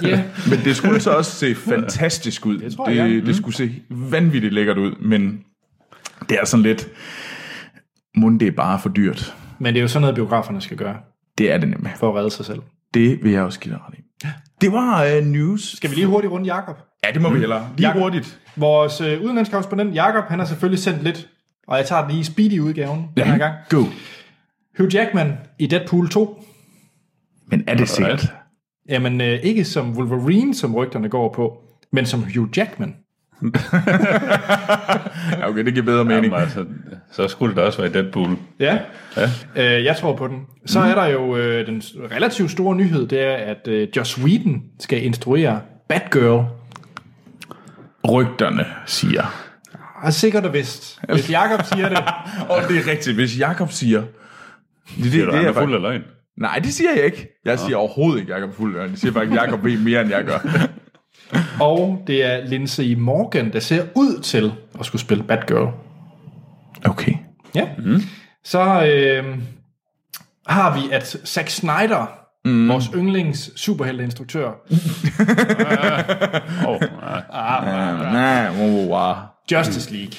[SPEAKER 1] Ja.
[SPEAKER 2] Men det skulle så også se fantastisk ud. Det,
[SPEAKER 1] tror
[SPEAKER 2] det,
[SPEAKER 1] jeg, Mm. ja.
[SPEAKER 2] det skulle se vanvittigt lækkert ud, men det er sådan lidt... Mund, det er bare for dyrt.
[SPEAKER 1] Men det er jo sådan noget, biograferne skal gøre,
[SPEAKER 2] Det er det nemlig.
[SPEAKER 1] for at redde sig selv.
[SPEAKER 2] Det vil jeg også give dig ret i. Det var uh, news.
[SPEAKER 1] Skal vi lige hurtigt runde Jakob?
[SPEAKER 2] Ja, det må vi hellere. Lige
[SPEAKER 1] Jakob.
[SPEAKER 2] hurtigt.
[SPEAKER 1] Vores øh, udenlandskorrespondent Jakob, han har selvfølgelig sendt lidt, og jeg tager den lige i speedy-udgaven ja. den her gang.
[SPEAKER 2] Go.
[SPEAKER 1] Hugh Jackman i Deadpool 2.
[SPEAKER 2] Men er det sikkert?
[SPEAKER 3] Alright.
[SPEAKER 1] Jamen, øh, ikke som Wolverine, som rygterne går på, men som Hugh Jackman.
[SPEAKER 2] Ja, okay, det giver bedre mening.
[SPEAKER 3] Jamen, altså, så skulle det da også være i Deadpool.
[SPEAKER 1] Ja, ja. Øh, jeg tror på den. Så er der jo øh, den s- relativt store nyhed, det er, at øh, Joss Whedon skal instruere Batgirl.
[SPEAKER 2] Rygterne siger.
[SPEAKER 1] Og sikkert og vist. Hvis Jakob siger det,
[SPEAKER 2] Og det er rigtigt, hvis Jakob siger... Det, det,
[SPEAKER 3] Det, det er,
[SPEAKER 2] jeg
[SPEAKER 3] er fuld
[SPEAKER 2] fakt-
[SPEAKER 3] af løgn.
[SPEAKER 2] Nej, det siger jeg ikke. Jeg siger overhovedet ikke, Jakob er fuld af løgn. Jeg siger faktisk, Jakob ved mere, end jeg gør.
[SPEAKER 1] og det er Lindsay Morgan, der ser ud til at skulle spille Batgirl.
[SPEAKER 2] Okay.
[SPEAKER 1] Ja.
[SPEAKER 3] Mhm.
[SPEAKER 1] Mm. Så øh, har vi, at Zack Snyder,
[SPEAKER 3] Mhm.
[SPEAKER 1] mm. vores yndlings superhelteinstruktør,
[SPEAKER 3] Oh, nej.
[SPEAKER 2] Nej, wow, wow.
[SPEAKER 1] Justice League,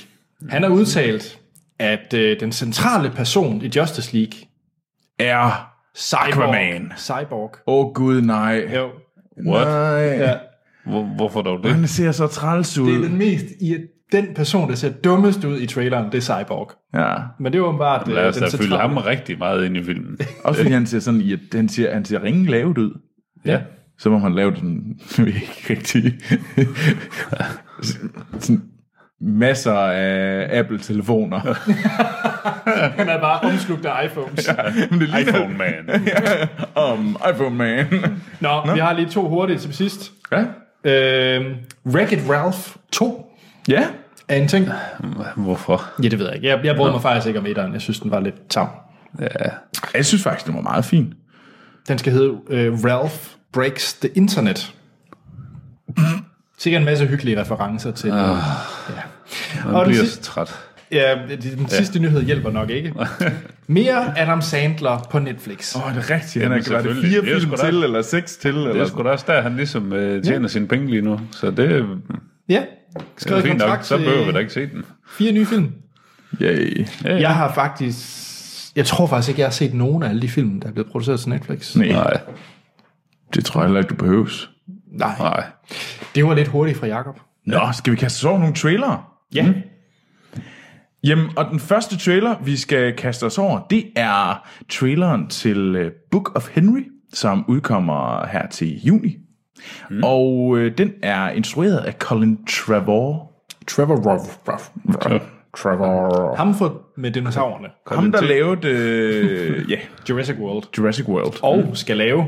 [SPEAKER 1] han har udtalt, at øh, den centrale person i Justice League,
[SPEAKER 2] Er...
[SPEAKER 1] Cyborg,
[SPEAKER 2] Aquaman.
[SPEAKER 1] Cyborg
[SPEAKER 2] Åh oh, gud, nej.
[SPEAKER 1] jo,
[SPEAKER 3] What?
[SPEAKER 2] Nej. Ja.
[SPEAKER 3] Hvor, hvorfor dog det?
[SPEAKER 2] Han ser så træls
[SPEAKER 1] det er
[SPEAKER 2] ud.
[SPEAKER 1] den mest i den person, der ser dummest ud i traileren, det er Cyborg.
[SPEAKER 2] Ja.
[SPEAKER 1] Men det er åbenbart
[SPEAKER 3] Lad
[SPEAKER 1] øh,
[SPEAKER 3] os da
[SPEAKER 1] den
[SPEAKER 3] fylde ham
[SPEAKER 1] centrale.
[SPEAKER 3] rigtig meget ind i filmen.
[SPEAKER 2] Også fordi han ser sådan, i, at han ser, han ser ringen lavet ud.
[SPEAKER 3] ja.
[SPEAKER 2] Så må man lave den ikke rigtig. sådan, masser af Apple-telefoner.
[SPEAKER 1] Han er bare omslugt af iPhones.
[SPEAKER 2] Men det ligner-
[SPEAKER 3] iPhone man.
[SPEAKER 2] um, iPhone man.
[SPEAKER 1] Nå, Nå, vi har lige to hurtigt som sidst.
[SPEAKER 2] ja.
[SPEAKER 1] Øh, Wreck-It Ralph 2
[SPEAKER 2] ja.
[SPEAKER 1] er en ting.
[SPEAKER 3] Hvorfor?
[SPEAKER 1] Ja, det ved jeg ikke. Jeg, jeg brød mig faktisk ikke om etteren. Jeg synes, den var lidt tam.
[SPEAKER 2] Jeg synes faktisk, den var meget fin.
[SPEAKER 1] Den skal hedde uh, Ralph Breaks the Internet. Sikkert en masse hyggelige referencer til... Uh, ja.
[SPEAKER 3] Jeg
[SPEAKER 1] Og den
[SPEAKER 3] bliver så
[SPEAKER 1] sidste,
[SPEAKER 3] træt.
[SPEAKER 1] ja, den sidste ja. nyhed hjælper nok ikke. Mere Adam Sandler på Netflix.
[SPEAKER 2] Åh, oh, det er rigtigt. Han
[SPEAKER 3] Jamen,
[SPEAKER 2] har været
[SPEAKER 3] selvfølgelig.
[SPEAKER 2] fire
[SPEAKER 3] Det er
[SPEAKER 2] film
[SPEAKER 3] sgu da-
[SPEAKER 2] til, eller seks til.
[SPEAKER 3] Det er
[SPEAKER 2] Eller
[SPEAKER 3] sgu da også der, han ligesom øh, tjener ja. sine penge lige nu. Så det, det
[SPEAKER 1] Ja,
[SPEAKER 3] er
[SPEAKER 1] skrevet
[SPEAKER 3] fint nok.
[SPEAKER 1] kontrakt
[SPEAKER 3] Så behøver vi da
[SPEAKER 1] til
[SPEAKER 3] ikke se den.
[SPEAKER 1] fire nye film.
[SPEAKER 2] Yay.
[SPEAKER 3] Ja.
[SPEAKER 1] Jeg har faktisk... Jeg tror faktisk ikke, jeg har set nogen af alle de film, der er blevet produceret til Netflix.
[SPEAKER 2] Nej,
[SPEAKER 3] Nej,
[SPEAKER 2] det tror jeg heller ikke, du behøves.
[SPEAKER 1] Nej.
[SPEAKER 3] nej.
[SPEAKER 1] Det var lidt hurtigt fra Jakob.
[SPEAKER 2] Nå, skal vi kaste os over nogle trailere?
[SPEAKER 1] Ja. Mm.
[SPEAKER 2] Jamen, og den første trailer, vi skal kaste os over, det er traileren til øh, Book of Henry, som udkommer her til juni. Mm. Og øh, den er instrueret af Colin Trevor.
[SPEAKER 1] Trevor Roth.
[SPEAKER 2] Trevor.
[SPEAKER 1] Ham for med dinosaurerne.
[SPEAKER 2] Ham, der lavede øh, ja,
[SPEAKER 1] Jurassic World.
[SPEAKER 2] Jurassic World.
[SPEAKER 1] Og mm. skal lave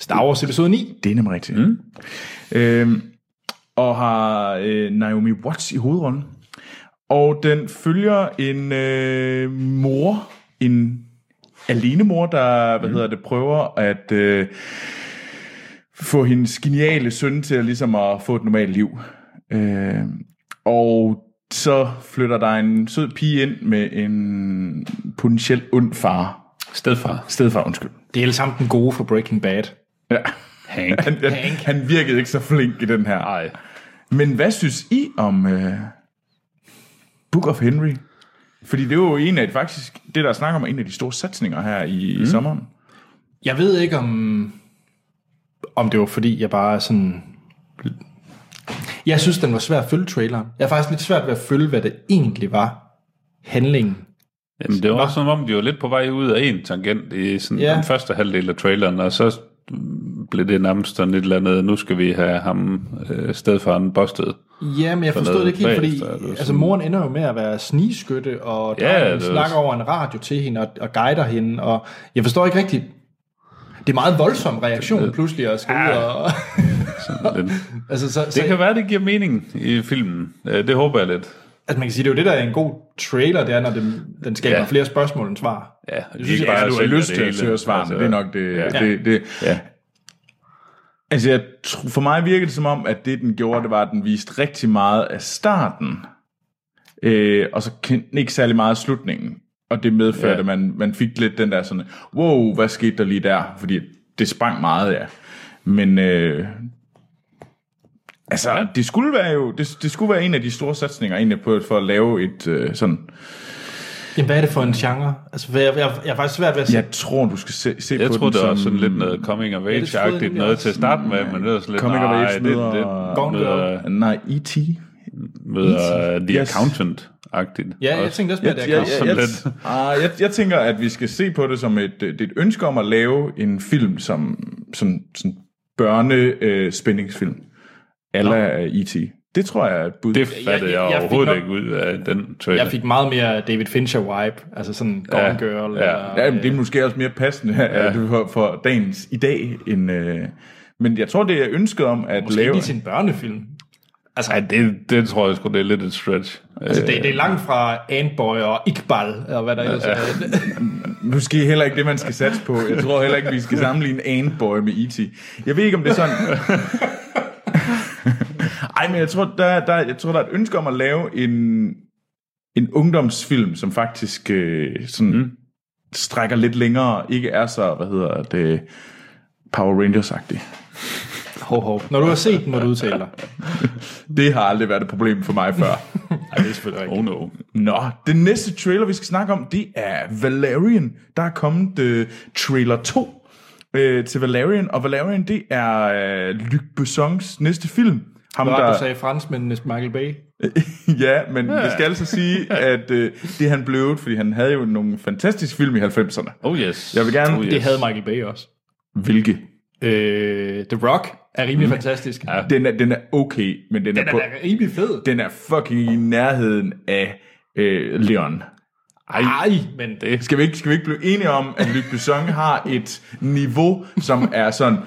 [SPEAKER 1] Star Wars episode 9.
[SPEAKER 2] Det er nemlig rigtigt. Mm. Øhm, og har øh, Naomi Watts i hovedrollen. Og den følger en øh, mor, en alenemor, der hvad hedder det, prøver at øh, få hendes geniale søn til at, ligesom at få et normalt liv. Øh, og så flytter der en sød pige ind med en potentielt ond far.
[SPEAKER 3] Stedfar.
[SPEAKER 2] Stedfar, undskyld.
[SPEAKER 1] Det er alle sammen den gode for Breaking Bad.
[SPEAKER 2] Ja.
[SPEAKER 3] Hank.
[SPEAKER 2] Han, han, han virkede ikke så flink i den her.
[SPEAKER 3] Nej.
[SPEAKER 2] Men hvad synes I om øh, Book of Henry? Fordi det er jo en af de, faktisk, det der snakker om, er en af de store satsninger her i, mm. i sommeren.
[SPEAKER 1] Jeg ved ikke, om, om det var fordi, jeg bare sådan... Jeg synes, den var svær at følge traileren. Jeg er faktisk lidt svært ved at følge, hvad det egentlig var. Handlingen.
[SPEAKER 3] Jamen, det var også som om, de var lidt på vej ud af en tangent i sådan
[SPEAKER 1] Ja.
[SPEAKER 3] ja. den første halvdel af traileren, og så mm, blev det nærmest sådan et eller andet, nu skal vi have ham øh, stedfaren bustet.
[SPEAKER 1] Ja, men jeg forstod det
[SPEAKER 3] noget
[SPEAKER 1] ikke helt, fordi
[SPEAKER 3] bagefter, eller
[SPEAKER 1] altså,
[SPEAKER 3] sådan.
[SPEAKER 1] moren ender jo med at være snigskytte, og
[SPEAKER 3] Ja,
[SPEAKER 1] der
[SPEAKER 3] det er
[SPEAKER 1] snakker
[SPEAKER 3] også-
[SPEAKER 1] over en radio til hende og, og guider hende, og jeg forstår ikke rigtigt, det er meget voldsom reaktion pludselig at skal ud og...
[SPEAKER 3] Sådan lidt.
[SPEAKER 1] Altså, så, så,
[SPEAKER 3] Det kan være, det giver mening i filmen. Øh, Det håber jeg lidt.
[SPEAKER 1] Altså man kan sige, det er jo det, der er en god trailer, det er, når den, den skaber
[SPEAKER 3] Ja.
[SPEAKER 1] ja. flere spørgsmål end svar.
[SPEAKER 3] Ja, det
[SPEAKER 2] synes jeg bare, du har lyst til at søge svarene. Altså, det er nok det. Ja. det, det.
[SPEAKER 3] Ja.
[SPEAKER 2] Altså, jeg, tr- for mig virkede det som om, at det, den gjorde, det var, at den viste rigtig meget af starten, øh, og så kendte den ikke særlig meget af slutningen. Og det medførte,
[SPEAKER 3] Ja.
[SPEAKER 2] ja. at man, man fik lidt den der sådan, wow, hvad skete der lige der? Fordi det sprang meget, ja. Men øh, altså, ja. det skulle være jo, det, det skulle være en af de store satsninger egentlig på, for at lave et øh, sådan,
[SPEAKER 1] Jamen, hvad er det for en genre? Altså, hvad, jeg, jeg, jeg er faktisk svært ved at sige.
[SPEAKER 2] jeg tror, du skal se, se
[SPEAKER 3] Jeg
[SPEAKER 2] på
[SPEAKER 3] tror,
[SPEAKER 2] den
[SPEAKER 3] det er
[SPEAKER 2] som,
[SPEAKER 3] også sådan lidt noget coming of
[SPEAKER 1] det øh, troede jeg
[SPEAKER 3] age-agtigt
[SPEAKER 1] nemlig
[SPEAKER 3] noget
[SPEAKER 1] også.
[SPEAKER 3] til at starte med, men ellers lidt,
[SPEAKER 2] Coming of
[SPEAKER 3] nej,
[SPEAKER 2] age
[SPEAKER 3] det,
[SPEAKER 2] møder-
[SPEAKER 3] det
[SPEAKER 1] Gone
[SPEAKER 3] møder,
[SPEAKER 2] Nej, E E.T.
[SPEAKER 3] møder The
[SPEAKER 2] Yes.
[SPEAKER 3] Accountant-agtigt.
[SPEAKER 1] Ja, jeg
[SPEAKER 3] Også.
[SPEAKER 1] tænkte også med, at det er
[SPEAKER 2] jeg,
[SPEAKER 1] klart.
[SPEAKER 2] jeg,
[SPEAKER 3] sådan
[SPEAKER 2] jeg,
[SPEAKER 3] lidt.
[SPEAKER 2] ah, jeg, jeg tænker, at vi skal se på det som et, øh, det er et ønske om at lave en film som, som, øh, som børne-spændingsfilm. Alla no. E.T. E Det tror jeg er et bud.
[SPEAKER 3] Det
[SPEAKER 1] jeg
[SPEAKER 3] fattede jeg,
[SPEAKER 1] fik
[SPEAKER 3] overhovedet
[SPEAKER 1] nok-
[SPEAKER 3] ikke ud af den trailer.
[SPEAKER 1] Jeg fik meget mere David Fincher-vibe, altså sådan Gone
[SPEAKER 3] Ja,
[SPEAKER 1] Girl.
[SPEAKER 3] ja.
[SPEAKER 1] eller-
[SPEAKER 2] ja, men det er måske også mere passende ja. for, for dagens i dag. End, øh, men jeg tror, det er ønsket om at
[SPEAKER 1] Måske
[SPEAKER 2] lave...
[SPEAKER 1] lige til en børnefilm.
[SPEAKER 3] Ej, det, det tror jeg sgu, det er lidt et stretch.
[SPEAKER 1] Altså, det, det er langt fra Antboy og Iqbal, og hvad der ellers er.
[SPEAKER 2] Måske heller ikke det, man skal satse på. Jeg tror heller ikke, vi skal sammenligne Antboy med E.T. Jeg ved ikke, om det er sådan... Ej, men jeg tror, der, der, jeg tror, der er et ønske om at lave en, en ungdomsfilm, som faktisk øh, sådan mm. strækker lidt længere, ikke er så, hvad hedder det, Power Rangers-agtig.
[SPEAKER 1] Hov, hov. Når du har set den, må du udtale dig.
[SPEAKER 2] Det har aldrig været et problem for mig før.
[SPEAKER 1] Nej, det er selvfølgelig rigtigt.
[SPEAKER 3] Oh no.
[SPEAKER 2] Nå, den næste trailer, vi skal snakke om, det er Valerian. Der er kommet øh, trailer 2 øh, til Valerian, og Valerian, det er øh, Luc Bessons næste film. Ham,
[SPEAKER 1] Godt, du
[SPEAKER 2] der,
[SPEAKER 1] sagde franskmændenes Michael Bay.
[SPEAKER 2] ja, men ja. vi skal altså sige, at øh, det er han blev, fordi han havde jo nogle fantastiske film i 90'erne.
[SPEAKER 3] Oh yes.
[SPEAKER 2] Jeg vil gerne-
[SPEAKER 3] Oh, yes.
[SPEAKER 1] Det havde Michael Bay også.
[SPEAKER 2] Hvilke?
[SPEAKER 1] Øh, The Rock er rimelig fantastisk. Ja.
[SPEAKER 2] Den er, den er okay, men den,
[SPEAKER 1] Den
[SPEAKER 2] er,
[SPEAKER 1] er
[SPEAKER 2] på,
[SPEAKER 1] da rimelig fed.
[SPEAKER 2] den er fucking i nærheden af øh, Leon.
[SPEAKER 1] Ej, men det.
[SPEAKER 2] Øh, Skal vi, ikke, skal vi ikke blive enige om, at Luc Besson har et niveau, som er sådan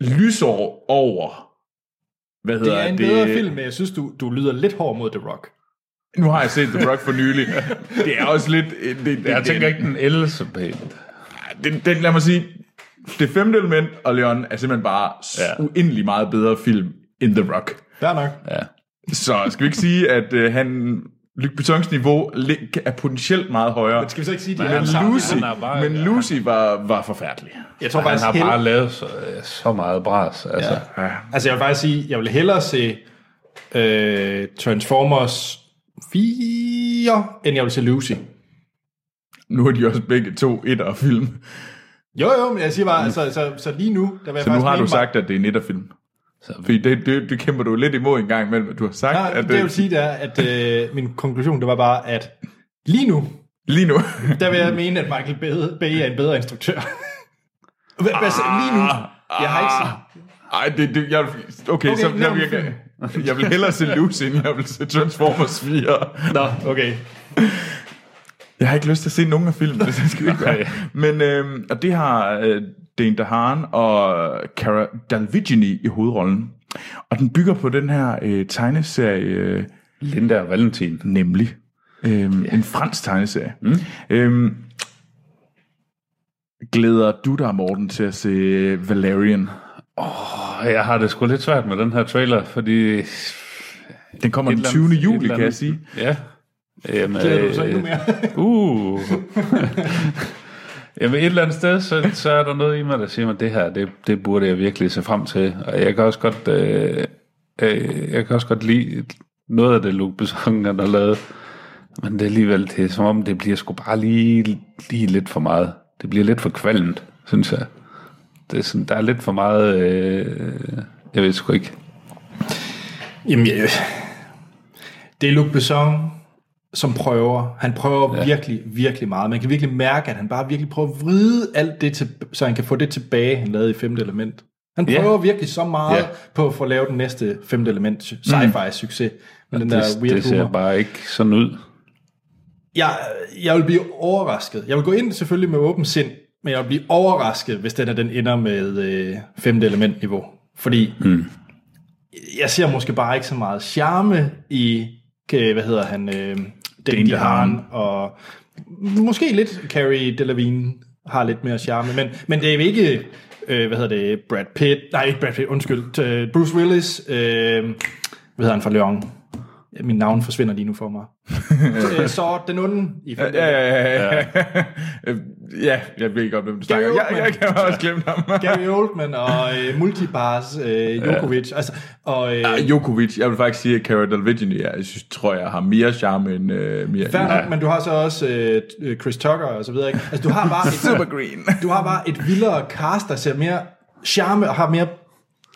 [SPEAKER 2] lysår over... Hvad hedder
[SPEAKER 1] Det er en det... bedre film, men jeg synes, du, du lyder lidt hård mod The Rock.
[SPEAKER 2] Nu har jeg set The Rock for nylig. Det er også lidt... øh, Det, det, det,
[SPEAKER 3] Jeg tænker ikke den else pænt.
[SPEAKER 2] det, det, lad mig sige, Det femte element og Leon er simpelthen bare
[SPEAKER 3] Ja.
[SPEAKER 2] ja. uendelig meget bedre film end The Rock.
[SPEAKER 1] Der nok.
[SPEAKER 3] Ja.
[SPEAKER 2] Så skal vi ikke sige, at øh, han... Luc Bessons niveau lig- er potentielt meget højere.
[SPEAKER 1] Men skal vi så ikke sige, at de
[SPEAKER 3] Men
[SPEAKER 1] er den samme?
[SPEAKER 2] Lucy,
[SPEAKER 3] Han er bare-
[SPEAKER 2] men
[SPEAKER 3] ja.
[SPEAKER 2] Lucy var, var forfærdelig.
[SPEAKER 1] Jeg tror
[SPEAKER 3] Han
[SPEAKER 1] faktisk,
[SPEAKER 3] har
[SPEAKER 1] hell-
[SPEAKER 3] bare lavet så, øh, så meget bras. Altså. Ja.
[SPEAKER 1] Altså, jeg vil faktisk sige, jeg vil hellere se øh, Transformers 4, end jeg vil se Lucy.
[SPEAKER 2] Nu er de også begge to et af film.
[SPEAKER 1] Jo, jo, men jeg siger bare, altså, så, så lige nu, der vil jeg
[SPEAKER 2] Så nu
[SPEAKER 1] faktisk
[SPEAKER 2] har
[SPEAKER 1] mene
[SPEAKER 2] du
[SPEAKER 1] mig-
[SPEAKER 2] sagt, at det er en etterfilm. Fordi det, det, det kæmper du lidt imod en gang imellem, at du har sagt,
[SPEAKER 1] Nej,
[SPEAKER 2] at
[SPEAKER 1] det, jeg vil sige, det er, at øh, min konklusion, det var bare, at lige nu,
[SPEAKER 2] lige nu...
[SPEAKER 1] der vil jeg mene, at Michael Bay- Bay er en bedre instruktør. Hvad, hvad, så- lige nu, jeg har ikke set...
[SPEAKER 2] Ej, det, det, jeg, okay, okay, så
[SPEAKER 1] nævn
[SPEAKER 2] jeg, vil- jeg, jeg vil hellere se Lucy, end jeg vil se Transformers 4.
[SPEAKER 1] Nå, okay.
[SPEAKER 2] Jeg har ikke lyst til at se nogen af filmene, det skal vi ikke være. Men øhm, og det har øh, Dane DeHaan og Cara Dalvigini i hovedrollen. Og den bygger på den her øh, tegneserie... Øh,
[SPEAKER 3] Linda og Valentin.
[SPEAKER 2] Nemlig. Øhm, En fransk tegneserie. Mm. Øhm, glæder du dig, Morten, til at se Valerian?
[SPEAKER 3] Og jeg har det sgu lidt svært med den her trailer, fordi...
[SPEAKER 2] Den kommer
[SPEAKER 3] Et
[SPEAKER 2] den
[SPEAKER 3] eller
[SPEAKER 2] 20.
[SPEAKER 3] andet- et
[SPEAKER 2] juli,
[SPEAKER 3] eller
[SPEAKER 2] kan jeg
[SPEAKER 3] andet-
[SPEAKER 2] sige.
[SPEAKER 3] Ja. Jamen, øh,
[SPEAKER 1] Glæder du så endnu mere?
[SPEAKER 3] Uh. Jamen et eller andet sted, så, så er der noget i mig, der siger mig, det her, det, det burde jeg virkelig se frem til. Og jeg kan også godt, øh, øh, jeg kan også godt lide noget af det, Luke Besson han har lavet. Men det er alligevel, det er som om, det bliver sgu bare lige, lige lidt for meget. Det bliver lidt for kvalmt, synes jeg. Det er sådan, der er lidt for meget, øh, jeg ved sgu ikke.
[SPEAKER 1] Jamen, jeg... det er Luc Besson, som prøver. Han prøver ja. virkelig, virkelig meget. Man kan virkelig mærke, at han bare virkelig prøver at vride alt det, til, så han kan få det tilbage, han lavede i femte element. Han
[SPEAKER 3] Ja.
[SPEAKER 1] prøver virkelig så meget
[SPEAKER 3] Ja. Mm.
[SPEAKER 1] ja. på at få lavet den næste femte element sci-fi succes. Men den der
[SPEAKER 3] det,
[SPEAKER 1] weird
[SPEAKER 3] det ser
[SPEAKER 1] humor.
[SPEAKER 3] bare ikke sådan ud.
[SPEAKER 1] Jeg, jeg vil blive overrasket. Jeg vil gå ind selvfølgelig med åben sind, men jeg vil blive overrasket, hvis den, her, den ender med øh, femte elementniveau. Fordi mm. jeg ser måske bare ikke så meget charme i øh, hvad hedder han, øh, Dane
[SPEAKER 2] Dane
[SPEAKER 1] DeHaan,
[SPEAKER 2] DeHaan.
[SPEAKER 1] og måske lidt Carrie Delevingne har lidt mere charme, men, men det er jo ikke, øh, hvad hedder det, Brad Pitt, nej ikke Brad Pitt, undskyld, øh, Bruce Willis, øh, hvad hedder han fra Lyon? Min navn forsvinder lige nu for mig. Øh, så den onde i filmen.
[SPEAKER 2] Ja, ja, ja. ja, jeg ved godt, hvem du snakker om. Jeg, jeg kan også glemme ham.
[SPEAKER 1] Gary Oldman og øh, Multibars øh, Djokovic. Altså, og, øh,
[SPEAKER 2] Ah, Djokovic, jeg vil faktisk sige, at Cara Delevingne, ja, jeg synes, tror jeg, har mere charme end øh, Mia.
[SPEAKER 1] Fair nok, men du har så også øh, øh, Chris Tucker og så videre. Ikke? Altså, du har bare et,
[SPEAKER 2] Super green.
[SPEAKER 1] Du har bare et vildere cast, der ser mere charme og har mere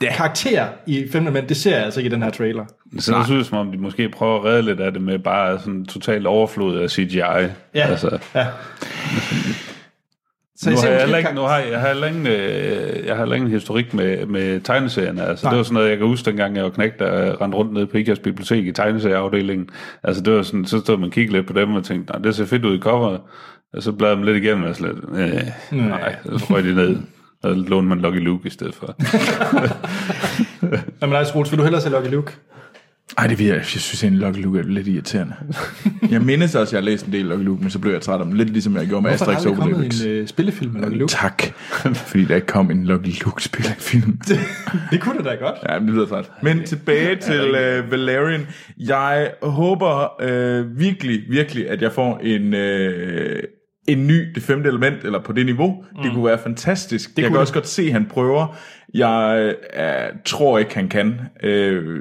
[SPEAKER 1] yeah. karakter i filmen, men det ser jeg altså ikke i den her trailer.
[SPEAKER 3] Så det synes som om, de måske prøver at redde lidt af det med bare sådan totalt overflod af CGI. Ja. Altså,
[SPEAKER 1] ja. Så
[SPEAKER 3] nu
[SPEAKER 1] ser
[SPEAKER 3] har jeg
[SPEAKER 1] måske
[SPEAKER 3] heller ikke,
[SPEAKER 1] kar-
[SPEAKER 3] nu har jeg, jeg har heller ingen, øh, jeg har heller ingen historik med, med tegneserierne. Altså,
[SPEAKER 1] Nej.
[SPEAKER 3] det var sådan noget, jeg kan huske dengang, jeg var knægt, der rendte rundt nede på Ikas bibliotek i tegneserieafdelingen. Altså, det var sådan, så stod man og kiggede lidt på dem og tænkte, nej, det ser fedt ud i coveret. Og så bladrede man lidt igennem, og så lidt, øh, nej, så røg de ned. Og lånte man Lucky Luke i stedet for.
[SPEAKER 1] Nå, men nej, Troels, vil du hellere se Lucky Luke?
[SPEAKER 2] Ej, det ved jeg. Jeg synes egentlig, Lucky Luke er lidt irriterende. jeg mindes også, at jeg har læst en del Lucky Luke, men så blev jeg træt af dem. Lidt ligesom jeg gjorde med
[SPEAKER 1] Hvorfor er der
[SPEAKER 2] Asterix og
[SPEAKER 1] aldrig kommet
[SPEAKER 2] Obelix.
[SPEAKER 1] en øh, spillefilm med Lucky Luke?
[SPEAKER 2] Tak, fordi der ikke kom en Lucky Luke-spillerfilm.
[SPEAKER 1] Det kunne det da godt.
[SPEAKER 2] Ja, men det lyder træt. Men tilbage til øh, Valerian. Jeg håber øh, virkelig, virkelig, at jeg får en, øh, en ny Det Femte Element, eller på det niveau. Mm. Det kunne være fantastisk. Det jeg kan også godt se, at han prøver. Jeg øh, tror ikke, han kan. Øh,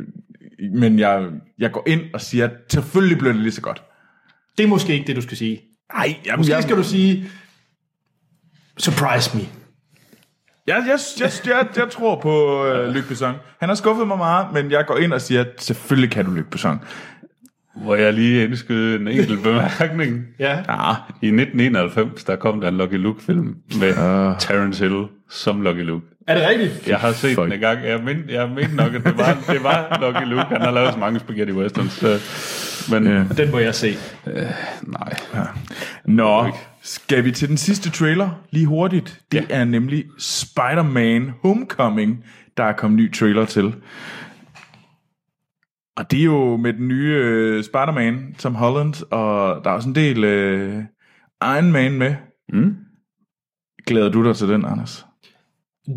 [SPEAKER 2] men jeg, jeg går ind og siger, at selvfølgelig bliver det lige så godt.
[SPEAKER 1] Det er måske ikke det, du skal sige.
[SPEAKER 2] Ej, jeg,
[SPEAKER 1] Måske
[SPEAKER 2] jeg,
[SPEAKER 1] skal du sige, surprise me.
[SPEAKER 2] jeg, jeg, jeg, jeg, jeg tror på øh, Luc Besson. Han har skuffet mig meget, men jeg går ind og siger, at selvfølgelig kan du Luc Besson.
[SPEAKER 3] Hvor jeg lige indskød en enkelt bemærkning.
[SPEAKER 1] Ja.
[SPEAKER 2] Ah,
[SPEAKER 3] I 1991, der kom der en Lucky Luke-film med uh. Terence Hill som Lucky Luke.
[SPEAKER 1] Er det rigtigt?
[SPEAKER 3] Jeg har set
[SPEAKER 2] Fuck.
[SPEAKER 3] den en gang. Jeg mente, jeg mente nok, at det var, det var Lucky Luke. Han har lavet så mange spaghetti westerns. Så, men yeah.
[SPEAKER 1] Den må jeg se.
[SPEAKER 3] nej.
[SPEAKER 2] Nå, skal vi til den sidste trailer lige hurtigt? Det ja. er nemlig Spider-Man Homecoming, der er kommet ny trailer til. Og det er jo med den nye øh, Spider-Man, som Holland, og der er også en del øh, Iron Man med. Mm. Glæder du dig til den, Anders?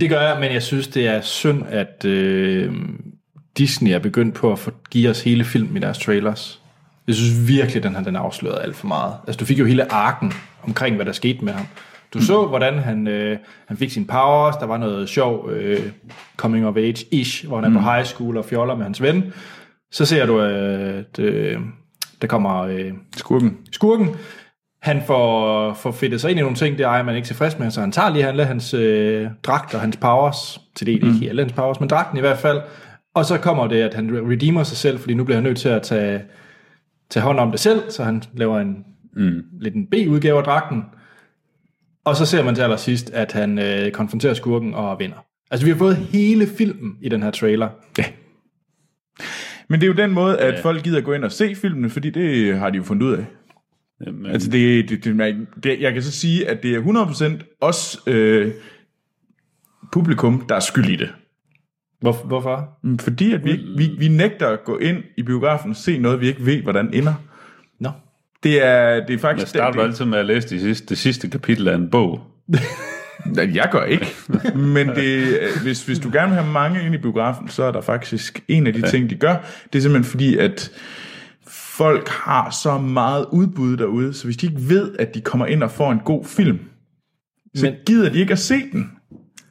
[SPEAKER 1] Det gør jeg, men jeg synes, det er synd, at øh, Disney er begyndt på at få- give os hele filmen i deres trailers. Jeg synes virkelig, den her den afslørede alt for meget. Altså, du fik jo hele arken omkring, hvad der skete med ham. Du så, hvordan han, øh, han fik sine powers, der var noget sjov øh, coming of age-ish, hvor han er på high school og fjoller med hans ven. Så ser du, at øh, der kommer... Øh,
[SPEAKER 2] Skurken.
[SPEAKER 1] skurken, han får, får fedtet sig ind i nogle ting, det er man ikke tilfreds med, så han tager lige handler hans øh, dragt og hans powers, til det mm. ikke alle hans powers, men dragten i hvert fald, og så kommer det, at han redeemer sig selv, fordi nu bliver han nødt til at tage, tage hånd om det selv, så han laver en mm. lidt en B-udgave af dragten, og så ser man til allersidst, at han øh, konfronterer skurken og vinder. Altså, vi har fået hele filmen i den her trailer. Ja.
[SPEAKER 2] Men det er jo den måde, at ja. folk gider gå ind og se filmene, fordi det har de jo fundet ud af.
[SPEAKER 3] Jamen, øh.
[SPEAKER 2] Altså det, det, det, man- det, jeg kan så sige, at det er 100% os øh, publikum, der er skyld i det.
[SPEAKER 1] Hvor, hvorfor?
[SPEAKER 2] Mm, Fordi at vi, ikke- vi, vi nægter at gå ind i biografen og se noget, vi ikke ved, hvordan ender.
[SPEAKER 1] Nå.
[SPEAKER 2] Det er, det er
[SPEAKER 3] jeg
[SPEAKER 2] faktisk...
[SPEAKER 3] starter
[SPEAKER 2] det,
[SPEAKER 3] altid med at læse de sidste, det sidste kapitel af en bog.
[SPEAKER 2] det, jeg gør ikke. Men det, øh, hvis, hvis du gerne vil have mange ind i biografen, så er der faktisk en af de ting, de gør. Det er simpelthen fordi, at folk har så meget udbud derude, så hvis de ikke ved, at de kommer ind og får en god film, så
[SPEAKER 1] Men-
[SPEAKER 2] Men... gider de ikke at se den.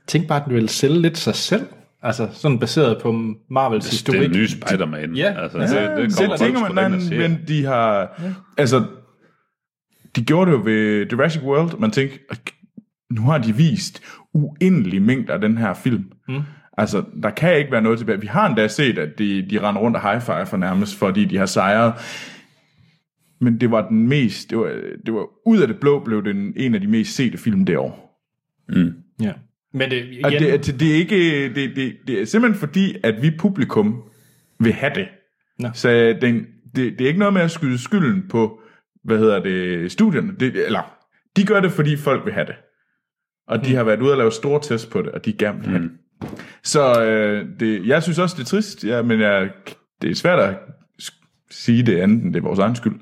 [SPEAKER 1] Tænk bare, at den ville sælge lidt sig selv. Altså, sådan baseret på Marvels historik.
[SPEAKER 3] Det er den nye Spider-Man.
[SPEAKER 1] Ja.
[SPEAKER 3] altså,
[SPEAKER 1] Ja,
[SPEAKER 3] det, det
[SPEAKER 2] Selv
[SPEAKER 3] kommer folk
[SPEAKER 2] tænker
[SPEAKER 3] sgu
[SPEAKER 2] man,
[SPEAKER 3] da ind og
[SPEAKER 2] nej,
[SPEAKER 3] se.
[SPEAKER 2] men de har... Ja. Altså, de gjorde det jo ved Jurassic World. Man tænkte, "Ok, nu har de vist uendelige mængder af den her film. Mm. Altså, der kan ikke være noget tilbage. Vi har endda set, at de, de render rundt og high five for nærmest, fordi de har sejret. Men det var den mest... Det var, det var ud af det blå blev det en, en af de mest sete film det år.
[SPEAKER 1] Ja. Men det, igen,
[SPEAKER 2] Og det, er- det, det, er ikke, det, det, det er simpelthen fordi, at vi publikum vil have det.
[SPEAKER 1] Nå.
[SPEAKER 2] Så den, det, det er ikke noget med at skyde skylden på, hvad hedder det, studierne. Det, eller, de gør det, fordi folk vil have det. Og
[SPEAKER 1] Hmm.
[SPEAKER 2] de har været ude og lave store tests på det, og de gerne vil have det. Så øh, det, jeg synes også, det er trist, ja, men jeg, det er svært at sige det andet, end det er vores egen skyld.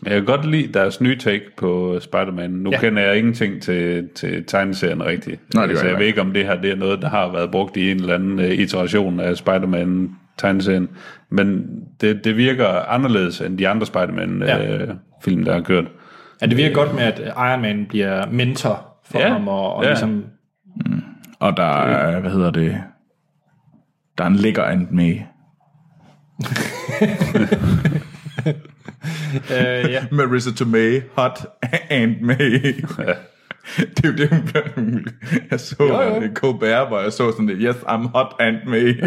[SPEAKER 3] Men jeg kan godt lide deres nye take på Spider-Man. Nu ja. kender jeg ingenting til, til tegneserien rigtigt.
[SPEAKER 2] Nej, det gør
[SPEAKER 3] altså,
[SPEAKER 2] jeg
[SPEAKER 3] jeg ved
[SPEAKER 2] ikke.
[SPEAKER 3] ikke, om det her det er noget, der har været brugt i en eller anden uh, iteration af Spider-Man tegneserien. Men det, det virker anderledes end de andre Spider-Man
[SPEAKER 1] Ja.
[SPEAKER 3] ja. uh, film, der har kørt.
[SPEAKER 1] Ja, det virker godt med, at Iron Man bliver mentor for ja.
[SPEAKER 3] Ja,
[SPEAKER 1] ham, og, og ja.
[SPEAKER 3] ja.
[SPEAKER 1] ligesom...
[SPEAKER 2] Og der er, hvad hedder det, der er en lækker and med.
[SPEAKER 1] Øh, ja.
[SPEAKER 2] Marissa Tomei, hot and May. det er jo det, hun gør. Jeg så
[SPEAKER 1] jo.
[SPEAKER 2] øh, Colbert, hvor jeg så sådan det, yes, I'm hot and May.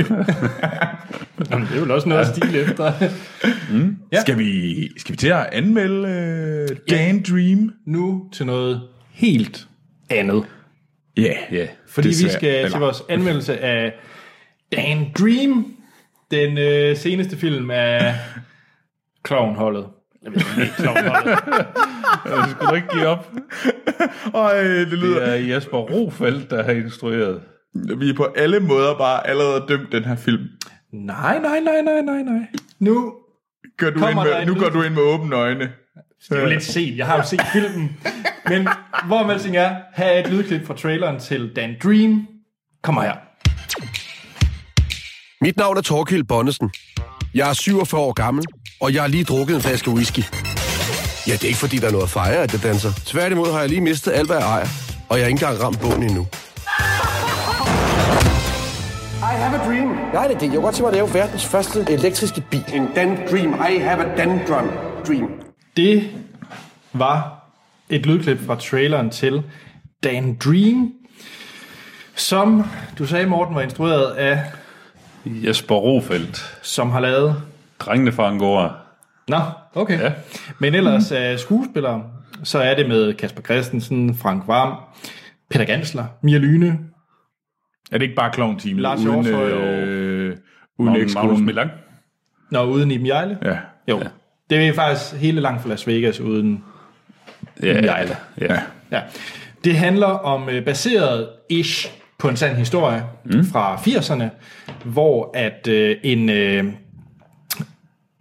[SPEAKER 1] Jamen, det er vel også noget at stile efter.
[SPEAKER 2] ja. skal, vi, skal vi til at anmelde uh, Dan Dream?
[SPEAKER 1] Nu til noget helt andet.
[SPEAKER 2] Ja, yeah. yeah.
[SPEAKER 1] Fordi vi skal til vores anmeldelse af Dan Dream, den øh, seneste film af Klovnholdet. Jeg ved ikke, Klovnholdet.
[SPEAKER 3] Det skulle du ikke give op.
[SPEAKER 2] Øj, det lyder...
[SPEAKER 3] Det er Jesper Rofeldt, der har instrueret.
[SPEAKER 2] Vi er på alle måder bare allerede dømt den her film.
[SPEAKER 1] nej, nej, nej, nej, nej, nej. Nu,
[SPEAKER 2] Gør du ind
[SPEAKER 1] Kommer der
[SPEAKER 2] med,
[SPEAKER 1] en
[SPEAKER 2] nu
[SPEAKER 1] lyd?
[SPEAKER 2] går du ind med åbne øjne.
[SPEAKER 1] det er jo lidt sent, jeg har jo set filmen. Men hvor man alting er, her er et lydklip fra traileren til Dan Dream. Kommer her.
[SPEAKER 8] Mit navn er Torkild Bonnesen. Jeg er 47 år gammel, og jeg har lige drukket en flaske whisky. Ja, det er ikke fordi, der er noget at fejre, at jeg danser. Tværtimod har jeg lige mistet alt, hvad jeg ejer, og jeg har ikke engang ramt bunden endnu.
[SPEAKER 5] I have a dream.
[SPEAKER 8] Jeg har en idé. Jeg kunne godt tænke mig at lave verdens første elektriske bil.
[SPEAKER 5] In Dan Dream, I have a Dandrum dream.
[SPEAKER 1] Det var et lydklip fra traileren til Dan Dream, som du sagde, Morten, var instrueret af,
[SPEAKER 3] Jesper Rofeldt.
[SPEAKER 1] som har lavet...
[SPEAKER 3] Drengene fra Angora.
[SPEAKER 1] Nå, okay. Ja.
[SPEAKER 3] Ja.
[SPEAKER 1] Men ellers af skuespillere, så er det med Kasper Christensen, Frank Varm, Peter Gansler, Mia Lyne,
[SPEAKER 2] Er det ikke bare clown team
[SPEAKER 1] Lars
[SPEAKER 2] uden,
[SPEAKER 1] Hjortshøj
[SPEAKER 2] øh, uden
[SPEAKER 3] Og Magnus
[SPEAKER 2] ekskonen?
[SPEAKER 3] Milang.
[SPEAKER 1] når uden Iben Jejle.
[SPEAKER 2] Ja.
[SPEAKER 1] Jo, ja. det er faktisk hele langt fra Las Vegas uden
[SPEAKER 3] Ja,
[SPEAKER 1] Jejle.
[SPEAKER 3] ja.
[SPEAKER 1] Ja. Det handler om øh, baseret ish på en sand historie mm. fra 80'erne, hvor at øh, en øh,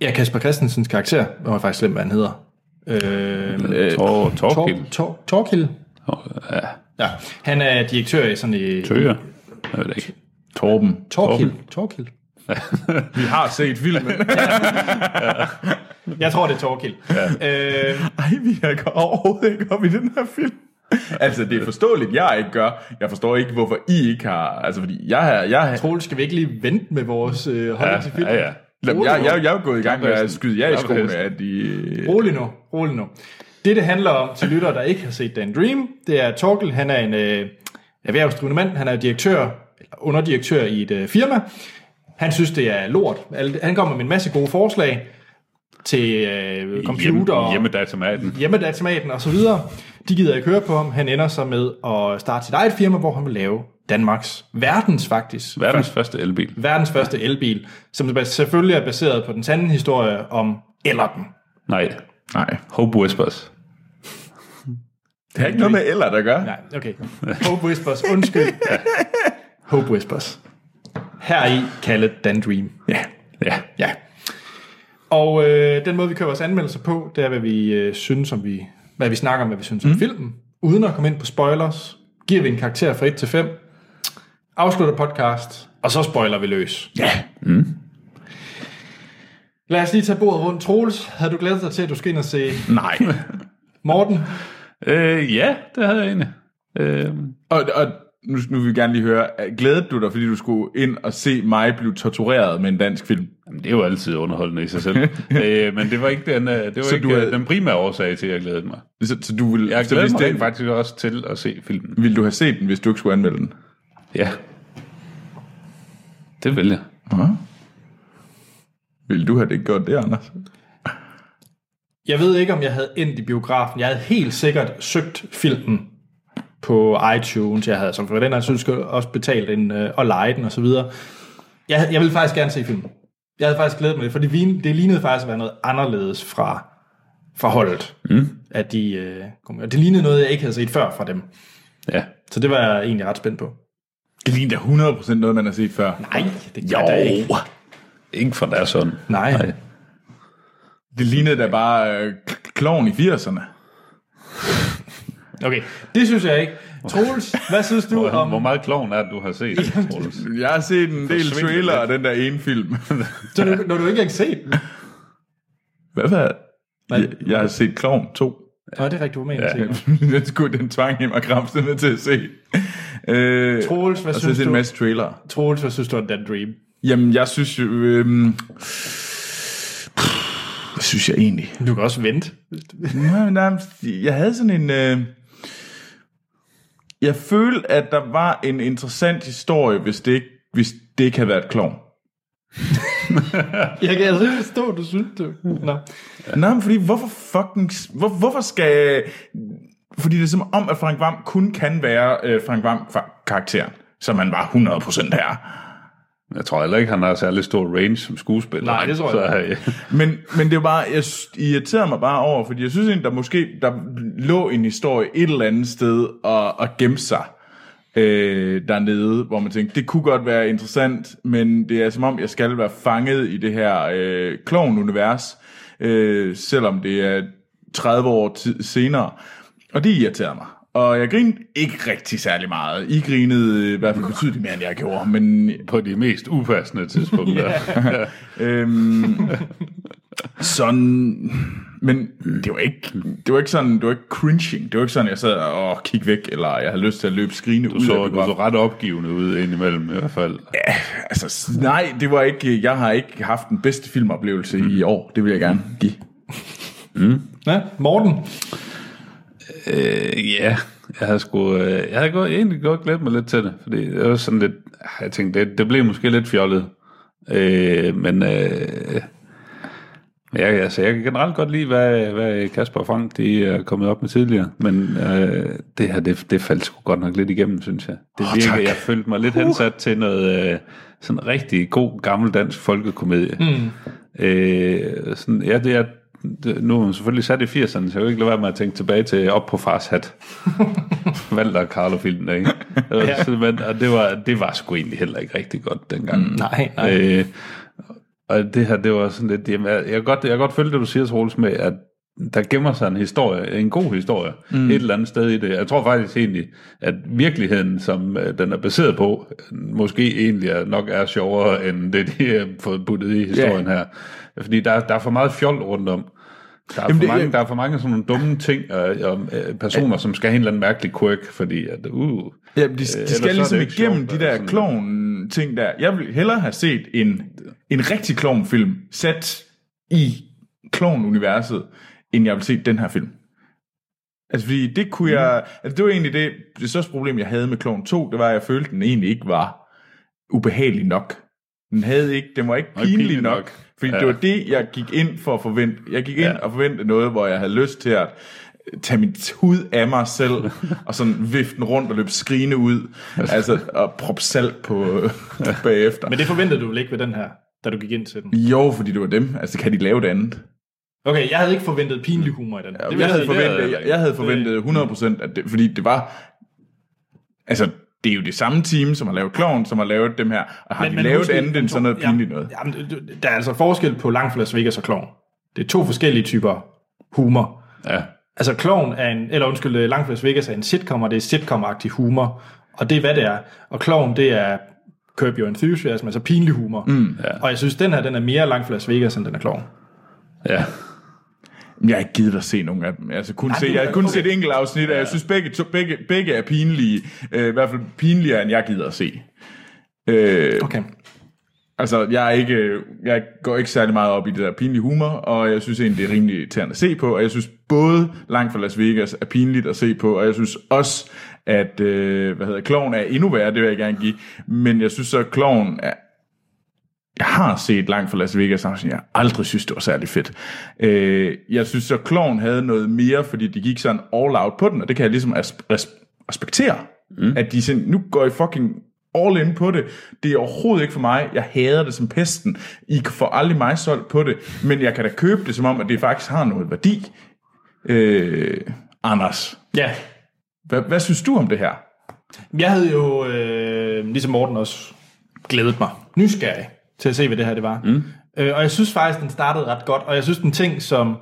[SPEAKER 1] ja, Kasper Christensens karakter, jeg har faktisk glemt, hvad han hedder. Øh,
[SPEAKER 3] Tor, Torkild.
[SPEAKER 1] Torkild. Tor, Torkild.
[SPEAKER 3] Ja,
[SPEAKER 1] Ja, han er direktør i sådan i
[SPEAKER 3] Tøger. Jeg ved det ikke.
[SPEAKER 2] Torben.
[SPEAKER 1] Torkild. Torkild.
[SPEAKER 2] Vi har set filmen.
[SPEAKER 1] Jeg tror, det er Torkild. Ja. Øh,
[SPEAKER 2] Ej, vi er ikke- overhovedet ikke op i den her film. Altså, det er forståeligt, jeg ikke gør. Jeg forstår ikke, hvorfor I ikke har... Altså, fordi jeg har... Jeg, har-
[SPEAKER 1] Troel, skal vi ikke lige vente med vores øh, holdning til film?
[SPEAKER 3] Ja, ja, ja.
[SPEAKER 2] Jamen, jeg, jeg, jeg er jo gået i gang med at
[SPEAKER 3] Klaphesten.
[SPEAKER 2] skyde jer i skoene,
[SPEAKER 3] Klaphesten.
[SPEAKER 2] at I...
[SPEAKER 1] Rolig nu, rolig nu. Det, det handler om til lyttere, der ikke har set Dan Dream, det er Torkel, han er en øh, erhvervsdrivende mand, han er direktør, eller underdirektør i et øh, firma. Han synes, det er lort. Alt- Han kommer med en masse gode forslag til øh, computer og
[SPEAKER 3] Hjemme, hjemmedatomaten.
[SPEAKER 1] hjemmedatamaten og så videre. De gider ikke høre på ham. Han ender så med at starte sit eget firma, hvor han vil lave Danmarks, verdens faktisk,
[SPEAKER 3] Verdens første elbil.
[SPEAKER 1] verdens første elbil, som selvfølgelig er baseret på den sande historie om Ellerten.
[SPEAKER 3] Nej.
[SPEAKER 2] Nej,
[SPEAKER 3] Hope Whispers.
[SPEAKER 2] det er ikke noget med eller der gør.
[SPEAKER 1] Nej, okay. Hope Whispers, undskyld. Ja. Hope Whispers. Her i kaldet Dan Dream.
[SPEAKER 2] Ja.
[SPEAKER 3] Ja.
[SPEAKER 1] Ja. Og øh, den måde, vi kører vores anmeldelser på, det er, hvad vi øh, synes om vi, hvad vi snakker om, hvad vi synes om filmen. Uden at komme ind på spoilers, giver vi en karakter fra 1 til 5, afslutter podcast, og så spoiler vi løs. Ja. Mm. Lad os lige tage bordet rundt. Troels, havde du glædet dig til, at du skal ind og se
[SPEAKER 3] Mm.
[SPEAKER 2] Nej.
[SPEAKER 1] Morten?
[SPEAKER 3] Øh, ja, det havde jeg egentlig. Øh,
[SPEAKER 2] Og, og nu, nu vil vi gerne lige høre, øh, glædede du dig, fordi du skulle ind og se mig blive tortureret med en dansk film?
[SPEAKER 3] jamen, det er jo altid underholdende i sig selv. øh, men det var ikke den, øh, det var
[SPEAKER 2] Så
[SPEAKER 3] ikke
[SPEAKER 2] du
[SPEAKER 3] du
[SPEAKER 2] havde-
[SPEAKER 3] den primære årsag til, at jeg glædede mig.
[SPEAKER 2] Så, så du ville,
[SPEAKER 3] Jeg
[SPEAKER 2] så
[SPEAKER 3] glædede
[SPEAKER 2] hvis
[SPEAKER 3] mig rent
[SPEAKER 2] den,
[SPEAKER 3] faktisk også til at se filmen.
[SPEAKER 2] ville du have set den, hvis du ikke skulle anmelde den?
[SPEAKER 3] Ja. Det vil jeg.
[SPEAKER 2] Ville du have det ikke gjort det, Anders?
[SPEAKER 1] Jeg ved ikke, om jeg havde endt i biografen. Jeg havde helt sikkert søgt filmen på iTunes. Jeg havde som for den her synes også betalt en, øh, og leje den og så videre. Jeg, havde- jeg ville faktisk gerne se filmen. Jeg havde faktisk glædet mig det, for det, vin- det lignede faktisk at være noget anderledes fra, fra holdet. Mm. At de, øh, kom, og det lignede noget, jeg ikke havde set før fra dem.
[SPEAKER 3] Ja.
[SPEAKER 1] Så det var jeg egentlig ret spændt på.
[SPEAKER 2] Det ligner da 100% noget, man har set før.
[SPEAKER 1] Nej, det gør jeg da ikke.
[SPEAKER 3] Ikke fra deres hånd.
[SPEAKER 1] Nej.
[SPEAKER 3] Nej.
[SPEAKER 2] Det lignede da bare øh, kloven i 80'erne.
[SPEAKER 1] Okay, det synes jeg ikke. Troels, hvad synes du
[SPEAKER 3] Hvor, hvor
[SPEAKER 1] om...
[SPEAKER 3] meget klovn er det, du har set, Troels?
[SPEAKER 2] Jeg har set en del
[SPEAKER 3] Forsvind
[SPEAKER 2] trailer
[SPEAKER 3] lidt.
[SPEAKER 2] af den der ene film.
[SPEAKER 1] Så du, når du ikke har set den?
[SPEAKER 2] Hvad var jeg, jeg har set Kloven 2.
[SPEAKER 1] Nå, det er rigtigt, du mener ja.
[SPEAKER 2] den, skulle, den tvang hende mig kramse med til at se. Øh,
[SPEAKER 1] Troels, hvad
[SPEAKER 2] og så har jeg
[SPEAKER 1] synes
[SPEAKER 2] set en
[SPEAKER 1] du?
[SPEAKER 2] masse trailer.
[SPEAKER 1] Troels, hvad synes du om den dream?
[SPEAKER 2] Jamen, jeg synes jo... Øh, hvad synes jeg egentlig?
[SPEAKER 1] Du kan også vente.
[SPEAKER 2] Nej, nej, jeg havde sådan en... Øh, jeg følte, at der var en interessant historie, hvis det ikke, hvis det ikke havde været klovn.
[SPEAKER 1] Jeg kan altså ikke forstå, du synes det. Nå.
[SPEAKER 2] Nej, men fordi hvorfor fucking... Hvor, hvorfor skal... Fordi det er som om, at Frank Vam kun kan være øh, Frank Vam-karakteren, som han var 100% her.
[SPEAKER 3] Jeg tror heller ikke, han har særlig stor range som skuespiller.
[SPEAKER 1] Nej, det tror jeg
[SPEAKER 3] ikke. øh,
[SPEAKER 2] Men, men det var bare, jeg s- irriterede mig bare over, fordi jeg synes egentlig, der måske der lå en historie et eller andet sted og, og gemte sig øh, dernede, hvor man tænkte, det kunne godt være interessant, men det er som om, jeg skal være fanget i det her øh, klovn-univers, øh, selvom det er 30 år ti- senere. Og det irriterer mig. Og jeg grinede ikke rigtig særlig meget. I grinede øh, i hvert fald betydeligt mere, end jeg gjorde, men
[SPEAKER 3] På de mest upassende tidspunkter. yeah.
[SPEAKER 2] Øhm, sådan, men det var ikke, det var ikke sådan, det var ikke cringing. Det var ikke sådan, jeg sad og kiggede væk, eller jeg havde lyst til at løbe skrigende ud.
[SPEAKER 3] Du,
[SPEAKER 2] af
[SPEAKER 3] så, du
[SPEAKER 2] biografen.
[SPEAKER 3] så ret opgivende ud indimellem i hvert fald.
[SPEAKER 2] altså, s- nej, det var ikke, jeg har ikke haft den bedste filmoplevelse
[SPEAKER 3] Mhm.
[SPEAKER 2] mm. i år. Det vil jeg gerne give.
[SPEAKER 1] Nå, Morten.
[SPEAKER 3] Øh, ja, jeg havde, sgu, øh, jeg havde godt, egentlig godt glædet mig lidt til det, fordi det var sådan lidt, ah, jeg tænkte, det, det blev måske lidt fjollet, øh, men øh, men jeg, altså, jeg kan generelt godt lide, hvad, hvad Kasper og Frank de er kommet op med tidligere, men øh, det her, det, det faldt sgu godt nok lidt igennem, synes jeg. Det
[SPEAKER 2] Åh,
[SPEAKER 3] virker,
[SPEAKER 2] tak. Uh.
[SPEAKER 3] jeg følte mig lidt hensat til noget øh, sådan rigtig god, gammel dansk folkekomedie. Mm. Øh, sådan, ja, det er, det- nu er man selvfølgelig sat i 80'erne, så jeg kan jo ikke lade være med at tænke tilbage til Op på fars hat. Valder Carlo filmen ikke? Det var, simpelthen- og det var, det var sgu egentlig heller ikke rigtig godt dengang. Mm,
[SPEAKER 1] nej,
[SPEAKER 3] Øh, og det her, det var sådan lidt, jamen, jeg, jeg, kan godt, jeg kan godt følge det, du siger, Troels, med, at der gemmer sig en historie, en god historie, mm. et eller andet sted i det. Jeg tror faktisk egentlig, at virkeligheden, som øh, den er baseret på, øh, måske egentlig er, nok er sjovere, end det, de har fået puttet i historien yeah. her. Fordi der, er- der er for meget fjol rundt om. Der er,
[SPEAKER 2] Jamen,
[SPEAKER 3] for
[SPEAKER 2] det-
[SPEAKER 3] mange,
[SPEAKER 2] jeg-
[SPEAKER 3] der er for mange sådan nogle dumme ting, øh, om øh, personer, som skal have en eller anden mærkelig quirk, fordi at, uh,
[SPEAKER 2] Ja, de, de
[SPEAKER 3] så er
[SPEAKER 2] skal
[SPEAKER 3] det
[SPEAKER 2] ligesom
[SPEAKER 3] ikke
[SPEAKER 2] igennem
[SPEAKER 3] sjovt,
[SPEAKER 2] de der
[SPEAKER 3] altså.
[SPEAKER 2] klovn ting der. Jeg vil hellere have set en, en rigtig klovnfilm sat i klovn-universet, end jeg vil se den her film. Altså fordi det kunne jeg...
[SPEAKER 3] Mhm.
[SPEAKER 2] Altså det var egentlig det, det største problem, jeg havde med klovn 2, det var, at jeg følte, at den egentlig ikke var ubehagelig nok. Den, havde ikke, den var ikke
[SPEAKER 3] ikke
[SPEAKER 2] pinlig,
[SPEAKER 3] pinlig
[SPEAKER 2] nok.
[SPEAKER 3] nok.
[SPEAKER 2] Fordi
[SPEAKER 3] Ja.
[SPEAKER 2] det var det, jeg gik ind for at forvente. Jeg gik ind
[SPEAKER 3] Ja.
[SPEAKER 2] og forventede noget, hvor jeg havde lyst til at tage min hud af mig selv, og sådan vifte den rundt og løbe skrigende ud, altså og proppe salt på øh, bagefter.
[SPEAKER 1] Men det forventede du vel ikke ved den her, da du gik ind til den?
[SPEAKER 2] Jo, fordi det var dem. Altså, kan de lave det andet?
[SPEAKER 1] Okay, jeg havde ikke forventet pinlig humor i den. Det vil
[SPEAKER 2] jeg, havde
[SPEAKER 1] sige,
[SPEAKER 3] det
[SPEAKER 2] forventet,
[SPEAKER 3] er-
[SPEAKER 2] jeg, jeg havde forventet 100%, at det, fordi det var... Altså, det er jo det samme team, som har lavet Kloven, som har lavet dem her. Og har men, de men lavet
[SPEAKER 1] husk,
[SPEAKER 2] andet end sådan noget pinligt noget?
[SPEAKER 1] Jamen, jamen, der er altså forskel på langt fra Las Vegas og klovn. Det er to forskellige typer humor.
[SPEAKER 3] ja,
[SPEAKER 1] Altså klovn er en, eller undskyld, øh, langt fra Las Vegas er en sitcom, og det er sitcom-agtig humor. Og det er, hvad det er. Og klovn, det er Curb Your Enthusiasm, altså pinlig humor. Mm, ja. Og jeg synes, den her, den er mere langt fra Las Vegas, end den er klovn.
[SPEAKER 3] ja.
[SPEAKER 2] Jeg har ikke givet dig at se nogen af dem. Altså, kun se, jeg har kun set et enkelt afsnit, og jeg synes, begge, to, begge, begge er pinlige. Øh, I hvert fald pinligere, end jeg gider at se. Øh,
[SPEAKER 1] Okay.
[SPEAKER 2] altså, jeg, er ikke, øh, jeg går ikke særlig meget op i det der pinlige humor, og jeg synes egentlig, det er rimelig irriterende at se på, og jeg synes både Langt fra Las Vegas er pinligt at se på, og jeg synes også, at, øh, hvad hedder, Kloven er endnu værre, det vil jeg gerne give, men jeg synes så, at Kloven er, jeg har set langt fra Las Vegas, og jeg har aldrig synes, det var særlig fedt. Øh, jeg synes så, Kloven havde noget mere, fordi de gik sådan all out på den, og det kan jeg ligesom as- res- respektere. Mm. At de sådan, nu går I fucking all in på det. Det er overhovedet ikke for mig. Jeg hader det som pesten. I får aldrig mig solgt på det, men jeg kan da købe det som om, at det faktisk har noget værdi. Øh, Anders,
[SPEAKER 1] Ja,
[SPEAKER 2] hvad, hvad synes du om det her?
[SPEAKER 1] Jeg havde jo, øh, ligesom Morten også, glædet mig nysgerrig til at se, hvad det her det var. Mm. Øh, og jeg synes faktisk, den startede ret godt, og jeg synes, den ting, som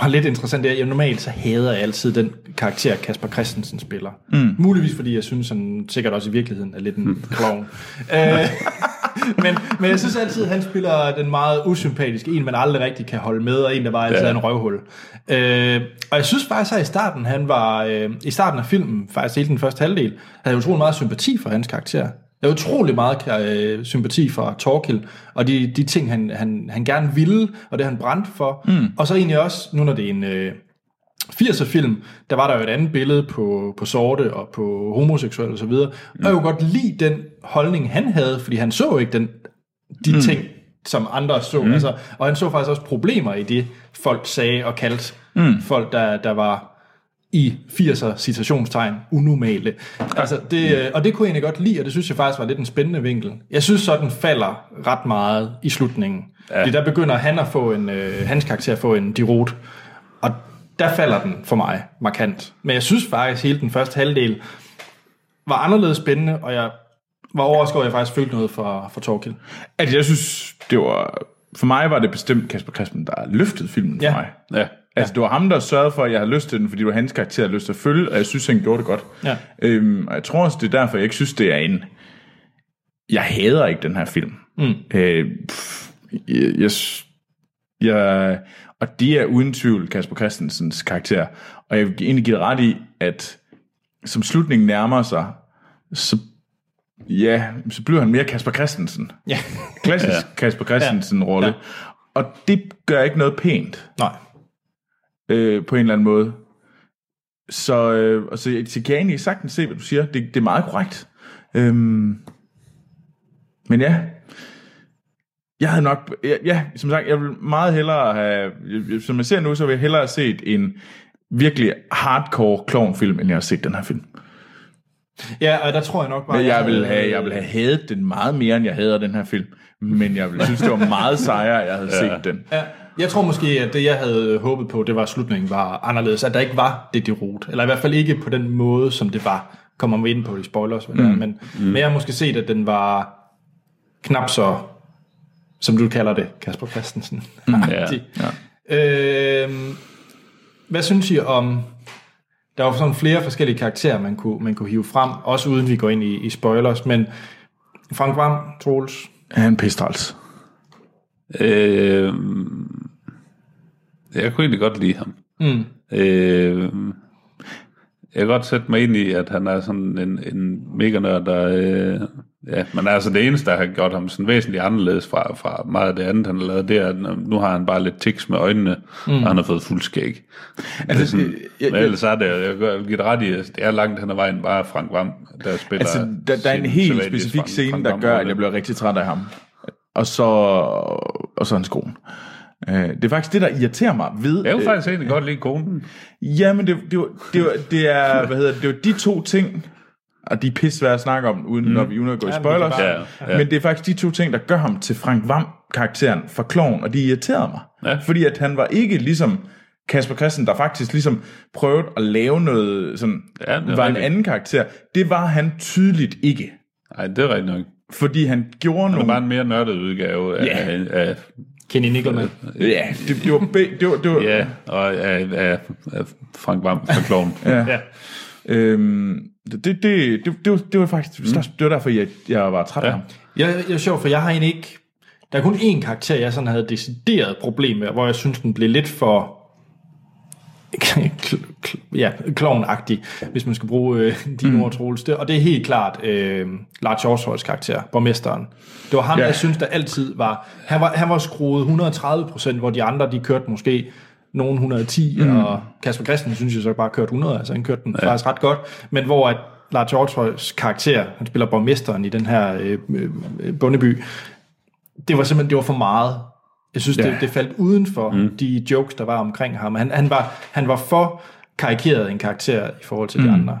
[SPEAKER 1] var lidt interessant, det er, at jeg normalt så hader jeg altid den karakter, Kasper Christensen spiller. Mm. Muligvis fordi jeg synes, han sikkert også i virkeligheden er lidt en mm. klovn. Øh, men, men jeg synes altid, han spiller den meget usympatiske, en man aldrig rigtig kan holde med, og en, der bare altid ja. er en røvhul. Øh, og jeg synes faktisk, at i starten, han var, øh, i starten af filmen, faktisk hele den første halvdel, havde jeg utrolig meget sympati for hans karakter. Jeg har utrolig meget øh, sympati for Torkil, og de, de ting, han, han, han gerne ville, og det han brændte for. Mm. Og så egentlig også, nu når det er en øh, 80'er film, der var der jo et andet billede på, på sorte og på homoseksuelle osv. Og, mm. og jeg kunne godt lide den holdning, han havde, fordi han så ikke den, de mm. ting, som andre så. Mm. Altså, og han så faktisk også problemer i det, folk sagde og kaldte mm. folk, der, der var i 80'er citationstegn unormale. Altså det, øh, og det kunne jeg egentlig godt lide, og det synes jeg faktisk var lidt en spændende vinkel. Jeg synes så, den falder ret meget i slutningen. Ja. Fordi der begynder han at få en, øh, hans karakter at få en dirot, og der falder den for mig markant. Men jeg synes faktisk, hele den første halvdel var anderledes spændende, og jeg var overrasket over, at jeg faktisk følte noget for, for Torkild.
[SPEAKER 2] At Altså, jeg synes, det var... For mig var det bestemt Kasper Christensen, der løftede filmen
[SPEAKER 1] Ja.
[SPEAKER 2] for mig.
[SPEAKER 3] Ja.
[SPEAKER 2] Altså, det var ham, der sørgede for, at jeg havde lyst til den, fordi det var hans karakter, jeg havde lyst til at følge, og jeg synes, han gjorde det godt.
[SPEAKER 1] Ja.
[SPEAKER 2] Øhm, og jeg tror også, det er derfor, jeg ikke synes, det er en... Jeg hader ikke den her film. Mm. Øh, pff, jeg, jeg, s- jeg, og det er uden tvivl Kasper Christensens karakter. Og jeg vil egentlig give dig ret i, at som slutningen nærmer sig, så, ja, så bliver han mere Kasper Christensen.
[SPEAKER 1] Ja.
[SPEAKER 2] Klassisk ja. Kasper Christensen-rolle.
[SPEAKER 1] Ja.
[SPEAKER 2] Ja. Og det gør ikke noget pænt
[SPEAKER 1] Nej.
[SPEAKER 2] øh, på en eller anden måde. Så, øh, og så, jeg- så kan jeg egentlig sagtens se, hvad du siger. Det, det er meget korrekt. Øhm, men ja, jeg havde nok, ja, ja, som sagt, jeg vil meget hellere have, som jeg ser nu, så vil jeg hellere have set en virkelig hardcore klovnfilm, end jeg har set den her film.
[SPEAKER 1] Ja, og der tror jeg nok bare...
[SPEAKER 2] Men jeg vil
[SPEAKER 1] havde-
[SPEAKER 2] have, jeg vil have hadet den meget mere, end jeg hader den her film. Men jeg vil synes, det var meget sejere, at jeg havde ja. set den.
[SPEAKER 1] Ja. Jeg tror måske, at det, jeg havde håbet på, det var, at slutningen var anderledes. At der ikke var det derot. Eller i hvert fald ikke på den måde, som det var. Kommer vi ind på det i spoilers. Mm. Men, men jeg har måske set, at den var knap så, som du kalder det, Kasper Christensen. Mm.
[SPEAKER 3] Ja.
[SPEAKER 1] Øh, hvad synes I om... Der var sådan flere forskellige karakterer, man kunne, man kunne hive frem. Også uden vi går ind i, i spoilers. Men Frank Vam, Troels,
[SPEAKER 2] Han er en pistrals.
[SPEAKER 3] Øh, jeg kunne egentlig godt lide ham. Mm. Øh, jeg kan godt sætte mig ind i, at han er sådan en, en mega nørd, der... Øh, ja, men altså det eneste, der har gjort ham sådan væsentligt anderledes fra, fra meget af det andet, han har lavet, det er, at nu har han bare lidt tics med øjnene, mm. og han har fået fuld skæg. Altså, det er sådan, jeg, men ellers er det, jeg, jeg, jeg giver dig ret i, at det er langt hen ad vejen bare Frank Vam, der spiller...
[SPEAKER 2] Altså, der, der er en
[SPEAKER 3] sin
[SPEAKER 2] helt
[SPEAKER 3] sædvanlige
[SPEAKER 2] specifik
[SPEAKER 3] Frank-
[SPEAKER 2] scene,
[SPEAKER 3] Frank
[SPEAKER 2] der gør, at
[SPEAKER 3] Vam-rolle.
[SPEAKER 2] jeg bliver rigtig træt af ham. Og så, og så hans kone. Øh, Det er faktisk det, der irriterer mig ved...
[SPEAKER 3] Jeg kunne
[SPEAKER 2] øh,
[SPEAKER 3] faktisk egentlig godt lide konen.
[SPEAKER 2] Ja, men det, det, var- det, var- det, er, hvad hedder, det, det var de to ting, og de er pisse svære at snakke om, uden, mm. når vi uden at gå i
[SPEAKER 1] men vi kan
[SPEAKER 2] spoilers.
[SPEAKER 1] bare-
[SPEAKER 2] ja, ja. Men det er faktisk de to ting, der gør ham til Frank Vam-karakteren fra Kloven, og de irriterede mig.
[SPEAKER 3] Ja.
[SPEAKER 2] Fordi at han var ikke ligesom Kasper Christen, der faktisk ligesom prøvede at lave noget, sådan,
[SPEAKER 3] Ja, det er
[SPEAKER 2] var en
[SPEAKER 3] rigtigt.
[SPEAKER 2] anden karakter. Det var han tydeligt ikke.
[SPEAKER 3] Nej, det er rigtigt nok.
[SPEAKER 2] Fordi han gjorde
[SPEAKER 3] Det
[SPEAKER 2] nogle...
[SPEAKER 3] er bare en mere nørdet udgave af,
[SPEAKER 2] Ja.
[SPEAKER 3] yeah. af,
[SPEAKER 1] Kenny Nickelman.
[SPEAKER 2] Ja, det, det var... Be, det var, det var
[SPEAKER 3] ja, og af, af, af Frank Vam fra Kloven. ja.
[SPEAKER 2] Øhm, det, det, det, det, det, var, det var faktisk... Mm. Det var derfor, jeg, jeg var træt af ham.
[SPEAKER 1] Jeg, jeg er sjov, for jeg har egentlig ikke... Der er kun én karakter, jeg sådan havde decideret problem med, hvor jeg synes, den blev lidt for... kl- kl- ja, klovnagtig, hvis man skal bruge øh, dine mm. ord, Troels. Det- Og det er helt klart øh, Lars Hjortshøjs karakter, borgmesteren. Det var ham,
[SPEAKER 2] Ja.
[SPEAKER 1] ja. jeg synes, der altid var... Han var, han var skruet 130 procent, hvor de andre, de kørte måske nogen 110, mm. og Kasper Christensen synes jeg så bare kørte 100, altså han kørte den ja. faktisk ret godt, men hvor at Lars Hjortshøjs karakter, han spiller borgmesteren i den her øh, øh, bondeby, det var simpelthen det var for meget. Jeg synes, ja. det, det faldt uden for mm. de jokes, der var omkring ham. Han, han, var, han var for karikeret en karakter i forhold til mm. de andre.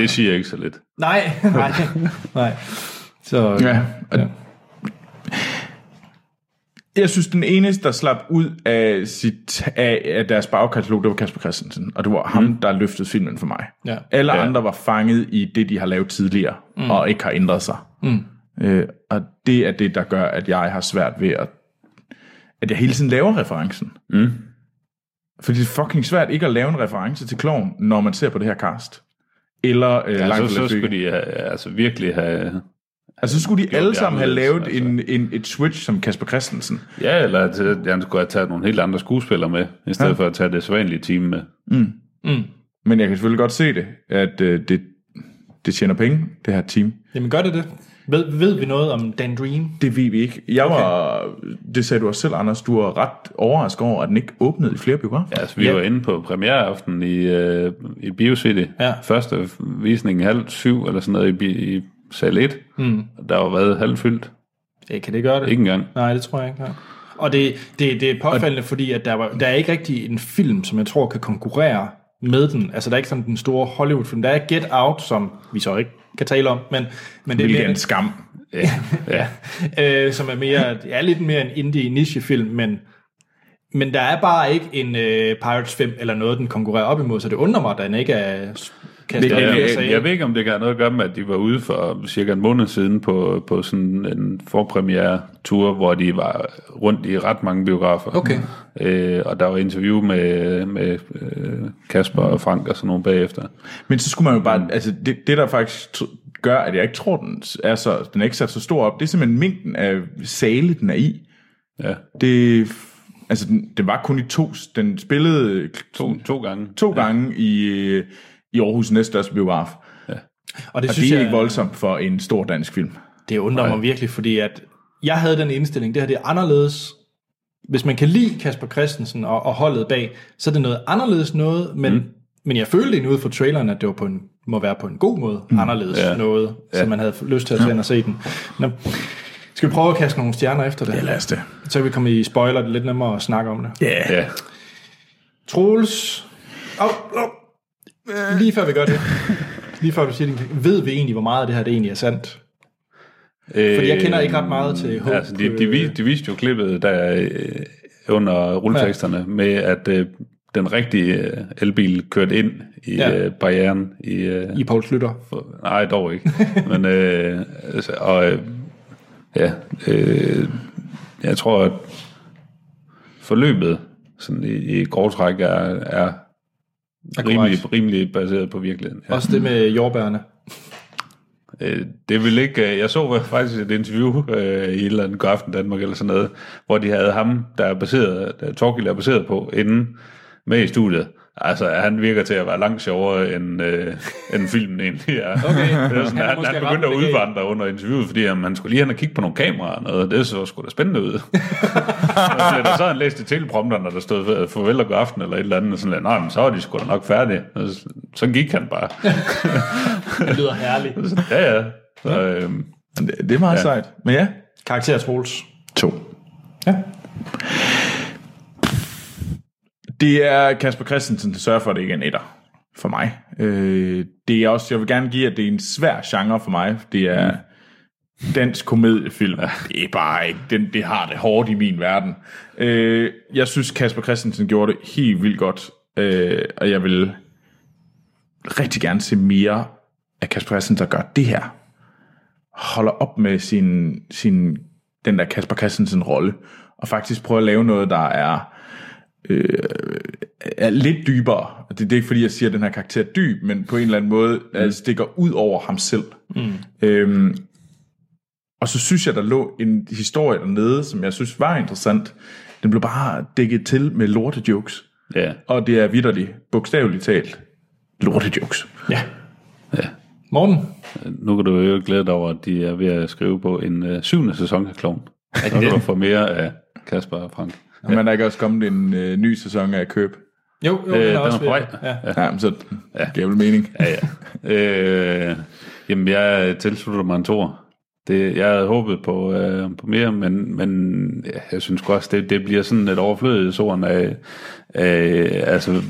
[SPEAKER 3] Det siger jeg ikke så lidt.
[SPEAKER 1] Nej, nej, nej. Så,
[SPEAKER 2] Ja. Og, Jeg synes, den eneste, der slap ud af, sit, af, af deres bagkatalog, det var Kasper Christensen. Og det var ham, mm. der løftede filmen for mig.
[SPEAKER 1] Ja.
[SPEAKER 2] Alle
[SPEAKER 3] Ja.
[SPEAKER 2] andre var fanget i det, de har lavet tidligere, mm. og ikke har ændret sig. Mm. Øh, og det er det, der gør, at jeg har svært ved at... At jeg hele tiden laver referencen. Mm. Fordi det er fucking svært ikke at lave en reference til kloven, når man ser på det her cast. Eller øh, ja,
[SPEAKER 3] Ja,
[SPEAKER 2] langt
[SPEAKER 3] så, så skulle de have, altså virkelig have...
[SPEAKER 2] Altså, så skulle de alle
[SPEAKER 3] det
[SPEAKER 2] sammen have lavet
[SPEAKER 3] anderledes,
[SPEAKER 2] en, en, et switch som Kasper Christensen.
[SPEAKER 3] Ja, eller at øh, han skulle have taget nogle helt andre skuespillere med, i stedet ja. for at tage det sædvanlige team med.
[SPEAKER 2] Men jeg kan selvfølgelig godt se det, at øh, det, det tjener penge, det her team.
[SPEAKER 1] Jamen gør det det? Ved, ved vi noget om Dan Dream?
[SPEAKER 2] Det ved vi ikke. Jeg var, det sagde du også selv, Anders, du var ret overrasket over, at den ikke åbnede i flere biografer.
[SPEAKER 3] Ja, altså, vi
[SPEAKER 1] Ja.
[SPEAKER 3] ja. var inde på premiereaften i, øh, i BioCity.
[SPEAKER 1] Ja.
[SPEAKER 3] Første visning halv syv eller sådan noget i, bi- i sal 1. Mm. Der var været halvfyldt.
[SPEAKER 1] Ja, kan det gøre det?
[SPEAKER 3] Ikke engang.
[SPEAKER 1] Nej, det tror jeg ikke. Nej. Og det, det, det er påfaldende, fordi at der, var, der er ikke rigtig en film, som jeg tror kan konkurrere med den. Altså, der er ikke sådan den store Hollywood-film. Der er Get Out, som vi så ikke kan tale om, men, men det er
[SPEAKER 2] Hvilket er
[SPEAKER 1] mere,
[SPEAKER 2] en skam.
[SPEAKER 3] Ja. ja.
[SPEAKER 1] øh, som er mere, det er lidt mere en indie nichefilm, men, men der er bare ikke en øh, Pirates 5 eller noget, den konkurrerer op imod, så det undrer mig, at den ikke er kastet
[SPEAKER 2] Men-
[SPEAKER 1] op
[SPEAKER 2] men-
[SPEAKER 1] i
[SPEAKER 3] Jeg,
[SPEAKER 1] USA.
[SPEAKER 3] jeg ved ikke, om det kan have noget at gøre med, at de var ude for cirka en måned siden på, på sådan en forpremiere-tur, hvor de var rundt i ret mange biografer.
[SPEAKER 1] Okay.
[SPEAKER 3] Øh, og der var interview med, med øh, Kasper og Frank og sådan nogle bagefter.
[SPEAKER 2] Men så skulle man jo bare, altså det, det der faktisk tr- gør, at jeg ikke tror, den er, så, den er ikke sat så stor op, det er simpelthen mængden af sale, den er i.
[SPEAKER 3] Ja.
[SPEAKER 2] Det, altså den, den var kun i to, den spillede øh,
[SPEAKER 3] To, to gange.
[SPEAKER 2] to gange i, øh, i Aarhus næststørste biograf.
[SPEAKER 1] og det,
[SPEAKER 2] Og
[SPEAKER 1] synes
[SPEAKER 2] det er
[SPEAKER 1] jeg,
[SPEAKER 2] ikke voldsomt for en stor dansk film.
[SPEAKER 1] Det undrer mig virkelig, fordi at jeg havde den indstilling, det her det er anderledes. Hvis man kan lide Kasper Christensen og, og holdet bag, så er det noget anderledes noget, men, mm. men jeg følte egentlig ud fra traileren, at det var på en, må være på en god måde mm. anderledes ja. noget, ja. så man havde lyst til at tage ind og se den. Nå. Skal vi prøve at kaste nogle stjerner efter det?
[SPEAKER 2] Lad os det.
[SPEAKER 1] Så kan vi komme i spoiler, det er lidt nemmere at snakke om det.
[SPEAKER 2] Yeah.
[SPEAKER 3] Ja.
[SPEAKER 1] Troels. Oh, oh. Lige før vi gør det, lige før du siger det, ved vi egentlig, hvor meget af det her det egentlig er sandt? Fordi jeg kender ikke ret meget til Hope.
[SPEAKER 3] Øh, Altså, de, de, vis, de viste jo klippet der øh, under rulleteksterne ja. med, at øh, den rigtige øh, elbil kørte ind i
[SPEAKER 1] Ja.
[SPEAKER 3] ja. øh, barrieren. I, øh,
[SPEAKER 1] I Poul Slytter.
[SPEAKER 3] for- nej, dog ikke. Men, øh, altså, og, øh, ja, øh, jeg tror, at forløbet sådan i, i grov træk er, er rimelig, rimelig baseret på virkeligheden. Ja.
[SPEAKER 1] Også det med jordbærene.
[SPEAKER 3] Øh, det vil ikke... øh, Jeg så faktisk et interview øh, i et eller andet Godaften Danmark eller sådan noget, hvor de havde ham, der er baseret, der Torgild er baseret på, inden med i studiet. Altså, han virker til at være langt sjovere end, øh, end filmen egentlig er. Okay. Det er sådan, han, han,
[SPEAKER 1] måske
[SPEAKER 3] han
[SPEAKER 1] ret
[SPEAKER 3] begyndte at
[SPEAKER 1] legal.
[SPEAKER 3] udvandre under interviewet, fordi jamen, han skulle lige hen og kigge på nogle kameraer og noget, og det så sgu da spændende ud. og så, der, så havde han læste teleprompterne, når der stod øh, farvel og god aften eller et eller andet, og sådan, lidt, nej, men så var de sgu da nok færdige. Og så, så gik han bare.
[SPEAKER 1] Det lyder herligt.
[SPEAKER 3] ja, ja. Så, øh,
[SPEAKER 2] Det, det er meget ja. sejt. Men ja,
[SPEAKER 1] Karakter Troels.
[SPEAKER 2] to.
[SPEAKER 1] Ja.
[SPEAKER 2] Det er Kasper Christensen, der sørger for, at det ikke er en etter for mig. Øh, det er også, jeg vil gerne give, at det er en svær genre for mig. Det er dansk komediefilm. Det er bare ikke, den, det har det hårdt i min verden. Øh, jeg synes, Kasper Christensen gjorde det helt vildt godt, øh, og jeg vil rigtig gerne se mere af Kasper Christensen, der gør det her. Holder op med sin, sin den der Kasper Christensen rolle, og faktisk prøver at lave noget, der er er lidt dybere. Det, det er ikke fordi, jeg siger, at den her karakter er dyb, men på en eller anden måde mm. stikker ud over ham selv. Mm. Øhm, og så synes jeg, der lå en historie dernede, som jeg synes var interessant. Den blev bare dækket til med lortejokes.
[SPEAKER 3] Ja.
[SPEAKER 2] Og det er vidderligt, bogstaveligt talt, lortejokes.
[SPEAKER 1] Ja. Morten.
[SPEAKER 3] Nu kan du jo glæde dig over, at de er ved at skrive på en øh, syvende sæson af Klovn. Så kan du få mere af Kasper og Frank.
[SPEAKER 2] Ja. Men der er ikke også kommet en øh, ny sæson af Køb.
[SPEAKER 1] Jo, jo
[SPEAKER 3] Øh,
[SPEAKER 1] øh,
[SPEAKER 3] den
[SPEAKER 1] er
[SPEAKER 3] er
[SPEAKER 1] også
[SPEAKER 3] på
[SPEAKER 1] ved-
[SPEAKER 3] vej.
[SPEAKER 1] Ja.
[SPEAKER 2] Ja, ja men så ja. gav vel mening.
[SPEAKER 3] Ja, ja. øh, jamen, jeg tilslutter mig en tor. Det, jeg havde håbet på, øh, på mere, men, men ja, jeg synes sgu også, det, det bliver sådan et overflødigt sådan af, af altså,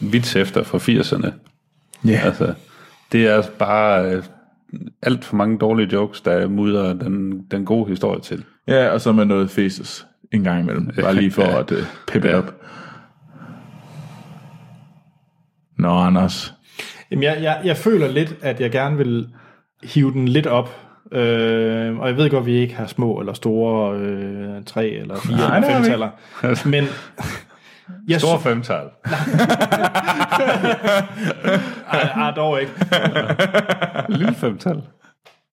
[SPEAKER 3] vits efter fra 80'erne.
[SPEAKER 2] Ja.
[SPEAKER 3] Altså, det er bare øh, alt for mange dårlige jokes, der mudrer den, den gode historie til.
[SPEAKER 2] Ja, og så med noget faces en gang imellem. Bare lige for
[SPEAKER 3] Ja.
[SPEAKER 2] at uh, peppe ja.
[SPEAKER 3] Ja.
[SPEAKER 2] op. Nå, Anders.
[SPEAKER 1] Jamen, jeg, jeg, jeg føler lidt, at jeg gerne vil hive den lidt op, Øh, og jeg ved godt, at vi ikke har små eller store øh, tre eller fire
[SPEAKER 2] Nej,
[SPEAKER 1] eller
[SPEAKER 2] det har
[SPEAKER 1] fem
[SPEAKER 2] vi
[SPEAKER 1] taller. Men jeg
[SPEAKER 3] Stor femtal.
[SPEAKER 1] Nej, Ah, dog ikke.
[SPEAKER 3] Lille femtal.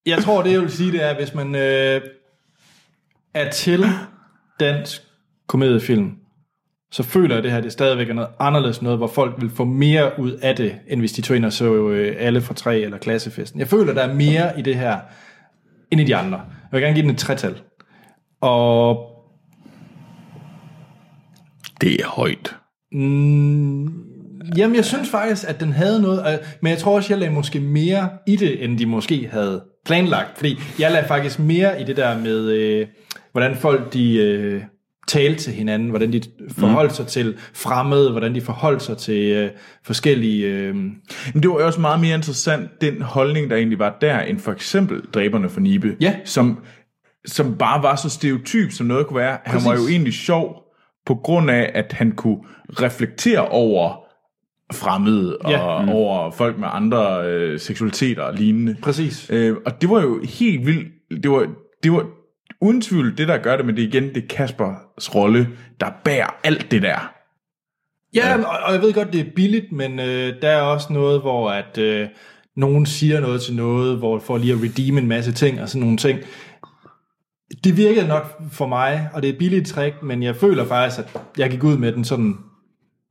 [SPEAKER 1] Jeg tror, det jeg vil sige, det er, hvis man øh, er til dansk komediefilm, så føler jeg det her, det er stadigvæk er noget anderledes noget, hvor folk vil få mere ud af det, end hvis de tog ind og så øh, alle fra tre eller klassefesten. Jeg føler, der er mere i det her, end i de andre. Jeg vil gerne give den et tretal. Og
[SPEAKER 2] Det er højt.
[SPEAKER 1] jamen, jeg synes faktisk, at den havde noget, øh, men jeg tror også, jeg lagde måske mere i det, end de måske havde planlagt. Fordi jeg lagde faktisk mere i det der med, øh, hvordan folk de øh, talte til hinanden, hvordan de forholdt sig til fremmede, hvordan de forholdt sig til øh, forskellige... Øh,
[SPEAKER 2] Men det var jo også meget mere interessant, den holdning, der egentlig var der, end for eksempel dræberne for Nibe,
[SPEAKER 1] Ja.
[SPEAKER 2] som, som bare var så stereotyp, som noget kunne være. Han var jo
[SPEAKER 1] Præcis.
[SPEAKER 2] egentlig sjov, på grund af, at han kunne reflektere over fremmede og
[SPEAKER 1] Ja.
[SPEAKER 2] ja. mm. over folk med andre øh, seksualiteter og lignende.
[SPEAKER 1] Præcis.
[SPEAKER 2] Øh, og det var jo helt vildt. Det var, det var uden tvivl det, der gør det, men det er igen, det er Kaspers rolle, der bærer alt det der.
[SPEAKER 1] Ja, og, og jeg ved godt, det er billigt, men øh, der er også noget, hvor at øh, nogen siger noget til noget, hvor for lige at redeem en masse ting og sådan nogle ting. Det virkede nok for mig, og det er et billigt trick, men jeg føler faktisk, at jeg gik ud med den sådan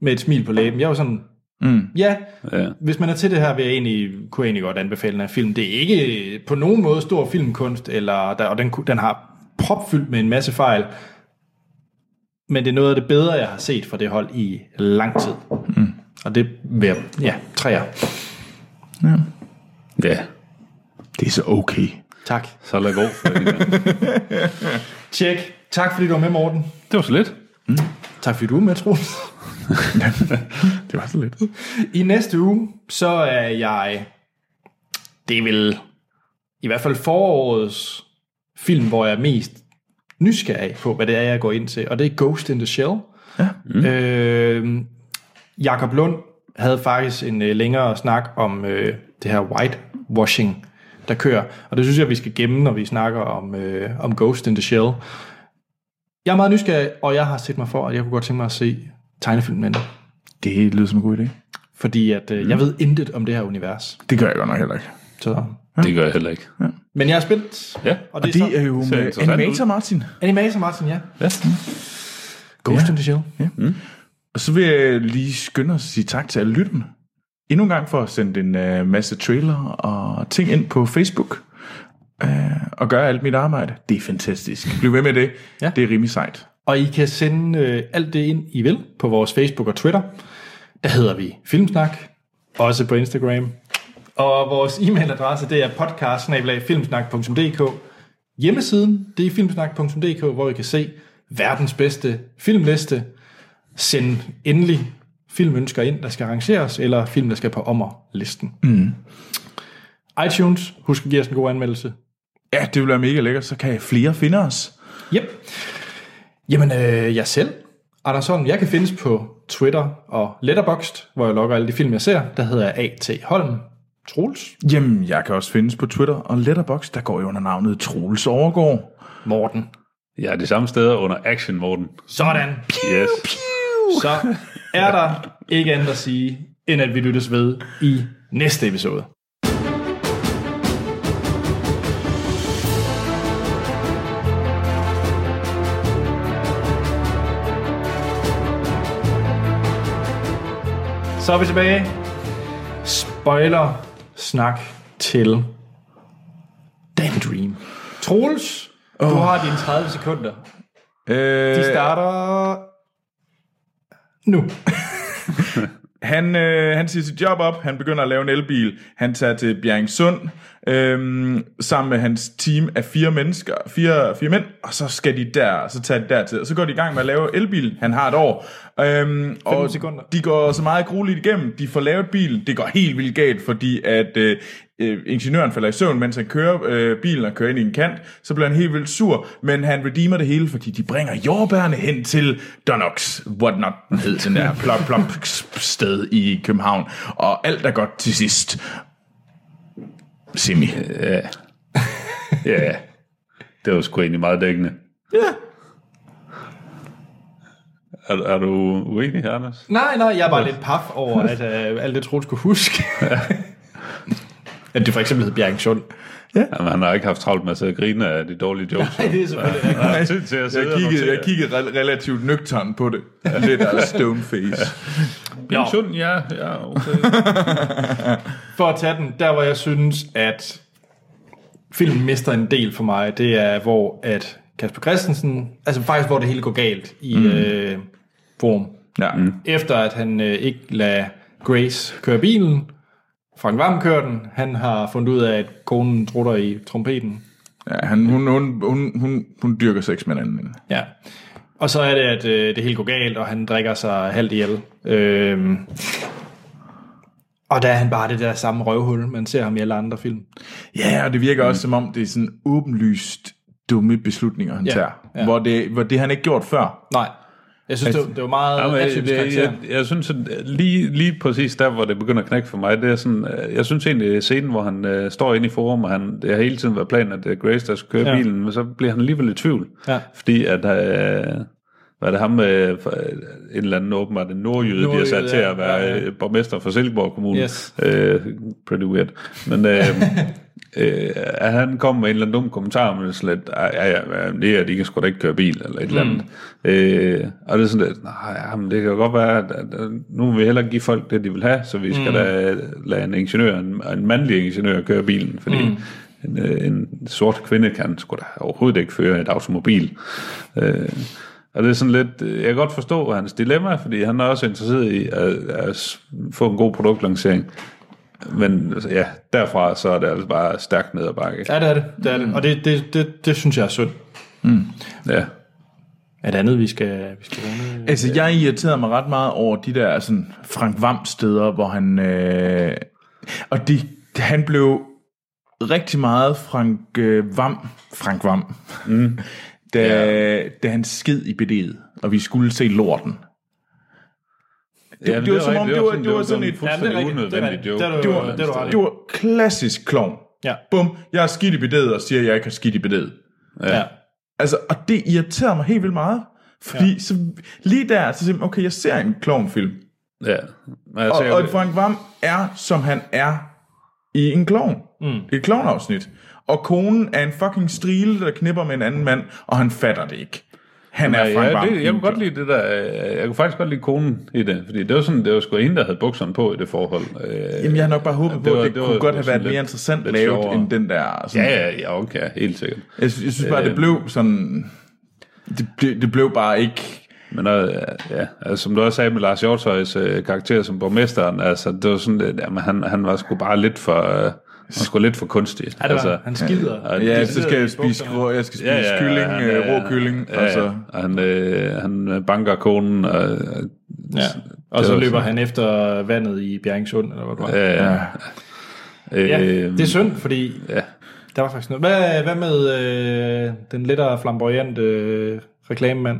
[SPEAKER 1] med et smil på læben. Jeg var sådan, mm. ja,
[SPEAKER 3] Ja.
[SPEAKER 1] hvis man er til det her, vil jeg egentlig, kunne jeg egentlig godt anbefale den her film. Det er ikke på nogen måde stor filmkunst, eller, der, og den, ku- den har propfyldt med en masse fejl, men det er noget af det bedre, jeg har set fra det hold i lang tid. Mm. Og det vil jeg, ja, træer.
[SPEAKER 3] Ja.
[SPEAKER 2] Det er så okay.
[SPEAKER 1] Tak.
[SPEAKER 3] Så er det god for en gang.
[SPEAKER 1] Tjek. Tak fordi du var med, Morten.
[SPEAKER 3] Det var så lidt.
[SPEAKER 1] Tak fordi du var med, Troels.
[SPEAKER 2] Det var så lidt.
[SPEAKER 1] I næste uge, så er jeg, det er vel i hvert fald forårets film, hvor jeg er mest nysgerrig på, hvad det er, jeg går ind til, og det er Ghost in the Shell. Ja. Mm. Øh, Jakob Lund havde faktisk en øh, længere snak om øh, det her whitewashing, der kører, og det synes jeg, vi skal gemme, når vi snakker om, øh, om Ghost in the Shell. Jeg er meget nysgerrig, og jeg har set mig for, at jeg kunne godt tænke mig at se tegnefilmen med den
[SPEAKER 2] Det lyder som en god idé.
[SPEAKER 1] fordi at øh, jeg ved intet om det her univers.
[SPEAKER 2] Det gør jeg godt nok heller ikke.
[SPEAKER 1] Så.
[SPEAKER 3] Det gør jeg heller ikke.
[SPEAKER 1] Men jeg er spændt.
[SPEAKER 3] Ja.
[SPEAKER 1] Og
[SPEAKER 2] Og
[SPEAKER 1] det er,
[SPEAKER 2] det er jo
[SPEAKER 3] ser
[SPEAKER 2] med
[SPEAKER 3] interessant
[SPEAKER 2] animator Martin.
[SPEAKER 1] så Animator Martin, ja.
[SPEAKER 3] Ja.
[SPEAKER 1] Ghost in the Shell.
[SPEAKER 2] Og så vil jeg lige skynde os at sige tak til alle lytterne. Endnu en gang for at sende en øh, masse trailer og ting ind på Facebook. Øh, og gøre alt mit arbejde. Det er fantastisk. Bliv ved med det.
[SPEAKER 1] Ja.
[SPEAKER 2] Ja. Det er rimelig sejt.
[SPEAKER 1] Og I kan sende øh, alt det ind, I vil, på vores Facebook og Twitter. Der hedder vi Filmsnak. Også på Instagram. Og vores e-mailadresse, det er podcast Hjemmesiden, det er filmsnak.dk, hvor I kan se verdens bedste filmliste. Send endelig filmønsker ind, der skal arrangeres, eller film, der skal på ommerlisten. Mm. iTunes, husk at give os en god anmeldelse.
[SPEAKER 2] Ja, det vil være mega lækkert. Så kan flere finde os.
[SPEAKER 1] Yep. Jamen, øh, jeg selv, Anders Holm, jeg kan findes på Twitter og Letterboxd, hvor jeg logger alle de film, jeg ser. Der hedder jeg A.T. Holm Troels.
[SPEAKER 2] Jamen, jeg kan også findes på Twitter og Letterboxd. Der går jeg under navnet Troels Overgaard.
[SPEAKER 1] Morten.
[SPEAKER 3] Jeg er de samme steder under Action Morten.
[SPEAKER 1] Sådan.
[SPEAKER 3] Yes.
[SPEAKER 1] Så er der ikke andet at sige, end at vi lyttes ved i næste episode. Så er vi tilbage. Spoiler snak til Dan Dream. Troels, du har dine 30 sekunder.
[SPEAKER 2] Øh,
[SPEAKER 1] De starter nu.
[SPEAKER 2] Han, øh, han siger sit job op, han begynder at lave en elbil, han tager til Bjergsund øh, sammen med hans team af fire mennesker, fire, fire mænd, og så skal de der, så tager de dertil, og så går de i gang med at lave elbil, han har et år, øh, og
[SPEAKER 1] sekunder.
[SPEAKER 2] de går så meget grueligt igennem, de får lavet bilen, det går helt vildt galt, fordi at øh, øh, ingeniøren falder i søvn, mens han kører øh, bilen og kører ind i en kant, så bliver han helt vildt sur, men han redeemer det hele, fordi de bringer jordbærne hen til Donox, whatnot hed den der plop plop sted i København, og alt er godt til sidst. Simi.
[SPEAKER 3] Ja. Ja, det var sgu egentlig meget dækkende.
[SPEAKER 1] Ja.
[SPEAKER 3] Er, er du uenig, Anders?
[SPEAKER 1] Nej, nej, jeg var lidt paf over, at øh, alt det Troels skulle huske. at det for eksempel hed Bjerg Sund.
[SPEAKER 3] Jamen, han har ikke haft travlt med at sidde og grine af de dårlige jokes.
[SPEAKER 1] Det er selvfølgelig
[SPEAKER 3] Han har haft tid til at
[SPEAKER 2] Jeg
[SPEAKER 3] sidde
[SPEAKER 2] kiggede,
[SPEAKER 3] og
[SPEAKER 2] jeg kiggede re- relativt nøgtern på det. Lidt af stone face.
[SPEAKER 3] Ja, sund, ja, ja, okay.
[SPEAKER 1] for at tage den, der hvor jeg synes, at filmen mister en del for mig, det er, hvor at Kasper Christensen, altså faktisk, hvor det hele går galt i mm. øh, form.
[SPEAKER 2] Ja. Mm.
[SPEAKER 1] Efter at han øh, ikke lader Grace køre bilen, Frank Vam kører den, han har fundet ud af, at konen trutter i trompeten.
[SPEAKER 2] Ja, han, hun, hun, hun, hun, hun dyrker sex med en anden.
[SPEAKER 1] Ja. Og så er det, at øh, det hele går galt, og han drikker sig halvt ihjel. Øhm. Og der er han bare det der samme røvhul, man ser ham i alle andre film.
[SPEAKER 2] Ja, og det virker også som om, det er sådan åbenlyst dumme beslutninger, han
[SPEAKER 1] Ja,
[SPEAKER 2] ja, tager.
[SPEAKER 1] ja.
[SPEAKER 2] Ja. Hvor, det, hvor det han ikke gjort før.
[SPEAKER 1] Nej. Jeg synes, det, det var meget
[SPEAKER 3] Ja, men jeg, jeg,
[SPEAKER 1] karakter.
[SPEAKER 3] jeg, jeg synes, at lige, lige præcis der, hvor det begynder at knække for mig, det er sådan, øh, jeg synes egentlig, at scenen, hvor han øh, står inde i forum, og han, det har hele tiden været planen, at det er Grace, der skal køre
[SPEAKER 1] Ja.
[SPEAKER 3] ja. bilen, men så bliver han alligevel i tvivl.
[SPEAKER 1] Ja.
[SPEAKER 3] Fordi at, øh, var det ham, øh, for- øh, en eller anden åbenbart en nordjyde, de har sat
[SPEAKER 1] Nordjyde,
[SPEAKER 3] til
[SPEAKER 1] ja.
[SPEAKER 3] at være øh,
[SPEAKER 1] Ja,
[SPEAKER 3] ja,
[SPEAKER 1] ja.
[SPEAKER 3] ja. borgmester for Silkeborg Kommune.
[SPEAKER 1] Yes.
[SPEAKER 3] Øh, pretty weird. Men... Øh, øh, at han kom med en eller anden dum kommentar, men det er sådan lidt, "Ej, ja, ja, ja, det er, at de kan sgu da ikke køre bil, eller et eller andet. Øh, og det er sådan lidt, nej, ja, men det kan jo godt være, at, at, at nu vil vi hellere give folk det, de vil have, så vi skal mm. da lade en ingeniør, en, en mandlig ingeniør, køre bilen, fordi mm. en, øh, en sort kvinde kan sgu da overhovedet ikke føre et automobil. Øh, og det er sådan lidt, øh, jeg kan godt forstå hans dilemma, fordi han er også interesseret i at, at s- få en god produktlancering. Men altså, ja, derfra så er det altså bare stærkt ned ad bakke.
[SPEAKER 1] Ja, det er det. det, er
[SPEAKER 3] Mm.
[SPEAKER 1] det. Og det, det, det, det synes jeg er synd.
[SPEAKER 3] Ja.
[SPEAKER 1] Er det andet, vi skal, vi skal runde?
[SPEAKER 2] Altså, jeg irriterede mig ret meget over de der sådan, Frank Vam-steder, hvor han... Øh, og det, han blev rigtig meget Frank øh, Vam. Frank Vam. Mm. Da, ja. da han sked i bedet, og vi skulle se lorten.
[SPEAKER 3] ja men
[SPEAKER 2] det var som om,
[SPEAKER 3] rigtigt.
[SPEAKER 2] det var- det var sådan
[SPEAKER 3] en
[SPEAKER 2] et-
[SPEAKER 1] Ja,
[SPEAKER 3] fuldstændig
[SPEAKER 1] det er rigtigt. Det er
[SPEAKER 3] unødvendig
[SPEAKER 1] rigtigt.
[SPEAKER 3] joke.
[SPEAKER 1] Det er du-
[SPEAKER 3] et
[SPEAKER 1] det er
[SPEAKER 3] eller andet
[SPEAKER 1] du
[SPEAKER 3] sted.
[SPEAKER 1] ret i.
[SPEAKER 2] Det var klassisk klovn.
[SPEAKER 1] Ja.
[SPEAKER 2] Bum, jeg er skidt i bedet og siger, at jeg ikke har skidt i bedet.
[SPEAKER 1] Ja.
[SPEAKER 2] Altså, og det irriterer mig helt vildt meget. Fordi ja. så, lige der, så siger man, okay, jeg ser en klovnfilm.
[SPEAKER 3] Ja. Men altså,
[SPEAKER 2] Og,
[SPEAKER 3] jeg,
[SPEAKER 2] og Frank Vam er, som han er i en klovn. Mm. Et klovnafsnit. Og konen er en fucking strile, der knipper med en anden mand, og han fatter det ikke. Han er Frank
[SPEAKER 3] ja,
[SPEAKER 2] Vam.
[SPEAKER 3] det, jeg kunne godt lide det der, øh, jeg kunne faktisk godt lide konen i det, fordi det var sådan, det var sgu hende, der havde bukserne på i det forhold. Øh,
[SPEAKER 2] Jamen, jeg har nok bare håbet på,
[SPEAKER 3] var-
[SPEAKER 2] at det,
[SPEAKER 3] det var
[SPEAKER 2] kunne godt have
[SPEAKER 3] sådan
[SPEAKER 2] været mere
[SPEAKER 3] lidt-
[SPEAKER 2] interessant
[SPEAKER 3] lidt
[SPEAKER 2] lavet,
[SPEAKER 3] sjovere.
[SPEAKER 2] end den der... Sådan,
[SPEAKER 3] ja, Øh. ja, ja, okay, helt sikkert.
[SPEAKER 2] Jeg, sy- jeg synes bare, det blev sådan... Det, det, det blev bare ikke...
[SPEAKER 3] Men øh, ja, altså, som du også sagde med Lars Hjortøjs øh, karakter som borgmesteren, altså, det var sådan, at jamen, han, han var sgu bare lidt for, øh, han var sgu lidt for kunstig. Ja,
[SPEAKER 1] det var,
[SPEAKER 3] altså,
[SPEAKER 1] altså, han skider.
[SPEAKER 3] og
[SPEAKER 2] Ja,
[SPEAKER 3] de-
[SPEAKER 2] så skal jeg spise, rå, jeg skal spise ja, ja, kylling,
[SPEAKER 3] han,
[SPEAKER 2] øh,
[SPEAKER 3] øh,
[SPEAKER 2] rå kylling,
[SPEAKER 3] ja,
[SPEAKER 2] og så...
[SPEAKER 3] ja. Og han, øh, han banker konen, og, øh, og,
[SPEAKER 1] Ja. Og
[SPEAKER 3] Det
[SPEAKER 1] så
[SPEAKER 3] var
[SPEAKER 1] løber
[SPEAKER 3] sådan.
[SPEAKER 1] han efter vandet i Bjerringsund, eller hvad det var.
[SPEAKER 3] øh, ja. Øh,
[SPEAKER 1] Ja, det er synd, fordi
[SPEAKER 3] ja.
[SPEAKER 1] der var faktisk noget. Hvad, hvad med øh, den lettere flamboyante øh, reklamemand?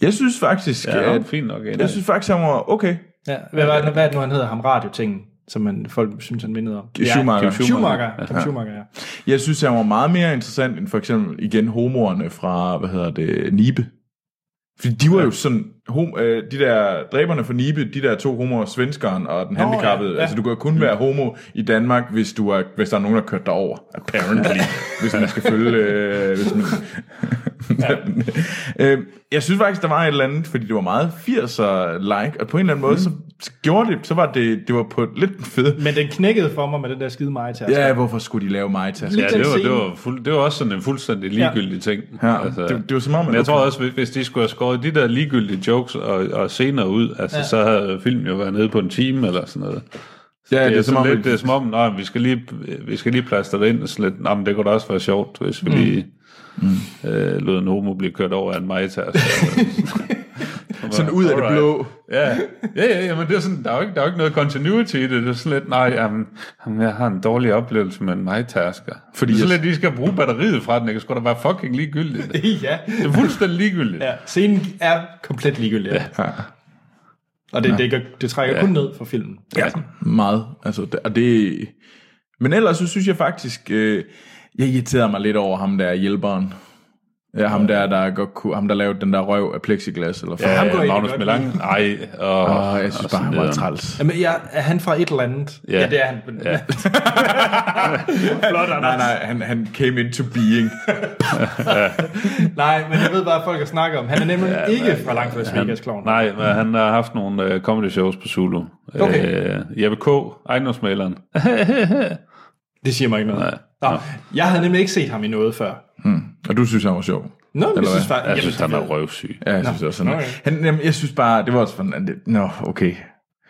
[SPEAKER 2] Jeg synes faktisk,
[SPEAKER 3] Ja,
[SPEAKER 2] at,
[SPEAKER 3] det er fint nok. egentlig.
[SPEAKER 2] jeg synes faktisk, han var okay.
[SPEAKER 1] Ja, hvad, hvad, hvad, hvad er det nu, han hedder? Ham radiotingen, som man, folk synes, han mindede om.
[SPEAKER 2] Schumacher.
[SPEAKER 1] Ja, Schumacher. Kim Schumacher, ja.
[SPEAKER 2] Jeg synes, han var meget mere interessant end for eksempel, igen, homoerne fra, hvad hedder det, Nibe. Fordi de var jo sådan, hom, øh, de der dræberne for Nibe, de der to homoer, svenskeren og den handicappede,
[SPEAKER 1] ja,
[SPEAKER 2] ja,
[SPEAKER 1] ja.
[SPEAKER 2] altså du kan jo kun være homo i Danmark, hvis, du er, hvis der er nogen, der har kørt dig over, apparently, hvis man skal følge, øh, hvis man... øh, jeg synes faktisk, der var et eller andet, fordi det var meget 80'er like, og på en eller anden måde, mm. så gjorde det, så var det, det var på et lidt fedt.
[SPEAKER 1] Men den knækkede for mig med den der skide mig til.
[SPEAKER 2] Ja, hvorfor skulle de lave mig til?
[SPEAKER 3] Ja,
[SPEAKER 1] den
[SPEAKER 3] det var, det,
[SPEAKER 1] scene.
[SPEAKER 3] var fuld, det var også sådan en fuldstændig ligegyldig ja. ting. Altså,
[SPEAKER 2] Ja, det- det var som om,
[SPEAKER 3] men
[SPEAKER 2] at-
[SPEAKER 3] jeg tror også, hvis- hvis de skulle have skåret de der ligegyldige jokes og, og scener ud, altså,
[SPEAKER 1] Ja.
[SPEAKER 3] ja. så havde filmen jo været nede på en time eller sådan noget.
[SPEAKER 2] Ja,
[SPEAKER 3] det, er som om, lidt, øh,
[SPEAKER 2] at-
[SPEAKER 3] det er som om, nej, vi skal lige, vi skal lige plaste det ind, og sådan lidt, nej, men det kunne da også være sjovt, hvis vi mm. lige øh, lod en homo blive kørt over af en majtas.
[SPEAKER 2] Sådan ud af det blå.
[SPEAKER 3] Ja, ja, ja, ja men det er sådan, der er jo ikke, der er jo ikke noget continuity i det. Det er sådan lidt, nej, jamen, jamen, jeg har en dårlig oplevelse med en majtasker. Fordi det er sådan lidt, de skal bruge batteriet fra den, ikke? Skulle da være fucking ligegyldigt. Det
[SPEAKER 1] ja.
[SPEAKER 3] er fuldstændig ligegyldigt.
[SPEAKER 1] ja. Scenen er komplet ligegyldig. Ja. Og det, det, gør- det trækker ja. kun ned for filmen.
[SPEAKER 2] Ja, meget. Altså, det- og det, men ellers så synes jeg faktisk, øh, Jeg irriterede mig lidt over ham, der er hjælperen. Ja, ham der, der godt kunne, ham der lavede den der røv af plexiglas. Eller
[SPEAKER 3] Ja,
[SPEAKER 2] ja.
[SPEAKER 1] går
[SPEAKER 3] ja,
[SPEAKER 1] egentlig
[SPEAKER 3] Magnus
[SPEAKER 1] godt
[SPEAKER 3] Melang. Nej, og,
[SPEAKER 2] Og jeg synes bare, han var træls.
[SPEAKER 1] Jamen, jeg, er han fra et eller andet?
[SPEAKER 3] Ja.
[SPEAKER 1] ja det er han. Men, ja.
[SPEAKER 2] Flot, nej, nej, han, han came into being.
[SPEAKER 1] Nej, men jeg ved bare, at folk har snakket om. Han er nemlig ja, ikke fra langt fra Vegas Kloven.
[SPEAKER 3] Nej, men han har haft nogle øh, comedy shows på Zulu.
[SPEAKER 1] Okay.
[SPEAKER 3] Øh, Jeppe K., ejendomsmaleren.
[SPEAKER 1] Det siger mig ikke noget.
[SPEAKER 3] Nej.
[SPEAKER 1] Nå, jeg havde nemlig ikke set ham i noget før.
[SPEAKER 2] Og du synes, han var sjov.
[SPEAKER 1] Nå, men jeg
[SPEAKER 2] Eller
[SPEAKER 1] synes
[SPEAKER 2] hvad?
[SPEAKER 1] faktisk...
[SPEAKER 3] Jeg synes, han
[SPEAKER 1] det
[SPEAKER 3] er
[SPEAKER 1] ved-
[SPEAKER 3] røvsyg.
[SPEAKER 2] Ja, jeg synes også sådan.
[SPEAKER 1] okay.
[SPEAKER 2] Han, jamen, jeg synes bare, det var også sådan, at det- nå, okay.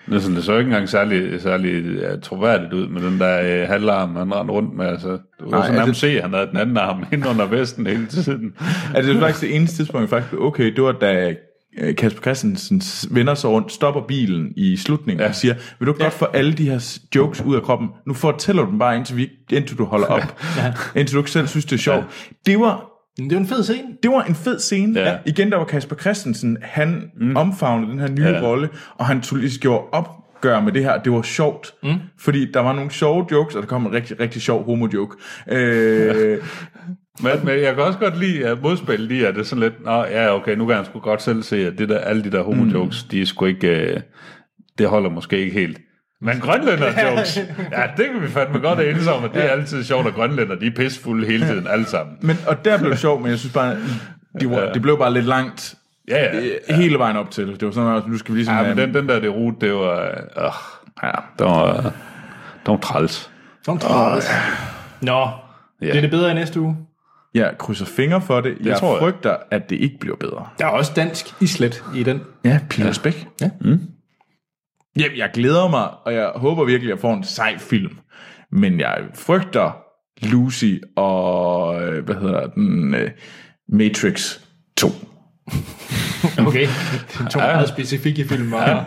[SPEAKER 3] Det er, sådan, det så ikke engang særlig, særlig ja, troværdigt ud med den der øh, halvarm, han rendte rundt med. Altså, du kunne
[SPEAKER 2] Nej,
[SPEAKER 3] sådan nærmest
[SPEAKER 2] altså-
[SPEAKER 3] se, at han havde den anden arm ind under vesten hele tiden.
[SPEAKER 2] Altså, det var faktisk det eneste tidspunkt, jeg faktisk blev okay, det var, da øh, Kasper Christensen vender sig rundt, stopper bilen i slutningen ja. og siger, vil du ikke godt få alle de her s- jokes ud af kroppen? Nu fortæller du dem bare, indtil, vi, ikke- indtil du holder op. Ja. Indtil du ikke selv synes, det er sjovt. Ja. Det var
[SPEAKER 1] Men Det er jo en fed scene.
[SPEAKER 2] det var en fed scene.
[SPEAKER 3] Ja.
[SPEAKER 2] Ja. Igen, der var Kasper Christensen, han mm. omfavnede den her nye
[SPEAKER 3] Ja.
[SPEAKER 2] ja. rolle, og han tog, ligesom gjorde opgør med det her, det var sjovt. Mm. Fordi der var nogle sjove jokes, og der kom en rigtig, rigtig sjov homo-joke. Øh,
[SPEAKER 3] Men, men jeg kan også godt lide at modspille lige, at det er sådan lidt, nå ja, okay, nu kan han sgu godt selv se, at det der, alle de der homo-jokes, mm. de er sgu ikke, øh, det holder måske ikke helt. Men grønlænder-jokes, ja, det kan vi fandme godt enes om, at det er altid sjovt, at grønlænder, de er pissefulde hele tiden, alle sammen.
[SPEAKER 2] men, og der blev det sjovt, men jeg synes bare, det, var, det blev bare lidt langt
[SPEAKER 3] Ja, ja.
[SPEAKER 2] øh, hele vejen op til. Det var sådan, at nu skal vi ligesom...
[SPEAKER 3] Ja, men
[SPEAKER 2] have-
[SPEAKER 3] den, den der, det rute, det var, øh, ja, det var, øh, det var træls.
[SPEAKER 1] Som oh, ja. Nå,
[SPEAKER 3] Ja.
[SPEAKER 1] bliver det bedre i næste uge?
[SPEAKER 2] jeg krydser fingre for det. Jeg
[SPEAKER 3] tror jeg.
[SPEAKER 2] frygter, at det ikke bliver bedre.
[SPEAKER 1] Der er også dansk islet i den.
[SPEAKER 2] Ja, Peter Spæk. Ja. Mm. Jamen, jeg glæder mig, og jeg håber virkelig, at jeg får en sej film. Men jeg frygter Lucy og, øh, hvad hedder den, øh, Matrix 2.
[SPEAKER 1] Okay, det er to meget specifikke film. Ja.
[SPEAKER 3] Ja,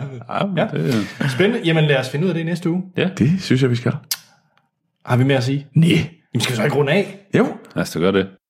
[SPEAKER 3] men det,
[SPEAKER 1] Spændende. Jamen lad os finde ud af det i næste uge.
[SPEAKER 2] Det synes jeg, vi skal.
[SPEAKER 1] Har vi mere at sige?
[SPEAKER 2] Nej.
[SPEAKER 1] Jamen skal vi så ikke runde af?
[SPEAKER 2] Jo,
[SPEAKER 3] lad os da gøre det.